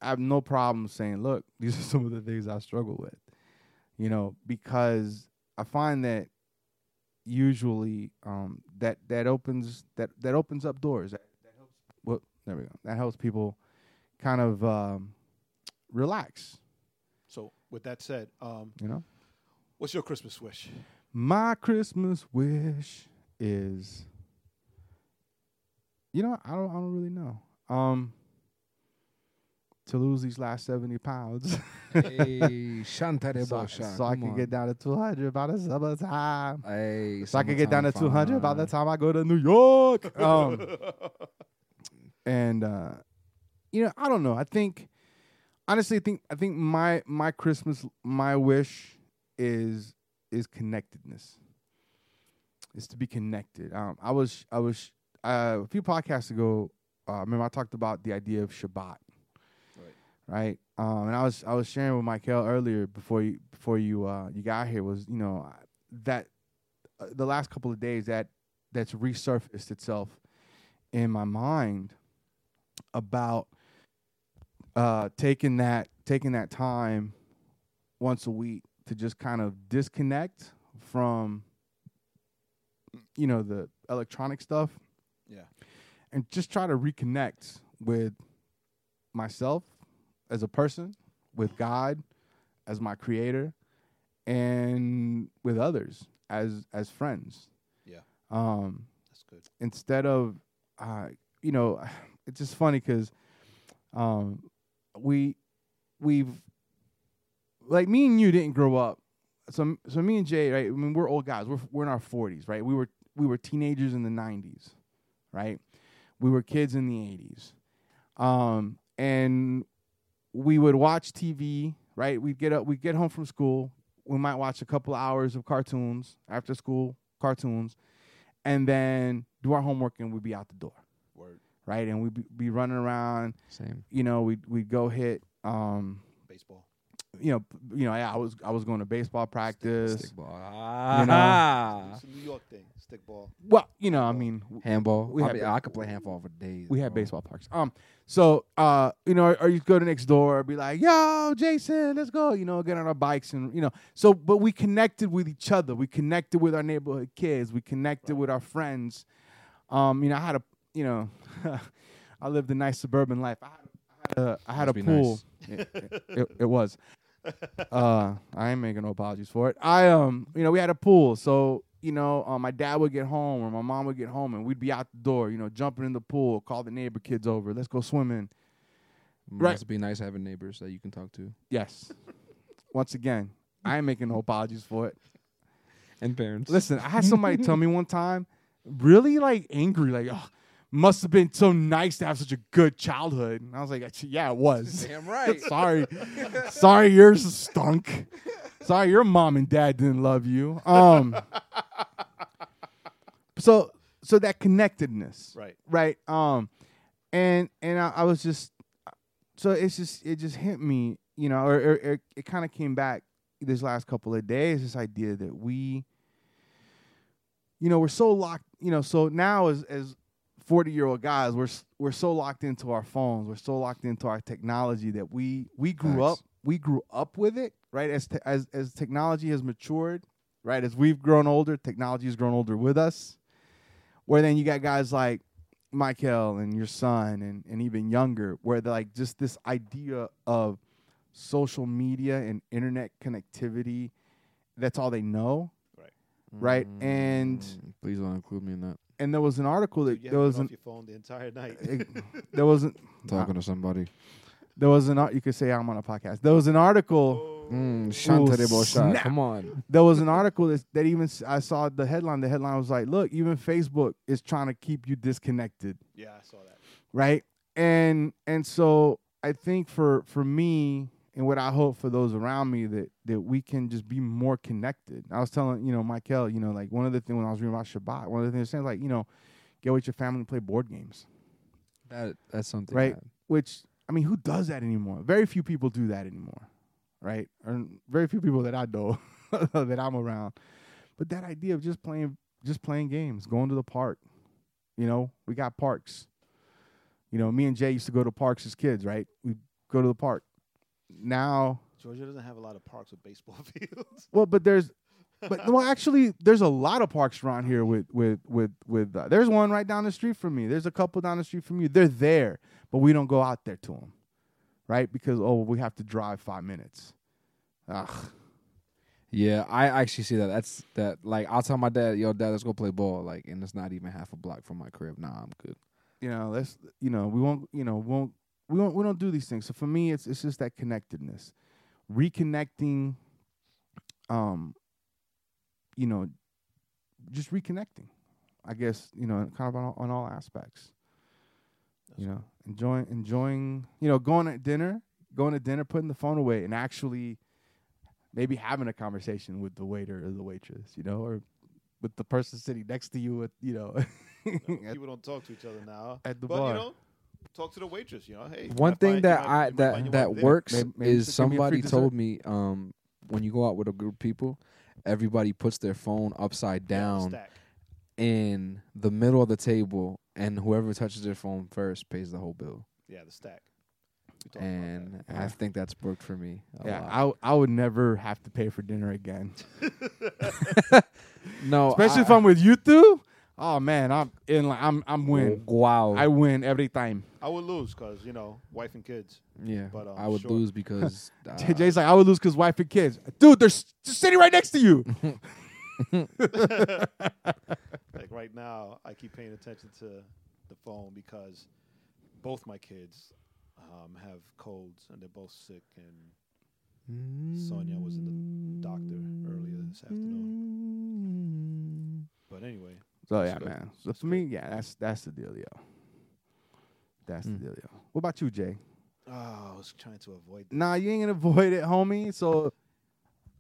Speaker 1: I have no problem saying, look, [LAUGHS] these are some of the things I struggle with, you know, because I find that usually um, that that opens that that opens up doors. That, that helps. Well, there we go. That helps people kind of um, relax.
Speaker 3: So with that said, um,
Speaker 1: You know,
Speaker 3: what's your Christmas wish?
Speaker 1: my Christmas wish is, you know, what? I don't, I don't really know. Um, to lose these last
Speaker 2: [LAUGHS]
Speaker 1: seventy pounds.
Speaker 2: hey, Shanta de
Speaker 1: so, I-
Speaker 2: Bosha,
Speaker 1: so I
Speaker 2: come
Speaker 1: can
Speaker 2: on.
Speaker 1: get down to 200 by the summertime.
Speaker 2: Hey,
Speaker 1: So I can get down to
Speaker 2: summertime
Speaker 1: 200 by
Speaker 2: fun.
Speaker 1: the time I go to New York.
Speaker 2: [LAUGHS]
Speaker 3: [LAUGHS]
Speaker 1: Um, and uh, you know, I don't know. I think honestly, I think I think my my Christmas my wish is is connectedness. It's to be connected. Um, I was I was uh, a few podcasts ago. Uh, remember I talked about the idea of Shabbat right? Um, and I was I was sharing with Michael earlier before you before you uh, you got here was you know I- that uh, the last couple of days that that's resurfaced itself in my mind about uh, taking that taking that time once a week to just kind of disconnect from you know the electronic stuff
Speaker 3: Yeah.
Speaker 1: and just try to reconnect with myself as a person, with God as my creator, and with others as as friends.
Speaker 3: Yeah.
Speaker 1: Um,
Speaker 3: That's good.
Speaker 1: instead of uh, you know [SIGHS] it's just funny because um, we we've like me and you didn't grow up so so me and Jay right I mean we're old guys we're we're in our 40s right we were we were teenagers in the 90s right we were kids in the 80s um, and we would watch TV right we'd get up we'd get home from school we might watch a couple hours of cartoons after school cartoons and then do our homework and we'd be out the door.
Speaker 3: Word.
Speaker 1: Right. And we'd be, be running around,
Speaker 4: Same.
Speaker 1: you know, we'd, we'd go hit, um,
Speaker 3: Baseball.
Speaker 1: you know, p- you know, yeah, I was, I was going to baseball practice.
Speaker 4: Stickball.
Speaker 1: Uh,
Speaker 3: It's a New York thing. Stickball.
Speaker 1: Well, you know, I mean, w-
Speaker 4: Handball.
Speaker 1: We
Speaker 4: I,
Speaker 1: had
Speaker 4: be-
Speaker 1: ba-
Speaker 4: I could play handball for days.
Speaker 1: we had
Speaker 4: bro.
Speaker 1: baseball parks. Um, so, uh, you know, or, or you'd go to next door, be like, yo, Jason, let's go, you know, get on our bikes and, you know, so, but we connected with each other. We connected with our neighborhood kids. We connected with our friends. Um, you know, I had a, you know, [LAUGHS] I lived a nice suburban life. I had, I had a, I had a
Speaker 4: Must be
Speaker 1: pool. It, it, it was. Uh, I ain't making no apologies for it. I um, you know, we had a pool, so you know, uh, my dad would get home or my mom would get home, and we'd be out the door, you know, jumping in the pool, call the neighbor kids over, let's go swimming. Right.
Speaker 4: Must be nice having neighbors that you can talk to
Speaker 1: Yes. Once again, I ain't making no apologies for it.
Speaker 4: and parents.
Speaker 1: [LAUGHS] Listen, I had somebody tell me one time, really like angry, like, oh, must have been so nice to have such a good childhood. And I was like, "Actually, yeah, it
Speaker 4: [LAUGHS]
Speaker 1: was.
Speaker 4: Damn right.
Speaker 1: [LAUGHS] Sorry. Sorry, yours stunk. Sorry, your mom and dad didn't love you. Um so so that connectedness.
Speaker 3: Right.
Speaker 1: Right. Um and and I, I was just so it's just it just hit me, you know, or, or, or it kind of came back this last couple of days, this idea that we you know, we're so locked, you know, so now as as 40 year old guys we're s- we're so locked into our phones we're so locked into our technology that we we grew
Speaker 4: Facts.
Speaker 1: up we grew up with it right as te- as as technology has matured right as we've grown older technology has grown older with us where then you got guys like michael and your son and and even younger where they're like just this idea of social media and internet connectivity that's all they know right and
Speaker 4: Mm, please don't include me in that.
Speaker 1: and there was an article that
Speaker 3: Dude, you
Speaker 1: there
Speaker 3: have
Speaker 1: was
Speaker 3: been
Speaker 1: an
Speaker 3: off your phone the entire night.
Speaker 1: [LAUGHS] it- there wasn't
Speaker 4: Talking to somebody.
Speaker 1: there was an ar- you could say I'm on a podcast. There was an article.
Speaker 4: Mm, Shanta de Bosha.
Speaker 1: snap.
Speaker 4: Come on.
Speaker 1: There was an article that, that even s- I saw the headline. The headline was like, "Look, even Facebook is trying to keep you disconnected."
Speaker 3: [LAUGHS] Yeah, I saw that.
Speaker 1: right and and so i think for for me and what i hope for those around me that that we can just be more connected i was telling you know michael you know like one of the things when i was reading about shabbat one of the things saying like you know get with your family and play board games
Speaker 4: That that's something.
Speaker 1: Right.
Speaker 4: that-
Speaker 1: which i mean who does that anymore very few people do that anymore right or very few people that i know [LAUGHS] that i'm around but that idea of just playing just playing games going to the park you know we got parks you know me and jay used to go to parks as kids right we go to the park now
Speaker 3: Georgia doesn't have a lot of parks with baseball [LAUGHS] fields.
Speaker 4: [LAUGHS]
Speaker 1: well but there's but well actually there's a lot of parks around here with with with with uh, there's one right down the street from me there's a couple down the street from you they're there but we don't go out there to them right? Because oh, we have to drive five minutes. Ugh.
Speaker 4: Yeah, I actually see that. That's that. Like, I'll tell my dad, "Yo, dad, let's go play ball." Like, and it's not even half a block from my crib. Nah, I'm good.
Speaker 1: you know, let's you know, we won't you know, won't we won't we don't do these things. So for me it's it's just that connectedness. Reconnecting um you know, just reconnecting. I guess, you know, kind of on all, on all aspects. you know, enjoying enjoying, you know, going to dinner, going to dinner, putting the phone away and actually maybe having a conversation with the waiter or the waitress, you know, or with the person sitting next to you with, you know, [LAUGHS] at
Speaker 3: People don't talk to each other now.
Speaker 1: At the
Speaker 3: but,
Speaker 1: bar.
Speaker 3: You know, talk to the waitress. You know, hey. you
Speaker 4: One
Speaker 3: might
Speaker 4: thing
Speaker 3: find- you
Speaker 4: that
Speaker 3: might-
Speaker 4: I
Speaker 3: you might find
Speaker 4: that
Speaker 3: your
Speaker 4: that
Speaker 3: wife there.
Speaker 4: works
Speaker 1: Maybe- maybe
Speaker 4: is
Speaker 1: just give me a free
Speaker 4: somebody
Speaker 1: dessert.
Speaker 4: told me um when you go out with a group of people, everybody puts their phone upside
Speaker 3: Yeah,
Speaker 4: down
Speaker 3: stack.
Speaker 4: in the middle of the table, and whoever touches their phone first pays the whole bill.
Speaker 3: Yeah, the stack. We talked about that.
Speaker 4: And I
Speaker 1: Yeah.
Speaker 4: think that's worked for me. A
Speaker 1: Yeah,
Speaker 4: lot.
Speaker 1: I w- I would never have to pay for dinner again,
Speaker 4: no,
Speaker 1: especially
Speaker 4: I,
Speaker 1: if I'm with you two. Oh man, I'm in. Like, I'm I'm win.
Speaker 4: Wow,
Speaker 1: I win every time.
Speaker 3: I would lose because you know, wife and kids.
Speaker 4: yeah,
Speaker 3: but, um,
Speaker 4: I would
Speaker 3: sure.
Speaker 1: [LAUGHS]
Speaker 4: lose because uh,
Speaker 1: Jay's like, I would lose because wife and kids. Dude, they're s- just sitting right next to you.
Speaker 3: Like right now, I keep paying attention to the phone because both my kids um, have colds and they're both sick. And Sonia was in the doctor earlier this afternoon. But anyway,
Speaker 1: [LAUGHS] So yeah, man. So for me, yeah, that's that's the deal, yo. That's the deal, yo. What about you, Jay?
Speaker 3: oh, I was trying to avoid.
Speaker 1: Nah, you ain't gonna avoid it, homie. So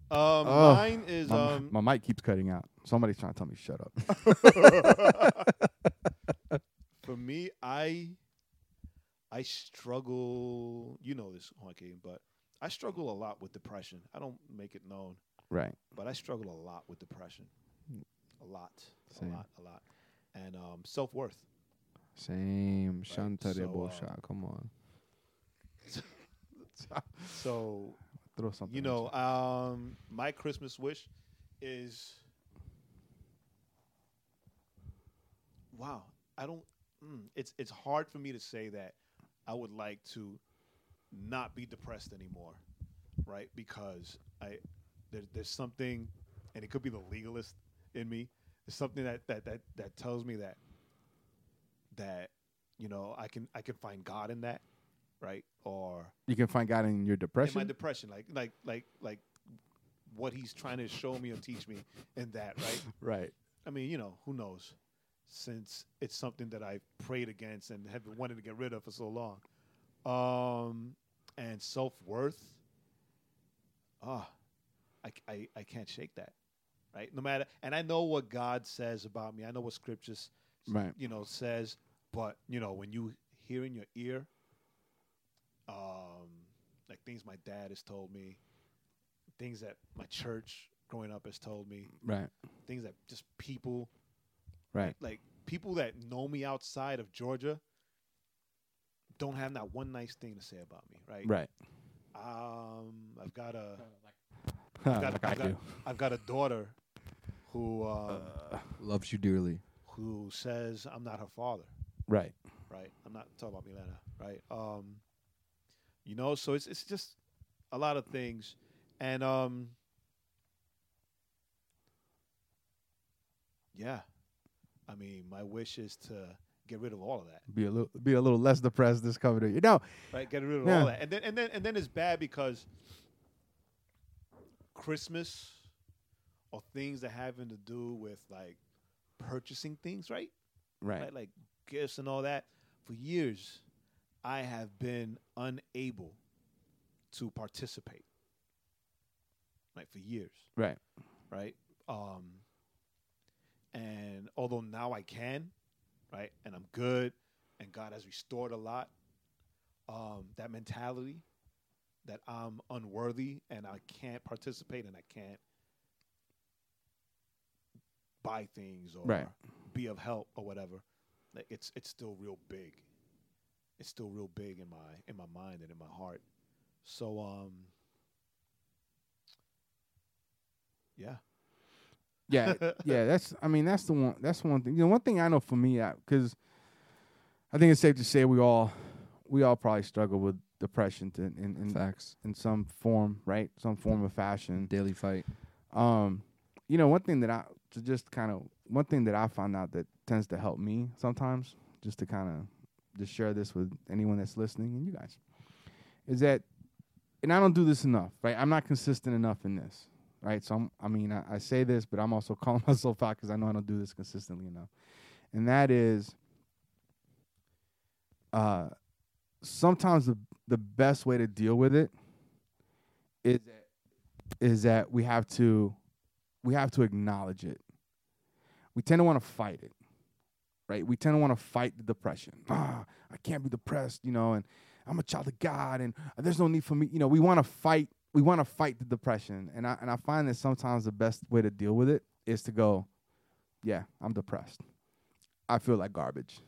Speaker 3: Um,
Speaker 1: Oh,
Speaker 3: mine is
Speaker 1: my,
Speaker 3: um,
Speaker 1: my mic keeps cutting out. Somebody's trying to tell me to [LAUGHS] shut up.
Speaker 3: for me, I I struggle. You know this, Honky, but I struggle a lot with depression. I don't make it known,
Speaker 1: right.
Speaker 3: but I struggle a lot with depression. A lot,
Speaker 4: Same.
Speaker 3: a lot, a lot, and um, self worth.
Speaker 4: same Shantare
Speaker 3: so, uh,
Speaker 4: Bullshot. Come on,
Speaker 3: So
Speaker 1: Throw something.
Speaker 3: you
Speaker 1: at
Speaker 3: know, um, my Christmas wish is wow. I don't. Mm, it's it's hard for me to say that I would like to not be depressed anymore, right? Because I there, there's something, and it could be the legalist in me. There's something that that that that tells me that that you know I can I can find God in that, right? Or
Speaker 1: you can find God in your depression.
Speaker 3: in my depression, like like like like what he's trying to show me or teach me in that, right?
Speaker 1: right.
Speaker 3: I mean, you know, who knows? Since it's something that I prayed against and have been wanting to get rid of for so long, um, and self worth, ah, I, c- I I can't shake that, right? No matter, and I know what God says about me. I know what scriptures,
Speaker 1: Right.
Speaker 3: you know, says. But you know, when you hear in your ear, um, like things my dad has told me, things that my church growing up has told me,
Speaker 1: Right.
Speaker 3: things that just people
Speaker 1: Right.
Speaker 3: like people that know me outside of Georgia don't have not one nice thing to say about me, right?
Speaker 1: Right.
Speaker 3: Um, I've got a, I've got,
Speaker 1: like [LAUGHS] I
Speaker 3: I've, got
Speaker 1: do. Uh.
Speaker 3: I've got a daughter who um,
Speaker 4: loves you dearly.
Speaker 3: who says I'm not her father,
Speaker 1: Right.
Speaker 3: right? I'm not talking about Milena, right? Um, you know, so it's it's just a lot of things, and um, yeah, I mean, my wish is to get rid of all of that.
Speaker 1: Be a little be a little less depressed this coming year. No,
Speaker 3: right? Get rid of
Speaker 1: Yeah.
Speaker 3: all that, and then and then and then it's bad because Christmas or things that having to do with like purchasing things, right?
Speaker 1: right.
Speaker 3: Right, like gifts and all that. For years, I have been unable to participate. Like for years,
Speaker 1: Right.
Speaker 3: right? Um, and although now I can, right, and I'm good, and God has restored a lot, um, that mentality that I'm unworthy and I can't participate and I can't buy things or
Speaker 1: Right.
Speaker 3: be of help or whatever, like it's it's still real big. It's still real big in my in my mind and in my heart. So um, yeah.
Speaker 1: Yeah, yeah. That's. I mean, that's the one. That's one thing. You know, one thing I know for me, because I think it's safe to say we all, we all probably struggle with depression to, in in,
Speaker 4: Facts.
Speaker 1: in some form, right? Some form of fashion.
Speaker 4: Daily fight.
Speaker 1: Um, you know, one thing that I to just kind of one thing that I found out that tends to help me sometimes, just to kind of just share this with anyone that's listening and you guys, is that, and I don't do this enough, right? I'm not consistent enough in this, right? So I'm, I mean, I, I say this, but I'm also [LAUGHS] calling myself out because I know I don't do this consistently enough, and that is, uh, sometimes the the best way to deal with it is that is that we have to we have to acknowledge it. We tend to want to fight it. Right? We tend to want to fight the depression. Ah, I can't be depressed, you know, and I'm a child of God and there's no need for me, you know, we want to fight we want to fight the depression. And I and I find that sometimes the best way to deal with it is to go, yeah, I'm depressed. I feel like garbage.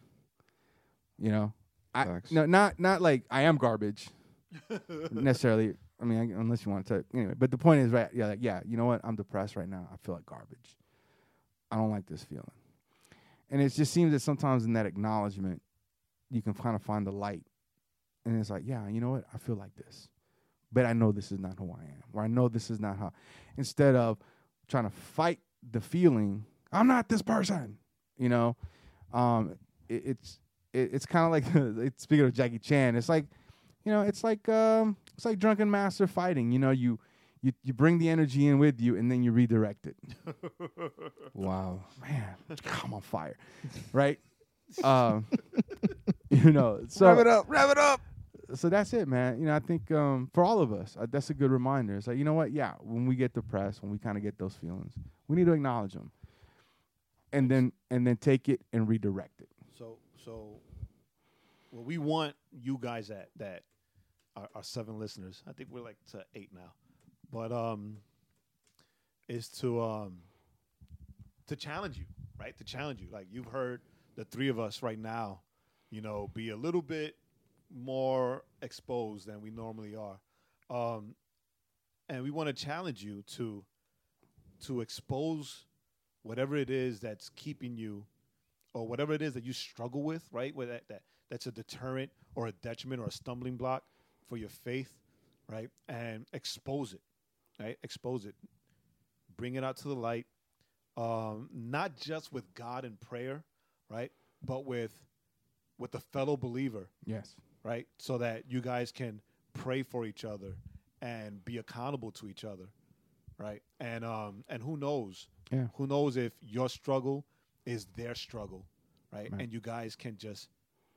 Speaker 1: You know? I,
Speaker 4: Facts.
Speaker 1: no, not not like I am garbage [LAUGHS] necessarily. I mean, I- unless you want to. Anyway, but the point is, right? Yeah, like, yeah. You know what? I'm depressed right now. I feel like garbage. I don't like this feeling. And it just seems that sometimes in that acknowledgement, you can kind of find the light. And it's like, yeah, you know what? I feel like this, but I know this is not who I am, or I know this is not how. Instead of trying to fight the feeling, I'm not this person. You know, um, it, it's it, it's kind of like [LAUGHS] it's, speaking of Jackie Chan, it's like you know, it's like um, it's like drunken master fighting. You know, you you you bring the energy in with you, and then you redirect it.
Speaker 4: Wow.
Speaker 1: Man, I'm on fire, right? [LAUGHS] um, [LAUGHS] you know, so wrap it up, wrap it up. So that's it, man. You know, I think um, for all of us, uh, that's a good reminder. It's like you know what? Yeah, when we get depressed, when we kind of get those feelings, we need to acknowledge them, and then and then take it and redirect it.
Speaker 3: [LAUGHS] So so what we want you guys at that our, our seven listeners. I think we're like to eight now. But um is to um to challenge you, right? To challenge you. Like you've heard the three of us right now, you know, be a little bit more exposed than we normally are. Um and we want to challenge you to to expose whatever it is that's keeping you or whatever it is that you struggle with, right? Where that, that that's a deterrent or a detriment or a stumbling block for your faith, right? And expose it, right? Expose it, bring it out to the light, um, not just with God in prayer, right? But with with the fellow believer,
Speaker 1: Yes.
Speaker 3: right? So that you guys can pray for each other and be accountable to each other, right? And um and who knows?
Speaker 1: Yeah.
Speaker 3: Who knows if your struggle is their struggle, right?
Speaker 1: Right.
Speaker 3: And you guys can just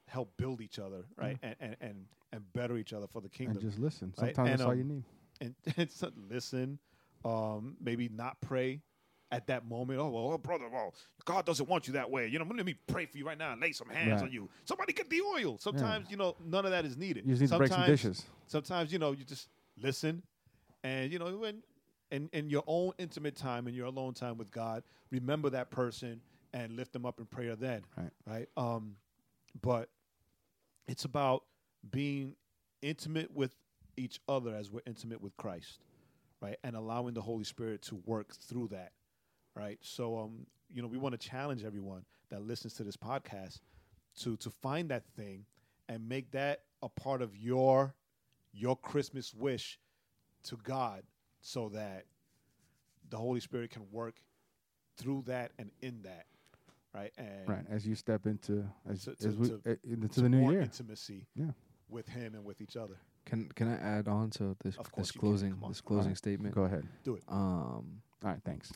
Speaker 3: help build each other, right? And, and and and better each other for the kingdom.
Speaker 1: And just listen.
Speaker 3: Right,
Speaker 1: Sometimes
Speaker 3: and,
Speaker 1: that's all
Speaker 3: um,
Speaker 1: you need.
Speaker 3: and, [LAUGHS] and so listen, um, maybe not pray at that moment. Oh well, oh, brother, well, God doesn't want you that way. You know, let me pray for you right now and lay some
Speaker 1: Right.
Speaker 3: hands on you. Somebody get the oil. Sometimes you know none of that is needed.
Speaker 1: You just need to break
Speaker 3: sometimes,
Speaker 1: some dishes.
Speaker 3: Sometimes you know you just listen, and you know when in in your own intimate time and your alone time with God, remember that person and lift them up in prayer. Then
Speaker 1: Right.
Speaker 3: right. Um, but it's about being intimate with each other as we're intimate with Christ, right? And allowing the Holy Spirit to work through that, right? So, um, you know, we want to challenge everyone that listens to this podcast to to find that thing and make that a part of your your Christmas wish to God, so that the Holy Spirit can work through that and in that, right? And
Speaker 1: Right. As you step into as,
Speaker 3: To- to-
Speaker 1: as we,
Speaker 3: to-
Speaker 1: uh, into
Speaker 3: some
Speaker 1: the new
Speaker 3: more
Speaker 1: year.
Speaker 3: intimacy
Speaker 1: Yeah.
Speaker 3: with Him and with each other.
Speaker 4: Can Can I add on to this
Speaker 3: Of
Speaker 4: this
Speaker 3: course you can.
Speaker 4: closing
Speaker 3: Come on.
Speaker 4: this closing
Speaker 1: Alright.
Speaker 4: statement?
Speaker 1: Go ahead.
Speaker 3: Do it.
Speaker 4: Um.
Speaker 1: All right. Thanks.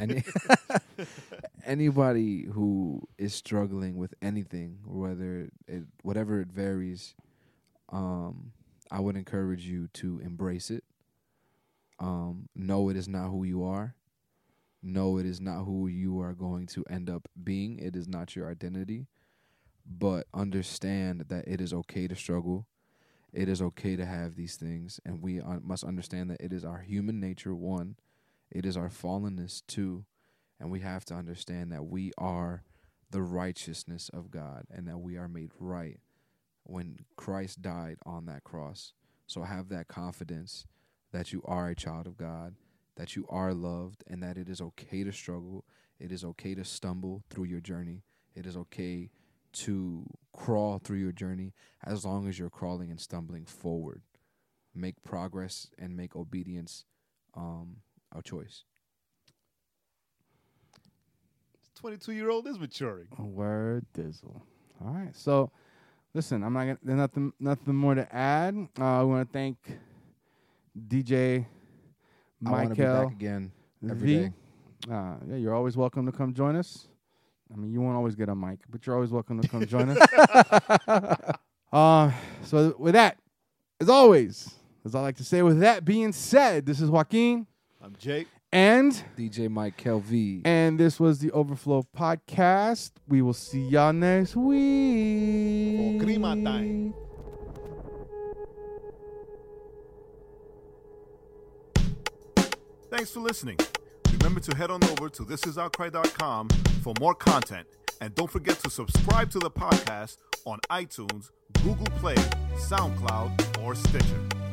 Speaker 4: Any, anybody who is struggling with anything, whether it whatever it varies, um, I would encourage you to embrace it. Um, know it is not who you are. Know it is not who you are going to end up being. It is not your identity. But understand that it is okay to struggle. It is okay to have these things, and we uh, must understand that it is our human nature. One, it is our fallenness too and we have to understand that we are the righteousness of god and that we are made right when christ died on that cross so have that confidence that you are a child of god that you are loved and that it is okay to struggle it is okay to stumble through your journey it is okay to crawl through your journey as long as you're crawling and stumbling forward. Make progress and make obedience um, a choice.
Speaker 7: Twenty-two year old is maturing.
Speaker 1: Word dizzle. All right. So, listen, I'm not gonna there's nothing nothing more to add. Uh, we want to thank DJ
Speaker 4: I want to be back
Speaker 1: Michael
Speaker 4: again every
Speaker 1: V.
Speaker 4: day.
Speaker 1: Uh, yeah, you're always welcome to come join us. I mean, you won't always get a mic, but you're always welcome to come join us. uh, so with that, as always, as I like to say, with that being said, this is Joaquin
Speaker 7: I'm Jake.
Speaker 1: and
Speaker 4: DJ Mike Kelvey.
Speaker 1: and this was the Overflow podcast. We will see y'all next week.
Speaker 7: Crema time.
Speaker 3: Thanks for listening. Remember to head on over to thisisoutcry.com for more content. And don't forget to subscribe to the podcast on iTunes, Google Play, SoundCloud, or Stitcher.